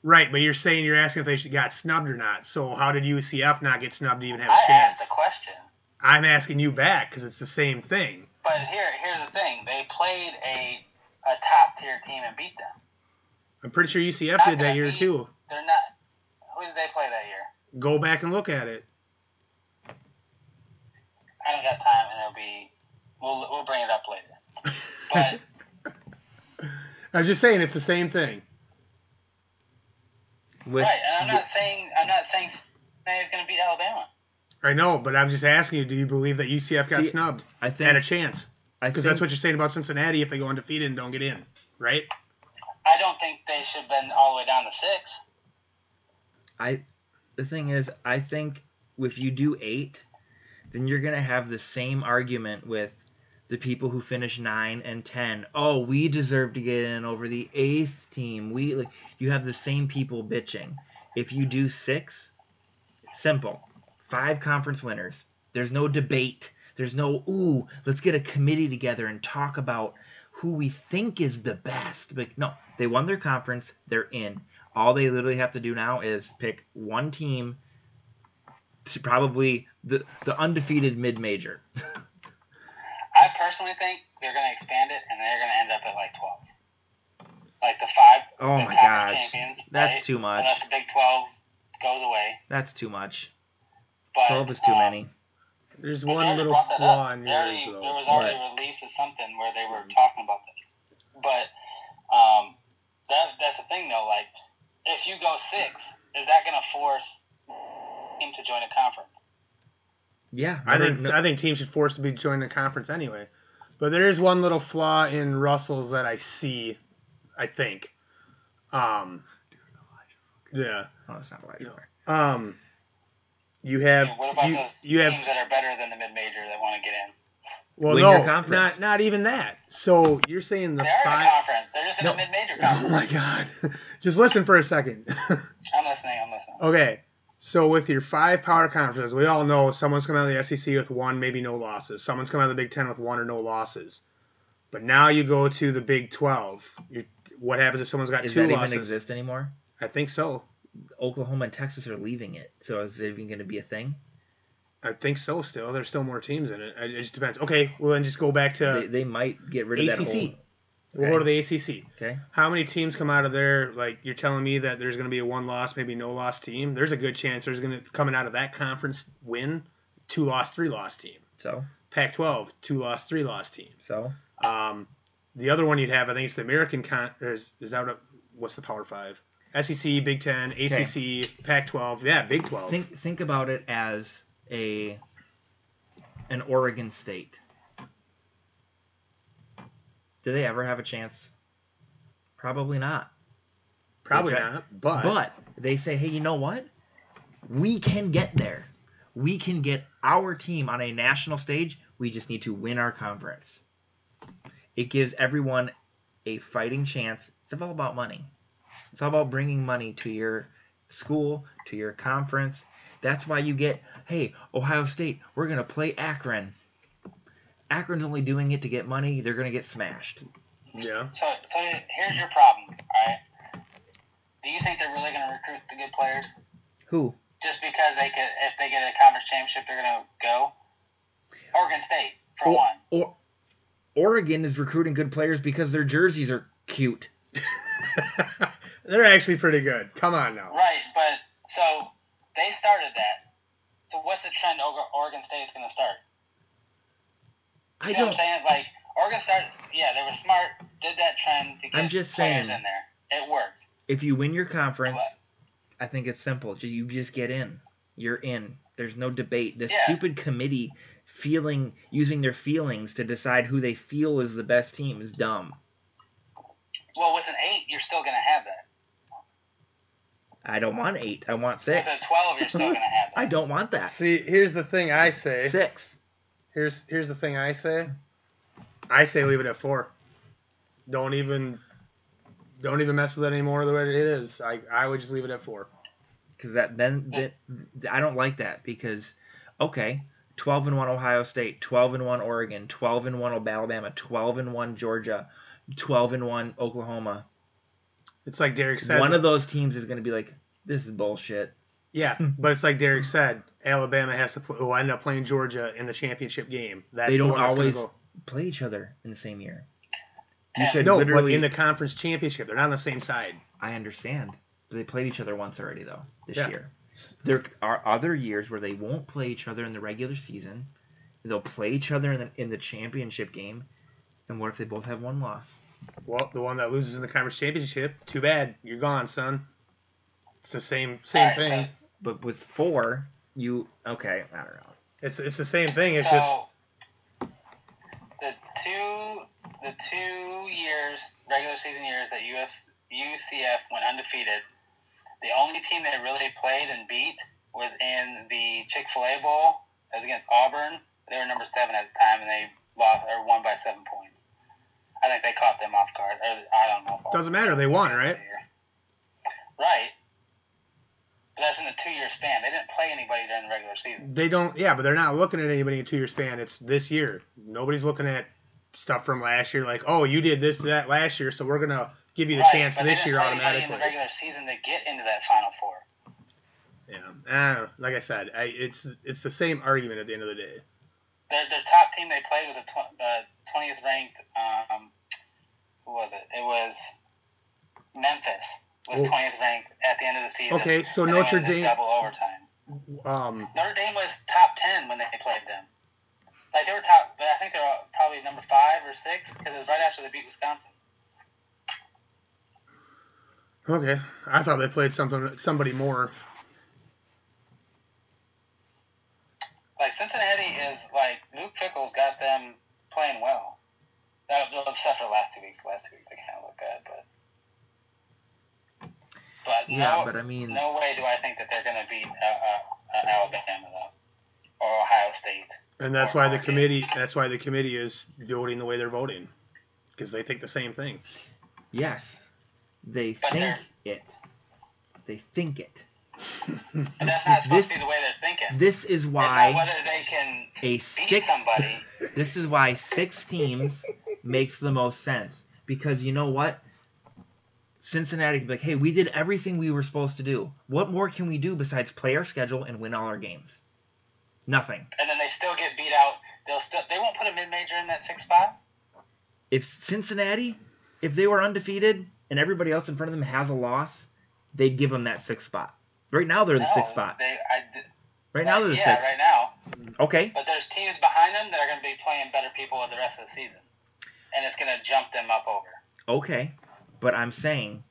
[SPEAKER 4] Right, but you're saying you're asking if they should- got snubbed or not. So how did UCF not get snubbed to even have
[SPEAKER 5] I
[SPEAKER 4] a chance?
[SPEAKER 5] asked the question.
[SPEAKER 4] I'm asking you back because it's the same thing.
[SPEAKER 5] But here, here's the thing. They played a a top tier team and beat them.
[SPEAKER 4] I'm pretty sure UCF
[SPEAKER 5] Not
[SPEAKER 4] did that
[SPEAKER 5] gonna
[SPEAKER 4] year
[SPEAKER 5] be-
[SPEAKER 4] too.
[SPEAKER 5] They're not. Who did they play that year?
[SPEAKER 4] Go back and look at it.
[SPEAKER 5] I don't got time, and it'll be. We'll we'll bring it up later. But
[SPEAKER 4] (laughs) I was just saying it's the same thing.
[SPEAKER 3] With
[SPEAKER 5] right, and I'm not saying I'm not saying Cincinnati's going to beat Alabama.
[SPEAKER 4] I know, but I'm just asking you: Do you believe that UCF got
[SPEAKER 3] See,
[SPEAKER 4] snubbed?
[SPEAKER 3] I
[SPEAKER 4] Had a
[SPEAKER 3] think
[SPEAKER 4] chance
[SPEAKER 3] I
[SPEAKER 4] because
[SPEAKER 3] think
[SPEAKER 4] that's what you're saying about Cincinnati. If they go undefeated and don't get in, right?
[SPEAKER 5] I don't think they should have been all the way down to six.
[SPEAKER 3] I the thing is, I think if you do eight, then you're gonna have the same argument with the people who finish nine and ten. Oh, we deserve to get in over the eighth team. We like you have the same people bitching. If you do six, simple. Five conference winners. There's no debate. There's no ooh, let's get a committee together and talk about who we think is the best. But no, they won their conference, they're in. All they literally have to do now is pick one team to probably the the undefeated mid major.
[SPEAKER 5] I personally think they're going to expand it, and they're going to end up at like twelve, like the five.
[SPEAKER 3] Oh
[SPEAKER 5] the
[SPEAKER 3] my
[SPEAKER 5] conference
[SPEAKER 3] gosh.
[SPEAKER 5] champions, right?
[SPEAKER 3] That's too much.
[SPEAKER 5] Unless the Big Twelve goes away,
[SPEAKER 3] That's too much.
[SPEAKER 5] but
[SPEAKER 3] Twelve is too
[SPEAKER 5] um,
[SPEAKER 3] many.
[SPEAKER 4] There's
[SPEAKER 5] But they
[SPEAKER 4] one
[SPEAKER 5] already
[SPEAKER 4] little
[SPEAKER 5] brought that
[SPEAKER 4] flaw
[SPEAKER 5] up.
[SPEAKER 4] in
[SPEAKER 5] They already-
[SPEAKER 4] yours
[SPEAKER 5] There
[SPEAKER 4] though. Mm-hmm.
[SPEAKER 5] was already a release of something where they were talking about that. But um, that that's the thing though. Like, if you go six, is that going to force him to join a conference?
[SPEAKER 3] Yeah,
[SPEAKER 4] I
[SPEAKER 3] never-
[SPEAKER 4] think
[SPEAKER 3] no-
[SPEAKER 4] I think teams should force to be joining the conference anyway. But there is one little flaw in Russell's that I see. I think. Um, Yeah.
[SPEAKER 3] Oh, it's not a library.
[SPEAKER 4] Um, you have
[SPEAKER 5] what about
[SPEAKER 4] you,
[SPEAKER 5] those
[SPEAKER 4] you
[SPEAKER 5] teams
[SPEAKER 4] have
[SPEAKER 5] that are better than the mid major that want to get in?
[SPEAKER 4] well
[SPEAKER 3] Win your
[SPEAKER 4] no
[SPEAKER 3] conference.
[SPEAKER 4] not not even that. So you're saying the
[SPEAKER 5] They're in a
[SPEAKER 4] five
[SPEAKER 5] conference. They're just in
[SPEAKER 4] No.
[SPEAKER 5] a mid major
[SPEAKER 4] Oh
[SPEAKER 5] conference.
[SPEAKER 4] my god. (laughs) Just listen for a second. (laughs)
[SPEAKER 5] I'm listening. I'm listening.
[SPEAKER 4] okay. So with your five power conferences, we all know someone's coming out of the SEC with one, maybe no losses. Someone's coming out of the Big Ten with one or no losses. But now you go to the Big Twelve. You, what happens if someone's got
[SPEAKER 3] Does
[SPEAKER 4] two
[SPEAKER 3] that
[SPEAKER 4] losses?
[SPEAKER 3] even exist anymore?
[SPEAKER 4] I think so.
[SPEAKER 3] Oklahoma and Texas are leaving it, so is it even going to be a thing?
[SPEAKER 4] I think so. Still, there's still more teams in it. It just depends. Okay, well then just go back to
[SPEAKER 3] they, they might get rid of that
[SPEAKER 4] ACC.
[SPEAKER 3] whole.
[SPEAKER 4] we'll go to the ACC.
[SPEAKER 3] Okay.
[SPEAKER 4] How many teams come out of there? Like you're telling me that there's going to be a one loss, maybe no loss team. There's a good chance there's going to coming out of that conference win, two loss, three loss team.
[SPEAKER 3] So
[SPEAKER 4] Pac-12, two loss, three loss team.
[SPEAKER 3] so
[SPEAKER 4] Um, the other one you'd have, I think it's the American Con. Or is, is that what, what's the Power Five? SEC, Big Ten, ACC, Pac-12. Yeah, Big 12.
[SPEAKER 3] think think about it as a an Oregon State. Do they ever have a chance? Probably not.
[SPEAKER 4] Probably
[SPEAKER 3] okay.
[SPEAKER 4] not, but,
[SPEAKER 3] But they say, hey, you know what? We can get there. We can get our team on a national stage. We just need to win our conference. It gives everyone a fighting chance. It's all about money. It's all about bringing money to your school, to your conference. That's why you get, hey, Ohio State, we're going to play Akron. Akron's only doing it to get money. They're going to get smashed.
[SPEAKER 4] yeah,
[SPEAKER 5] So, so here's your problem, all right? Do you think they're really going to recruit the good players
[SPEAKER 3] Who?
[SPEAKER 5] just because they could, if they get a conference championship, they're going to go? Oregon State, for
[SPEAKER 3] Or-
[SPEAKER 5] one.
[SPEAKER 3] Or, Oregon is recruiting good players because their jerseys are cute.
[SPEAKER 4] (laughs) they're actually pretty good. Come on now.
[SPEAKER 5] Right, but so they started that. So what's the trend Oga- Oregon State's going to start?
[SPEAKER 3] I
[SPEAKER 5] See what I'm
[SPEAKER 3] don't.
[SPEAKER 5] saying? Like, Oregon started, yeah, they were smart, did that trend to get
[SPEAKER 3] I'm just
[SPEAKER 5] players
[SPEAKER 3] saying.
[SPEAKER 5] in there. It worked.
[SPEAKER 3] If you win your conference,
[SPEAKER 5] What?
[SPEAKER 3] I think it's simple. Ju- You just get in. You're in. There's no debate. This
[SPEAKER 5] Yeah.
[SPEAKER 3] stupid committee feeling using their feelings to decide who they feel is the best team is dumb.
[SPEAKER 5] Well, with an 8, you're still going to have that.
[SPEAKER 3] I don't want eight. I want
[SPEAKER 5] With
[SPEAKER 3] six.
[SPEAKER 5] a 12, you're still going
[SPEAKER 3] (laughs)
[SPEAKER 5] to have that.
[SPEAKER 3] I don't want that.
[SPEAKER 4] See, here's the thing I say.
[SPEAKER 3] Six.
[SPEAKER 4] Here's here's the thing I say. I say leave it at four. Don't even don't even mess with it anymore the way it is. I I would just leave it at four.
[SPEAKER 3] because that then that, I don't like that because okay, twelve and one Ohio State, twelve and one Oregon, twelve and one Alabama, twelve and one Georgia, twelve and one Oklahoma.
[SPEAKER 4] It's like Derek said.
[SPEAKER 3] One of those teams is going to be like, this is bullshit. (laughs)
[SPEAKER 4] yeah, but it's like Derek said. Alabama has to play, will end up playing Georgia in the championship game. That's
[SPEAKER 3] They
[SPEAKER 4] the
[SPEAKER 3] don't
[SPEAKER 4] one that's gonna
[SPEAKER 3] always-
[SPEAKER 4] go.
[SPEAKER 3] Play each other in the same year. You
[SPEAKER 5] Yeah.
[SPEAKER 3] could
[SPEAKER 4] No, but
[SPEAKER 3] literally.
[SPEAKER 4] in the conference championship, they're not on the same side.
[SPEAKER 3] I understand. But they played each other once already though this
[SPEAKER 4] Yeah.
[SPEAKER 3] year. There are other years where they won't play each other in the regular season. They'll play each other in the, in the championship game. And what if they both have one loss?
[SPEAKER 4] Well, the one that loses in the conference championship, too bad, you're gone, son. It's the same
[SPEAKER 5] All
[SPEAKER 4] same
[SPEAKER 5] right, so-
[SPEAKER 4] thing.
[SPEAKER 3] But with four, you okay? I don't know.
[SPEAKER 4] It's it's the same thing. It's
[SPEAKER 5] so
[SPEAKER 4] just
[SPEAKER 5] the two the two years regular season years that UF, UCF went undefeated. The only team they really played and beat was in the Chick Fil A Bowl. It was against Auburn. They were number seven at the time, and they lost or won by seven points. I think they caught them off guard. Or, I don't know. if Auburn-
[SPEAKER 4] doesn't matter. They won, right?
[SPEAKER 5] Right. But that's in a two-year span. They didn't play anybody during the regular season.
[SPEAKER 4] They don't. Yeah, but they're not looking at anybody in a two-year span. It's this year. Nobody's looking at stuff from last year. Like, oh, you did this that last year, so we're gonna give you the
[SPEAKER 5] Right,
[SPEAKER 4] chance
[SPEAKER 5] but they
[SPEAKER 4] this
[SPEAKER 5] didn't
[SPEAKER 4] year
[SPEAKER 5] play anybody
[SPEAKER 4] automatically.
[SPEAKER 5] In the regular season to get into that Final Four.
[SPEAKER 4] Yeah. I don't know. Like I said, I, it's it's the same argument at the end of the day.
[SPEAKER 5] Their, their top team they played was a tw- the twentieth ranked. Um, who was it? It was Memphis was
[SPEAKER 4] Oh.
[SPEAKER 5] twentieth ranked at the end of the season.
[SPEAKER 4] Okay, so
[SPEAKER 5] and they went
[SPEAKER 4] Notre
[SPEAKER 5] into
[SPEAKER 4] Dame-
[SPEAKER 5] double overtime.
[SPEAKER 4] Um,
[SPEAKER 5] Notre Dame was top ten when they played them. Like they were top, but I think they were probably number five or six because it was right after they beat Wisconsin.
[SPEAKER 4] okay. I thought they played something somebody more.
[SPEAKER 5] Like Cincinnati is like Luke Pickles got them playing well. Uh, That well, except for the last two weeks. Last two weeks they kind of look bad, but but But
[SPEAKER 3] Yeah,
[SPEAKER 5] no,
[SPEAKER 3] but I mean,
[SPEAKER 5] no way do I think that they're going to beat uh, uh, uh, Alabama though, or Ohio State.
[SPEAKER 4] And that's why the committee. That's why the committee is voting the way they're voting, because they think the same thing.
[SPEAKER 3] yes, they
[SPEAKER 5] But
[SPEAKER 3] think
[SPEAKER 5] they're-
[SPEAKER 3] it. They think it.
[SPEAKER 5] But that's not supposed
[SPEAKER 3] This-
[SPEAKER 5] to be the way they're thinking.
[SPEAKER 3] This is
[SPEAKER 5] It's not
[SPEAKER 3] why
[SPEAKER 5] whether they can
[SPEAKER 3] a
[SPEAKER 5] beat
[SPEAKER 3] six.
[SPEAKER 5] somebody.
[SPEAKER 3] (laughs) This is why six teams makes the most sense because you know what? Cincinnati could be like, hey, we did everything we were supposed to do. What more can we do besides play our schedule and win all our games? Nothing.
[SPEAKER 5] and then they still get beat out. They'll still they won't put a mid major in that sixth spot.
[SPEAKER 3] If Cincinnati, if they were undefeated and everybody else in front of them has a loss, they'd give them that sixth spot. Right now they're the
[SPEAKER 5] no,
[SPEAKER 3] sixth spot.
[SPEAKER 5] They, I, d-
[SPEAKER 3] Right now they're the
[SPEAKER 5] Oh, yeah,
[SPEAKER 3] sixth.
[SPEAKER 5] right now.
[SPEAKER 3] Okay.
[SPEAKER 5] But there's teams behind them that are going to be playing better people the rest of the season, and it's going to jump them up over.
[SPEAKER 3] Okay. But I'm saying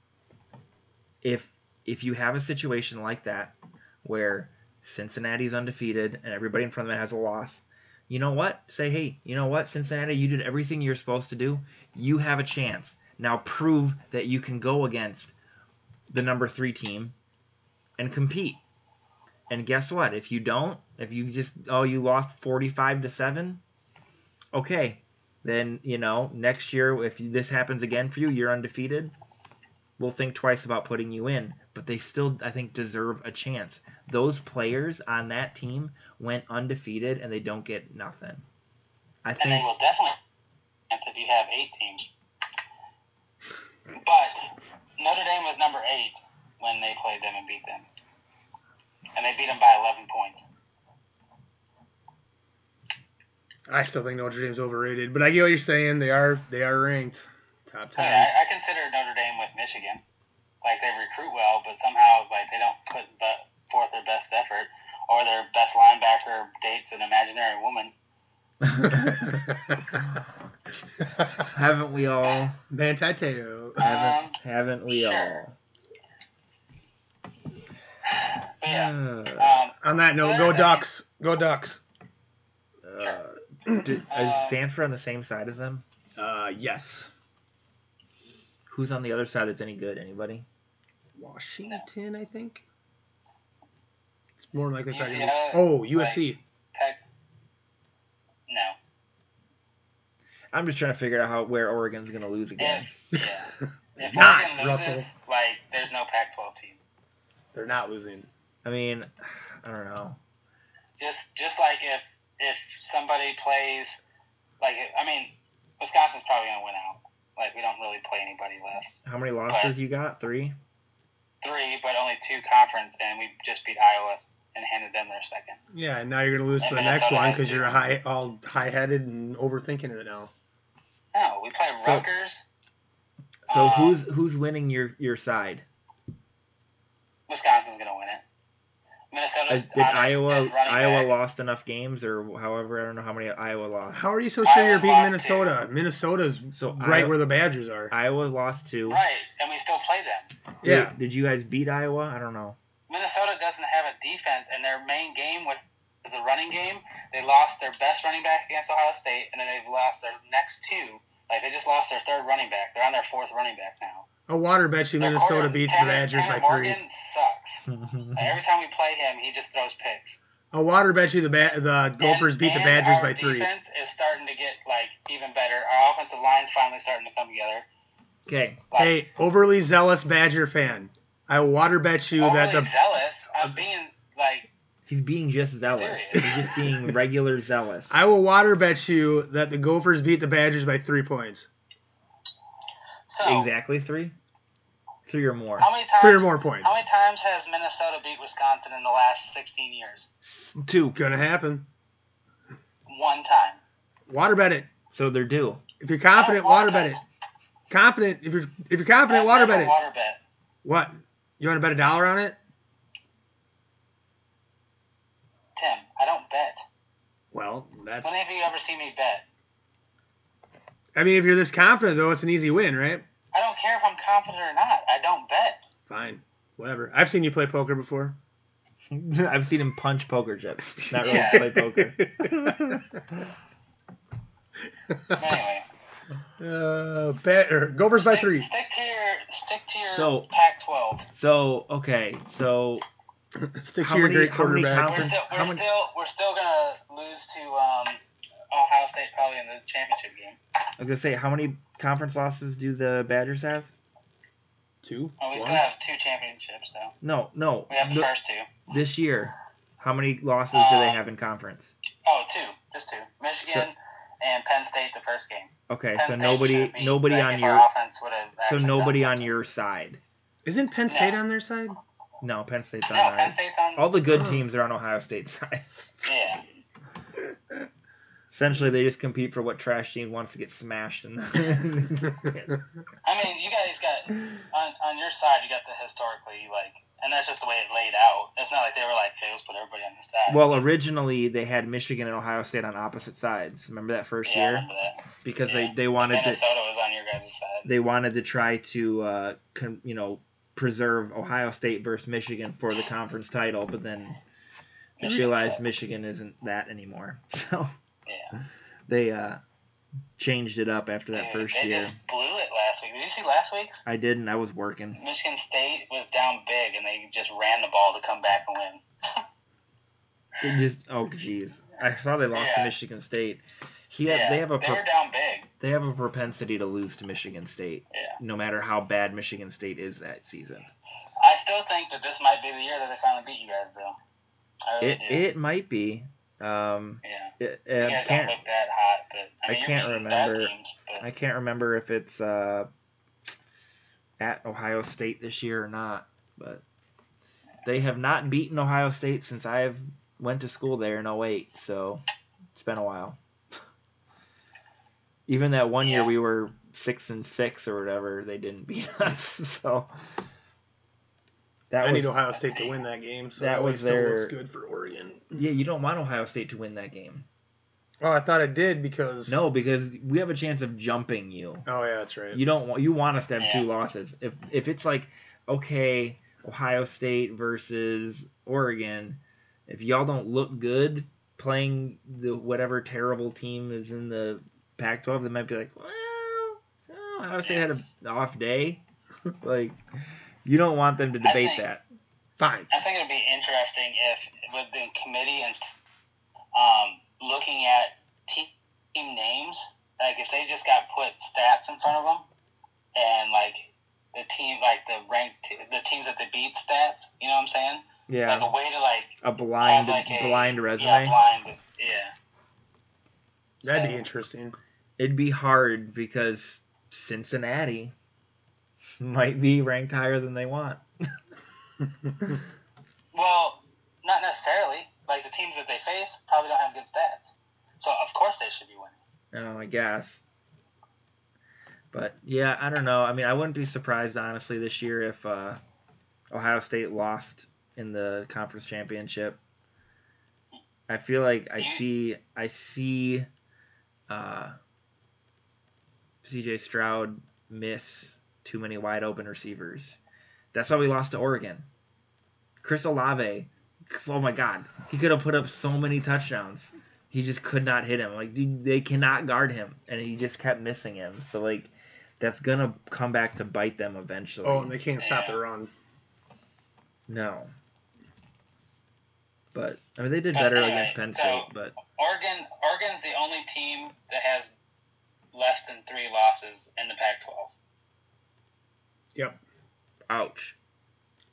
[SPEAKER 3] if if you have a situation like that where Cincinnati's undefeated and everybody in front of them has a loss, you know what? Say, hey, you know what, Cincinnati, you did everything you're supposed to do. You have a chance. Now prove that you can go against the number three team and compete. And guess what? If you don't, if you just oh you lost forty five to seven, okay, then you know next year if this happens again for you you're undefeated we'll think twice about putting you in but they still i think deserve a chance those players on that team went undefeated and they don't get nothing i
[SPEAKER 5] And they
[SPEAKER 3] think
[SPEAKER 5] will definitely jump if you have eight teams. But Notre Dame was number eight when they played them and beat them, and they beat them by 11 points.
[SPEAKER 4] I still think Notre Dame's overrated, but I get what you're saying. They are they are ranked top
[SPEAKER 5] I,
[SPEAKER 4] ten.
[SPEAKER 5] mean, I, I consider Notre Dame with Michigan. Like they recruit well, but somehow like they don't put the, forth their best effort or their best linebacker dates an imaginary woman.
[SPEAKER 4] (laughs)
[SPEAKER 3] haven't we all
[SPEAKER 4] Mantateo.
[SPEAKER 5] Um,
[SPEAKER 3] haven't haven't we all
[SPEAKER 5] but yeah.
[SPEAKER 3] Uh,
[SPEAKER 5] Um,
[SPEAKER 4] On that note, go Ducks. Go (clears throat) Ducks.
[SPEAKER 3] uh, do-
[SPEAKER 5] Uh,
[SPEAKER 3] is sanford on the same side as them
[SPEAKER 4] Uh, yes.
[SPEAKER 3] who's on the other side that's any good anybody
[SPEAKER 4] Washington, I think. It's more than likely talking.
[SPEAKER 5] UCLA,
[SPEAKER 4] Oh, USC.
[SPEAKER 5] Peck, no.
[SPEAKER 3] i'm just trying to figure out how where oregon's going to lose again
[SPEAKER 4] (laughs)
[SPEAKER 5] Yeah. If
[SPEAKER 4] Not
[SPEAKER 5] Oregon
[SPEAKER 4] Russell.
[SPEAKER 5] loses, like there's no Pac-12 team.
[SPEAKER 4] They're not losing.
[SPEAKER 3] i mean i don't know
[SPEAKER 5] Just just like if if somebody plays, like I mean, Wisconsin's probably gonna win out. Like we don't really play anybody left.
[SPEAKER 3] how many losses you got three
[SPEAKER 5] three, but only two conference, and we just beat Iowa and handed them their second.
[SPEAKER 4] Yeah, and now you're gonna lose to the
[SPEAKER 5] And
[SPEAKER 4] next
[SPEAKER 5] Minnesota
[SPEAKER 4] one
[SPEAKER 5] has
[SPEAKER 4] because
[SPEAKER 5] to.
[SPEAKER 4] you're high, all high-headed and overthinking it now.
[SPEAKER 5] No, we play
[SPEAKER 3] So-
[SPEAKER 5] Rutgers,
[SPEAKER 3] So
[SPEAKER 5] Uh,
[SPEAKER 3] who's who's winning your your side?
[SPEAKER 5] Wisconsin's gonna win it.
[SPEAKER 3] Has-
[SPEAKER 5] Minnesota's
[SPEAKER 3] did
[SPEAKER 5] on a-
[SPEAKER 3] Iowa
[SPEAKER 5] is running
[SPEAKER 3] Iowa
[SPEAKER 5] back.
[SPEAKER 3] lost enough games or however I don't know how many Iowa lost.
[SPEAKER 4] How are you so sure you're
[SPEAKER 5] Iowa's
[SPEAKER 4] beating
[SPEAKER 5] lost
[SPEAKER 4] Minnesota? Minnesota's
[SPEAKER 3] So
[SPEAKER 4] right
[SPEAKER 3] Iowa,
[SPEAKER 4] where the Badgers are.
[SPEAKER 3] Iowa lost two.
[SPEAKER 5] Right, and we still play them.
[SPEAKER 3] Did-
[SPEAKER 4] Yeah.
[SPEAKER 3] Did, you guys beat Iowa? I don't know.
[SPEAKER 5] Minnesota doesn't have a defense, and their main game was is a running game. They lost their best running back against Ohio State, and then they've lost their next two. Like they just lost their third running back. They're on their fourth running back now.
[SPEAKER 4] A water bet you
[SPEAKER 5] Their
[SPEAKER 4] Minnesota
[SPEAKER 5] quarter-
[SPEAKER 4] beats the
[SPEAKER 5] Tanner-
[SPEAKER 4] Badgers
[SPEAKER 5] Tanner
[SPEAKER 4] by three.
[SPEAKER 5] Morgan
[SPEAKER 4] (laughs)
[SPEAKER 5] sucks. Like, every time we play him, he just throws picks.
[SPEAKER 4] A water bet you the ba- the Gophers
[SPEAKER 5] And-
[SPEAKER 4] beat the
[SPEAKER 5] and
[SPEAKER 4] Badgers
[SPEAKER 5] our
[SPEAKER 4] by three.
[SPEAKER 5] Defense is starting to get like even better. Our offensive line's finally starting to come together.
[SPEAKER 3] Okay.
[SPEAKER 5] Like,
[SPEAKER 4] Hey, overly zealous Badger fan. I water bet you
[SPEAKER 5] overly
[SPEAKER 4] that the
[SPEAKER 5] zealous. I'm being like
[SPEAKER 3] He's being just zealous.
[SPEAKER 5] Serious.
[SPEAKER 3] He's just
[SPEAKER 5] (laughs)
[SPEAKER 3] being regular zealous.
[SPEAKER 4] I will water bet you that the Gophers beat the Badgers by three points.
[SPEAKER 5] so.
[SPEAKER 3] Exactly three, three or more.
[SPEAKER 5] How many times?
[SPEAKER 4] Three or more points.
[SPEAKER 5] How many times has Minnesota beat Wisconsin in the last 16 years?
[SPEAKER 3] Two.
[SPEAKER 4] Gonna happen.
[SPEAKER 5] One time.
[SPEAKER 4] Water bet it.
[SPEAKER 3] So they're due.
[SPEAKER 4] If you're confident,
[SPEAKER 5] I don't
[SPEAKER 4] Oh, water bet
[SPEAKER 5] want
[SPEAKER 4] it. Confident. If you're if you're confident,
[SPEAKER 5] I've
[SPEAKER 4] water
[SPEAKER 5] never
[SPEAKER 4] bet it.
[SPEAKER 5] Water bet.
[SPEAKER 4] What? You want to bet a dollar on it?
[SPEAKER 5] Tim, I don't bet.
[SPEAKER 4] Well, that's.
[SPEAKER 5] When have you ever seen me bet?
[SPEAKER 4] I mean, if you're this confident though, it's an easy win, right?
[SPEAKER 5] I don't care if I'm confident or not. I don't bet.
[SPEAKER 4] Fine. Whatever. I've seen you play poker before.
[SPEAKER 3] (laughs) I've seen him punch poker chips. Not really
[SPEAKER 5] Yeah.
[SPEAKER 3] play poker.
[SPEAKER 5] Anyway,
[SPEAKER 4] Uh, bet, or go versus (laughs) by
[SPEAKER 5] Stick,
[SPEAKER 4] three.
[SPEAKER 5] stick to your stick to your
[SPEAKER 3] So-
[SPEAKER 5] Pac-12.
[SPEAKER 3] So okay, so
[SPEAKER 4] (laughs) Stick
[SPEAKER 3] How
[SPEAKER 4] to your
[SPEAKER 3] many-
[SPEAKER 4] great
[SPEAKER 3] how many
[SPEAKER 4] quarterback.
[SPEAKER 3] conf-
[SPEAKER 5] We're
[SPEAKER 3] Conference-
[SPEAKER 5] still we're
[SPEAKER 3] how many-
[SPEAKER 5] still we're still gonna lose to um, Ohio State probably in the championship game.
[SPEAKER 3] I was gonna say, how many conference losses do the Badgers have?
[SPEAKER 4] Two.
[SPEAKER 5] Well, we
[SPEAKER 4] One.
[SPEAKER 5] still have two championships though.
[SPEAKER 3] No, no.
[SPEAKER 5] We have the
[SPEAKER 3] th-
[SPEAKER 5] first two.
[SPEAKER 3] this year, how many losses do they have in conference?
[SPEAKER 5] Oh, two, just two. Michigan and Penn State the first game.
[SPEAKER 3] Okay,
[SPEAKER 5] Penn
[SPEAKER 3] so
[SPEAKER 5] State
[SPEAKER 3] nobody,
[SPEAKER 5] should be-
[SPEAKER 3] nobody
[SPEAKER 5] like,
[SPEAKER 3] on
[SPEAKER 5] if
[SPEAKER 3] your,
[SPEAKER 5] our offense would have
[SPEAKER 3] so
[SPEAKER 5] actually
[SPEAKER 3] nobody
[SPEAKER 5] done
[SPEAKER 3] on
[SPEAKER 5] something.
[SPEAKER 3] your side.
[SPEAKER 4] Isn't Penn
[SPEAKER 5] No.
[SPEAKER 4] State on their (laughs) side?
[SPEAKER 3] No, Penn State's on
[SPEAKER 5] No, Penn Hmm.
[SPEAKER 3] ours.
[SPEAKER 5] State's on.
[SPEAKER 3] All the good
[SPEAKER 4] Oh.
[SPEAKER 3] teams are on Ohio (laughs) State's side.
[SPEAKER 5] Yeah.
[SPEAKER 3] Essentially, they just compete for what trash team wants to get smashed. And (laughs)
[SPEAKER 5] I mean, you guys got on on your side. You got the historically like, and that's just the way it laid out. It's not like they were like, hey, let's put everybody on the side.
[SPEAKER 3] well, originally they had Michigan and Ohio State on opposite sides. Remember that first
[SPEAKER 5] yeah, I
[SPEAKER 3] year
[SPEAKER 5] remember that.
[SPEAKER 3] because
[SPEAKER 5] Yeah.
[SPEAKER 3] they they wanted to
[SPEAKER 5] Minnesota was on your guys' side.
[SPEAKER 3] they wanted to try to uh, con, you know preserve Ohio State versus Michigan for the conference title, but then they
[SPEAKER 5] Michigan
[SPEAKER 3] realized
[SPEAKER 5] sucks.
[SPEAKER 3] Michigan isn't that anymore. (laughs) So
[SPEAKER 5] Yeah.
[SPEAKER 3] they uh, changed it up after that
[SPEAKER 5] Dude,
[SPEAKER 3] first
[SPEAKER 5] they
[SPEAKER 3] year.
[SPEAKER 5] just blew it last week. Did you see last week's?
[SPEAKER 3] I didn't. I was working.
[SPEAKER 5] Michigan State was down big, and they just ran the ball to come back and win.
[SPEAKER 3] It just oh geez, I saw they lost to
[SPEAKER 5] Yeah.
[SPEAKER 3] Michigan State. He had, they have a
[SPEAKER 5] they
[SPEAKER 3] pro-
[SPEAKER 5] were down big.
[SPEAKER 3] they have a propensity to lose to Michigan State,
[SPEAKER 5] Yeah.
[SPEAKER 3] no matter how bad Michigan State is that season.
[SPEAKER 5] I still think that this might be the year that they finally beat you guys, though. I really
[SPEAKER 3] It
[SPEAKER 5] do.
[SPEAKER 3] it might be. Um,
[SPEAKER 5] yeah.
[SPEAKER 3] it,
[SPEAKER 5] You
[SPEAKER 3] uh,
[SPEAKER 5] guys
[SPEAKER 3] can't
[SPEAKER 5] don't look that hot, but I,
[SPEAKER 3] I
[SPEAKER 5] mean, you're
[SPEAKER 3] can't
[SPEAKER 5] beating bad
[SPEAKER 3] remember.
[SPEAKER 5] Teams, but
[SPEAKER 3] I can't remember if it's uh, at Ohio State this year or not, but they have not beaten Ohio State since I've went to school there in 08, so it's been a while. (laughs) Even that one year
[SPEAKER 5] Yeah.
[SPEAKER 3] we were six and six or whatever, they didn't beat (laughs) us. So that
[SPEAKER 4] I
[SPEAKER 3] was
[SPEAKER 4] need Ohio State to win that game, so
[SPEAKER 3] That
[SPEAKER 4] that, way
[SPEAKER 3] was
[SPEAKER 4] it still
[SPEAKER 3] their-
[SPEAKER 4] looks good for Oregon.
[SPEAKER 3] yeah. You don't want Ohio State to win that game.
[SPEAKER 4] Oh, I thought it did because
[SPEAKER 3] No, because we have a chance of jumping you.
[SPEAKER 4] Oh yeah, that's right.
[SPEAKER 3] You don't want you want us to have two
[SPEAKER 5] Yeah.
[SPEAKER 3] losses. If if it's like okay, Ohio State versus Oregon, if y'all don't look good playing the whatever terrible team is in the Pac-12, they might be like, well, oh, Ohio State had an off day. like you don't want them to
[SPEAKER 5] I
[SPEAKER 3] debate
[SPEAKER 5] think-
[SPEAKER 3] that.
[SPEAKER 4] Fine.
[SPEAKER 5] I think it would be interesting if with the committee and um, looking at te- team names, like if they just got put stats in front of them, and like the team, like the ranked, t- the teams that they beat stats. You know what I'm saying? Like
[SPEAKER 3] Yeah,
[SPEAKER 5] a way to like
[SPEAKER 3] a blind
[SPEAKER 5] have like a
[SPEAKER 3] blind resume.
[SPEAKER 5] Yeah, blind. Yeah.
[SPEAKER 4] That'd
[SPEAKER 5] So-
[SPEAKER 4] be interesting.
[SPEAKER 3] It'd be hard because Cincinnati (laughs) might be ranked higher than they want.
[SPEAKER 5] Well, not necessarily. Like the teams that they face probably don't have good stats, so of course they should be winning.
[SPEAKER 3] Oh, I guess. But yeah, I don't know. I mean, I wouldn't be surprised honestly this year if uh, Ohio State lost in the conference championship. I feel like I see I see uh, C.J. Stroud miss too many wide open receivers. That's why we lost to Oregon. Chris Olave, oh my God, he could have put up so many touchdowns. He just could not hit him. Like dude, they cannot guard him, and he just kept missing him. So like, that's gonna come back to bite them eventually.
[SPEAKER 4] (laughs) Oh, and they can't stop the run.
[SPEAKER 3] No. But I mean, they did
[SPEAKER 5] But
[SPEAKER 3] better
[SPEAKER 5] anyway,
[SPEAKER 3] against Penn
[SPEAKER 5] so-
[SPEAKER 3] State, but
[SPEAKER 5] Oregon Oregon's the only team that has less than three losses in the Pac-12.
[SPEAKER 3] ouch.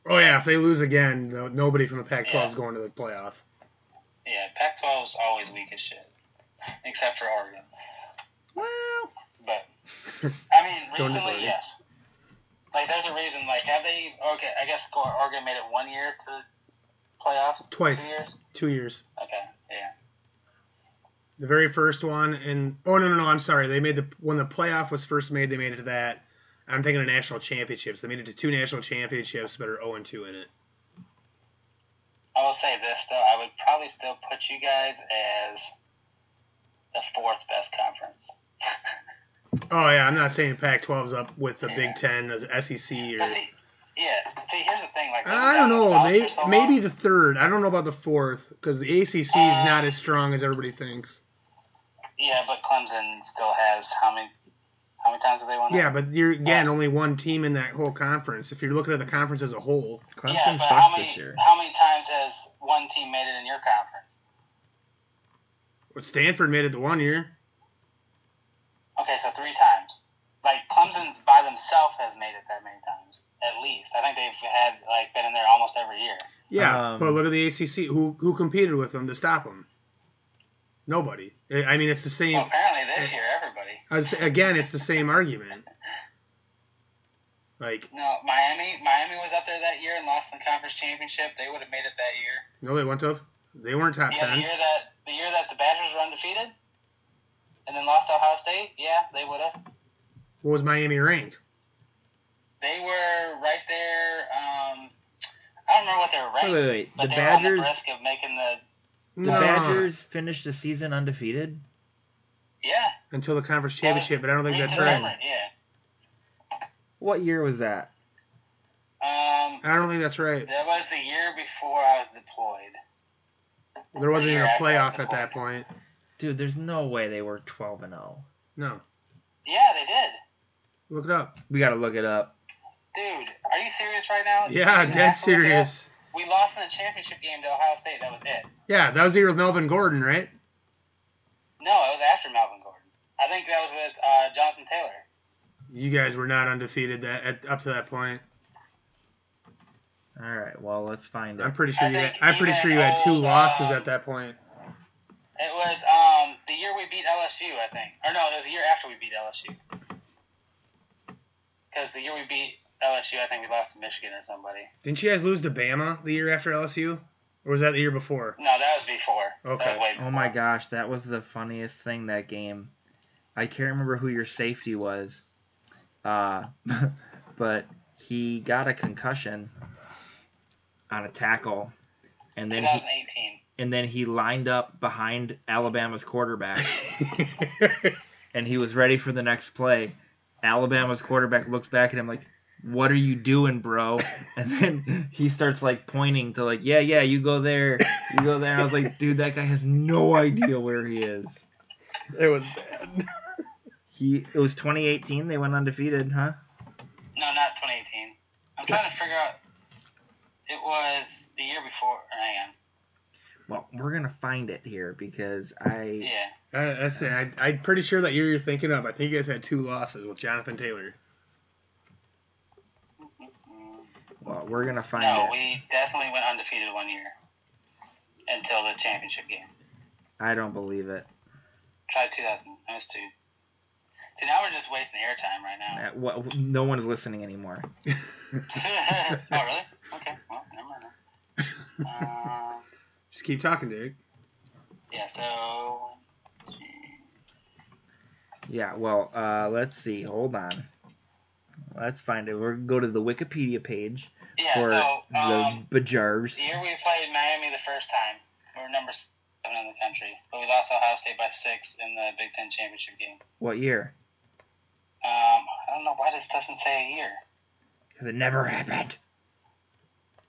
[SPEAKER 4] Oh yeah, if they lose again, no, nobody from the Pac-12 is
[SPEAKER 5] Yeah.
[SPEAKER 4] going to the playoff.
[SPEAKER 5] Yeah, Pac-12's always weak as shit, except for Oregon.
[SPEAKER 3] Well,
[SPEAKER 4] (laughs)
[SPEAKER 5] But I mean,
[SPEAKER 4] Don't
[SPEAKER 5] recently,
[SPEAKER 4] disagree.
[SPEAKER 5] yes. Like, there's a reason. Like, have they? Okay, I guess Oregon made it one year to the playoffs.
[SPEAKER 4] Twice.
[SPEAKER 5] Two years.
[SPEAKER 4] Two years.
[SPEAKER 5] Okay. Yeah.
[SPEAKER 4] The very first one, and oh no no no, I'm sorry. They made the when the playoff was first made, they made it to that. I'm thinking of national championships. They made it to two national championships, but are 0 and 2 in it.
[SPEAKER 5] I will say this though. I would probably still put you guys as the fourth best conference.
[SPEAKER 4] Oh yeah, I'm not saying Pac-12's up with the Big
[SPEAKER 5] Yeah.
[SPEAKER 4] Ten, the SEC, or
[SPEAKER 5] But see, yeah. See, here's the thing. Like,
[SPEAKER 4] I don't know.
[SPEAKER 5] They
[SPEAKER 4] They maybe the third. I don't know about the fourth because the ACC is
[SPEAKER 5] Uh,
[SPEAKER 4] not as strong as everybody thinks.
[SPEAKER 5] Yeah, but Clemson still has how many? How many times have they won? it?
[SPEAKER 4] Yeah, but you're again only one team in that whole conference. If you're looking at the conference as a whole,
[SPEAKER 3] Clemson
[SPEAKER 5] yeah, but how
[SPEAKER 3] sucks
[SPEAKER 5] many
[SPEAKER 3] this year.
[SPEAKER 5] how many times has one team made it in your conference?
[SPEAKER 4] well, Stanford made it the one year.
[SPEAKER 5] Okay, so three times. Like Clemson's by themselves has made it that many times, at least. I think they've had like been in there almost every year.
[SPEAKER 4] Yeah,
[SPEAKER 3] Um,
[SPEAKER 4] but look at the ACC. Who who competed with them to stop them? Nobody. I I mean, it's the same.
[SPEAKER 5] Well, apparently this year everybody.
[SPEAKER 4] I was- Again, it's the same argument. Like,
[SPEAKER 5] No, Miami. Miami was up there that year and lost in the conference championship. They would have made it that year.
[SPEAKER 4] no, they went to. They weren't top
[SPEAKER 5] Yeah, the
[SPEAKER 4] ten.
[SPEAKER 5] year that the year that the Badgers were undefeated and then lost to Ohio State. Yeah, they would have.
[SPEAKER 4] What was Miami ranked?
[SPEAKER 5] They were right there. Um, I don't remember what they were
[SPEAKER 3] Wait,
[SPEAKER 5] ranked,
[SPEAKER 3] wait, wait. The
[SPEAKER 5] but they were on
[SPEAKER 3] Badgers.
[SPEAKER 5] the risk of making the
[SPEAKER 3] The
[SPEAKER 4] No.
[SPEAKER 3] Badgers finished the season undefeted.
[SPEAKER 5] yeah.
[SPEAKER 4] until the conference championship, but I don't think that's
[SPEAKER 5] recent
[SPEAKER 4] right.
[SPEAKER 5] memory, Yeah.
[SPEAKER 3] What year was that?
[SPEAKER 5] Um,
[SPEAKER 4] I don't think that's right.
[SPEAKER 5] that was the year before I was deployed.
[SPEAKER 4] There wasn't even a
[SPEAKER 5] Yeah,
[SPEAKER 4] playoff
[SPEAKER 5] that's
[SPEAKER 4] at
[SPEAKER 5] the
[SPEAKER 4] that point.
[SPEAKER 3] Dude, there's no way they were 12 and oh. 0.
[SPEAKER 4] No,
[SPEAKER 5] Yeah, they did.
[SPEAKER 4] look it up.
[SPEAKER 3] We got to look it up.
[SPEAKER 5] Dude, are you serious right now?
[SPEAKER 4] Yeah,
[SPEAKER 5] You
[SPEAKER 4] dead
[SPEAKER 5] have to look it up.
[SPEAKER 4] serious.
[SPEAKER 5] We lost in the championship game to Ohio State. That was it.
[SPEAKER 4] Yeah, that was the year with Melvin Gordon, right?
[SPEAKER 5] No, it was after Melvin Gordon. I think that was with uh, Jonathan Taylor.
[SPEAKER 4] You guys were not undefeated that at, up to that point.
[SPEAKER 3] All right, well, let's find
[SPEAKER 4] I'm
[SPEAKER 3] it.
[SPEAKER 4] pretty sure
[SPEAKER 5] I
[SPEAKER 4] you. Had,
[SPEAKER 5] think
[SPEAKER 4] I'm pretty
[SPEAKER 5] even
[SPEAKER 4] sure you had two
[SPEAKER 5] old,
[SPEAKER 4] losses
[SPEAKER 5] um,
[SPEAKER 4] at that point.
[SPEAKER 5] It was um, the year we beat LSU, I think. Or no, it was the year after we beat LSU. Because the year we beat LSU, I think we lost to Michigan or somebody.
[SPEAKER 4] Didn't you guys lose to Bama the year after LSU, or was that the year before?
[SPEAKER 5] (laughs) No, that was before.
[SPEAKER 4] Okay.
[SPEAKER 5] That was way before.
[SPEAKER 3] Oh my gosh, that was the funniest thing that game. I can't remember who your safety was, uh, (laughs) but he got a concussion on a tackle, and then he,
[SPEAKER 5] 2018.
[SPEAKER 3] and then he lined up behind Alabama's quarterback, and he was ready for the next play. Alabama's quarterback looks back at him like, "What are you doing, bro?" (laughs) And then he starts like pointing to like, "Yeah, yeah, you go there, you go there." And I was like, "Dude, that guy has no idea where he is."
[SPEAKER 4] it was bad.
[SPEAKER 3] He it was 2018. They went undefeated, huh?
[SPEAKER 5] No, not 2018. I'm trying to figure out. It was the year before. or Hang on.
[SPEAKER 3] Well, we're gonna find it here because I
[SPEAKER 5] Yeah.
[SPEAKER 4] I, that's it. I, I'm pretty sure that year you're thinking of. I think you guys had two losses with Jonathan Taylor. (laughs)
[SPEAKER 5] Mm,
[SPEAKER 3] well we're gonna find
[SPEAKER 5] No,
[SPEAKER 3] it.
[SPEAKER 5] we definitely went undefeated one year until the championship game.
[SPEAKER 3] I don't believe it.
[SPEAKER 5] Try 2000. That was two. Dude, now we're just wasting airtime right now.
[SPEAKER 3] Uh, what, no one's listening anymore.
[SPEAKER 5] (laughs) oh, really? Okay. Well, never mind. then. Uh,
[SPEAKER 4] Just keep talking, Derek.
[SPEAKER 5] yeah. So.
[SPEAKER 3] Yeah, well, uh, let's see. Hold on. Let's find it. We're gonna go to the Wikipedia page
[SPEAKER 5] Yeah.
[SPEAKER 3] for
[SPEAKER 5] So um,
[SPEAKER 3] the Bajars.
[SPEAKER 5] the year we played Miami the first time, we were number seven in the country, but we lost to Ohio State by six in the Big Ten championship game.
[SPEAKER 3] What year?
[SPEAKER 5] Um, I don't know why this doesn't say a year.
[SPEAKER 3] Because it never (laughs) happened.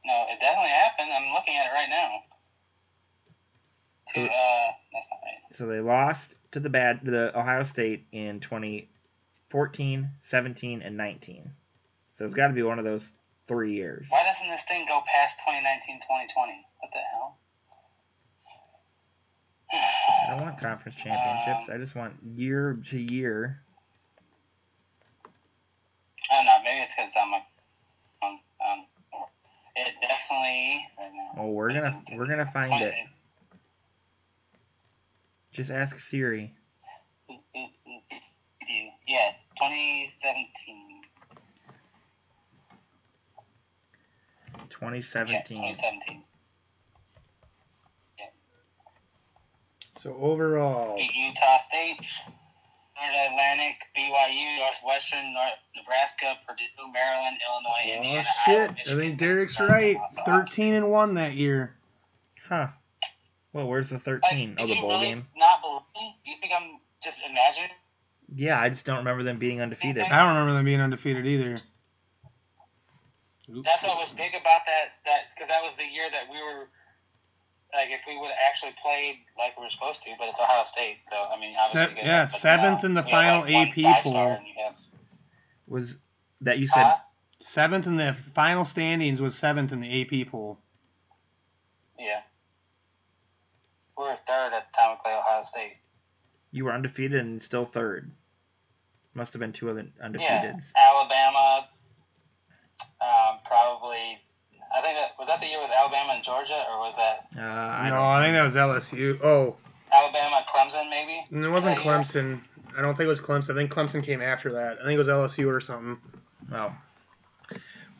[SPEAKER 5] No, it definitely happened. I'm looking at it right now. To, uh, that's not right.
[SPEAKER 3] So they lost to the bad to the Ohio State in 2014, 17, and 19. So it's got to be one of those three years.
[SPEAKER 5] Why doesn't this thing go past 2019, 2020? What the hell? (sighs)
[SPEAKER 3] I don't want conference championships. I just want year to year.
[SPEAKER 5] I don't know. Maybe it's because I'm a. Um, um, it definitely. Right now,
[SPEAKER 3] Oh, we're gonna we're gonna find it.
[SPEAKER 5] 20
[SPEAKER 3] Just ask Siri.
[SPEAKER 5] (laughs) Yeah, 2017. Yeah,
[SPEAKER 3] 2017.
[SPEAKER 5] 2017.
[SPEAKER 4] So overall,
[SPEAKER 5] Beat Utah State, Florida Atlantic, BYU, Northwestern, North, Nebraska, Purdue, Maryland, Illinois,
[SPEAKER 4] oh
[SPEAKER 5] Indiana.
[SPEAKER 4] shit!
[SPEAKER 5] Iowa,
[SPEAKER 4] I
[SPEAKER 5] Michigan,
[SPEAKER 4] think Derek's
[SPEAKER 5] Wisconsin,
[SPEAKER 4] right.
[SPEAKER 5] Arkansas.
[SPEAKER 4] 13 and one that year.
[SPEAKER 3] Huh. Well, where's the
[SPEAKER 5] Like,
[SPEAKER 3] 13? Oh,
[SPEAKER 5] did
[SPEAKER 3] the
[SPEAKER 5] you
[SPEAKER 3] bowl
[SPEAKER 5] really
[SPEAKER 3] game.
[SPEAKER 5] Not believe me? You think I'm just imagining?
[SPEAKER 3] Yeah, I just don't remember them being undefeated.
[SPEAKER 4] I don't remember them being undefeated either.
[SPEAKER 5] That's what was big about that. That because that was the year that we were like if we would have actually played like we were supposed to, but it's Ohio State, so I mean,
[SPEAKER 4] Se-
[SPEAKER 5] obviously, you guys
[SPEAKER 4] yeah,
[SPEAKER 5] have, but
[SPEAKER 4] seventh
[SPEAKER 5] now
[SPEAKER 4] in the
[SPEAKER 5] you have,
[SPEAKER 4] final
[SPEAKER 5] like,
[SPEAKER 4] AP
[SPEAKER 5] one five
[SPEAKER 4] poll.
[SPEAKER 5] star and you have-
[SPEAKER 3] Was that you said?
[SPEAKER 5] Huh?
[SPEAKER 4] Seventh in the final standings was seventh in the AP poll.
[SPEAKER 5] Yeah, we were third at the time we played Ohio State.
[SPEAKER 3] You were undefeated and still third. Must have been two other
[SPEAKER 5] Yeah,
[SPEAKER 3] undefeateds.
[SPEAKER 5] Alabama, um, probably. I think that was that the year with Alabama and Georgia, or was that
[SPEAKER 3] Uh, I
[SPEAKER 4] no,
[SPEAKER 3] don't
[SPEAKER 4] I think that was LSU. Oh,
[SPEAKER 5] Alabama Clemson maybe?
[SPEAKER 4] and it wasn't
[SPEAKER 5] That year?
[SPEAKER 4] Clemson. I don't think it was Clemson. I think Clemson came after that. I think it was LSU or something.
[SPEAKER 3] Oh.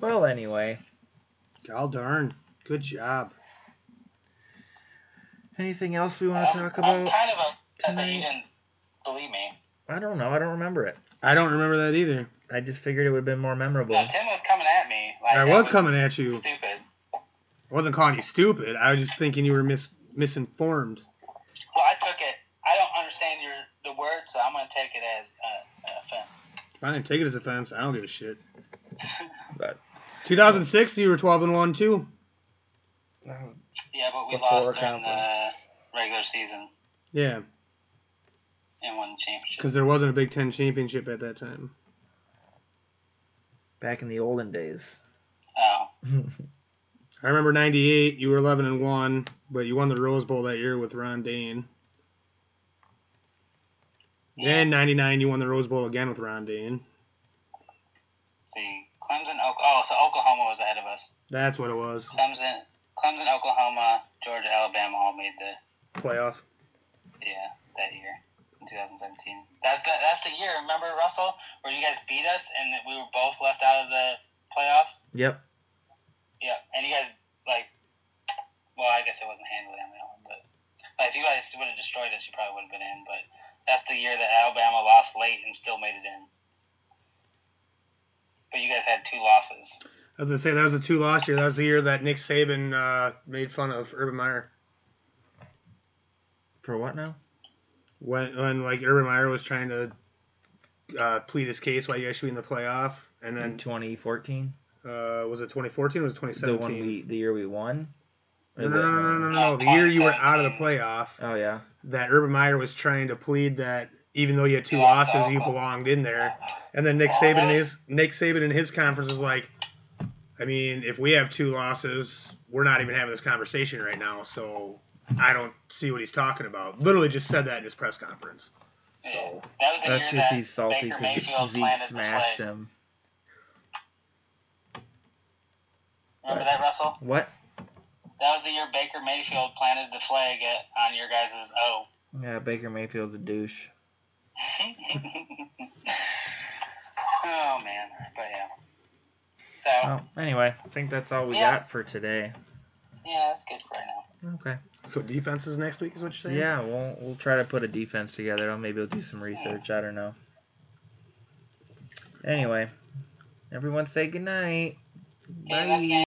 [SPEAKER 3] Well, anyway,
[SPEAKER 4] God darn. Good job.
[SPEAKER 3] anything else we want to
[SPEAKER 5] I'm-
[SPEAKER 3] talk about?
[SPEAKER 5] I'm kind of upset that you
[SPEAKER 3] tonight?
[SPEAKER 5] didn't believe me.
[SPEAKER 3] I don't know. I don't remember it.
[SPEAKER 4] I don't remember that either.
[SPEAKER 3] I just figured it would have been more memorable.
[SPEAKER 5] No, Tim was coming at me. Like,
[SPEAKER 4] I
[SPEAKER 5] that
[SPEAKER 4] was coming at you.
[SPEAKER 5] Stupid.
[SPEAKER 4] I wasn't calling you stupid. I was just thinking you were mis- misinformed.
[SPEAKER 5] Well, I took it. I don't understand your the word, so I'm gonna take it as uh, an offense.
[SPEAKER 4] Fine, take it as offense. I don't give a shit.
[SPEAKER 3] But-
[SPEAKER 4] 2006, you were 12 and 1 too.
[SPEAKER 5] Yeah, but we
[SPEAKER 3] Before
[SPEAKER 5] lost during the
[SPEAKER 3] conference.
[SPEAKER 5] regular season
[SPEAKER 4] Yeah,
[SPEAKER 5] and won the championship.
[SPEAKER 4] because there wasn't a Big Ten championship at that time.
[SPEAKER 3] Back in the olden days. (laughs)
[SPEAKER 5] Oh,
[SPEAKER 4] I remember 98, you were 11 and 1, but you won the Rose Bowl that year with Ron Dane.
[SPEAKER 5] yeah.
[SPEAKER 4] Then 99, you won the Rose Bowl again with Ron Dane.
[SPEAKER 5] see, Clemson. Ok- Oh, so Oklahoma was ahead of us.
[SPEAKER 4] That's what it was.
[SPEAKER 5] Clemson, Clemson, Oklahoma, Georgia, Alabama all made the
[SPEAKER 4] Playoff.
[SPEAKER 5] Yeah, that year in 2017. That's the, that's the year. Remember Russell, where you guys beat us and that we were both left out of the playoffs.
[SPEAKER 3] Yep.
[SPEAKER 5] Yeah, and you guys like, well, I guess it wasn't handled on that one, but like if you guys would have destroyed us, you probably would have been in. But that's the year that Alabama lost late and still made it in. But you guys had two losses.
[SPEAKER 4] I was going to say, that was a two loss year. That was the year that Nick Saban uh, made fun of Urban Meyer.
[SPEAKER 3] For what now?
[SPEAKER 4] When, when like, Urban Meyer was trying to uh, plead his case why you guys should be in the playoff. And
[SPEAKER 3] In
[SPEAKER 4] then,
[SPEAKER 3] 2014?
[SPEAKER 4] uh, was it 2014 or was it
[SPEAKER 3] The one
[SPEAKER 4] 2017?
[SPEAKER 3] we, the year we won? Or
[SPEAKER 4] No, no,
[SPEAKER 3] what-
[SPEAKER 4] no, no, no, no, no. The year you were out of the playoff,
[SPEAKER 3] Oh, yeah.
[SPEAKER 4] that Urban Meyer was trying to plead that even though you had two
[SPEAKER 5] You lost
[SPEAKER 4] losses, you
[SPEAKER 5] out.
[SPEAKER 4] belonged in there. And then Nick Saban and his Nick Saban in his conference is like, I mean, if we have two losses, we're not even having this conversation right now. So I don't see what he's talking about. Literally just said that in his press conference. So
[SPEAKER 5] That was the
[SPEAKER 3] That's just
[SPEAKER 5] year that
[SPEAKER 3] he's salty
[SPEAKER 5] uh, Baker
[SPEAKER 3] because
[SPEAKER 5] Mayfield
[SPEAKER 3] Zeke
[SPEAKER 5] planted the
[SPEAKER 3] smashed
[SPEAKER 5] flag.
[SPEAKER 3] him.
[SPEAKER 5] Remember that, Russell?
[SPEAKER 3] What?
[SPEAKER 5] That was the year Baker Mayfield planted the flag at, on your guys' O. (laughs)
[SPEAKER 3] Yeah, Baker Mayfield's a douche.
[SPEAKER 5] oh man, but yeah. So
[SPEAKER 3] Well, anyway, I think that's all we
[SPEAKER 5] Oh. Yeah.
[SPEAKER 3] got for today.
[SPEAKER 5] yeah, that's good for right now.
[SPEAKER 3] Okay.
[SPEAKER 4] so defenses next week is what you're saying?
[SPEAKER 3] Yeah, we'll we'll try to put a defense together. I'll maybe we'll do some research. I don't know. Anyway, everyone say goodnight.
[SPEAKER 5] Okay, love you guys.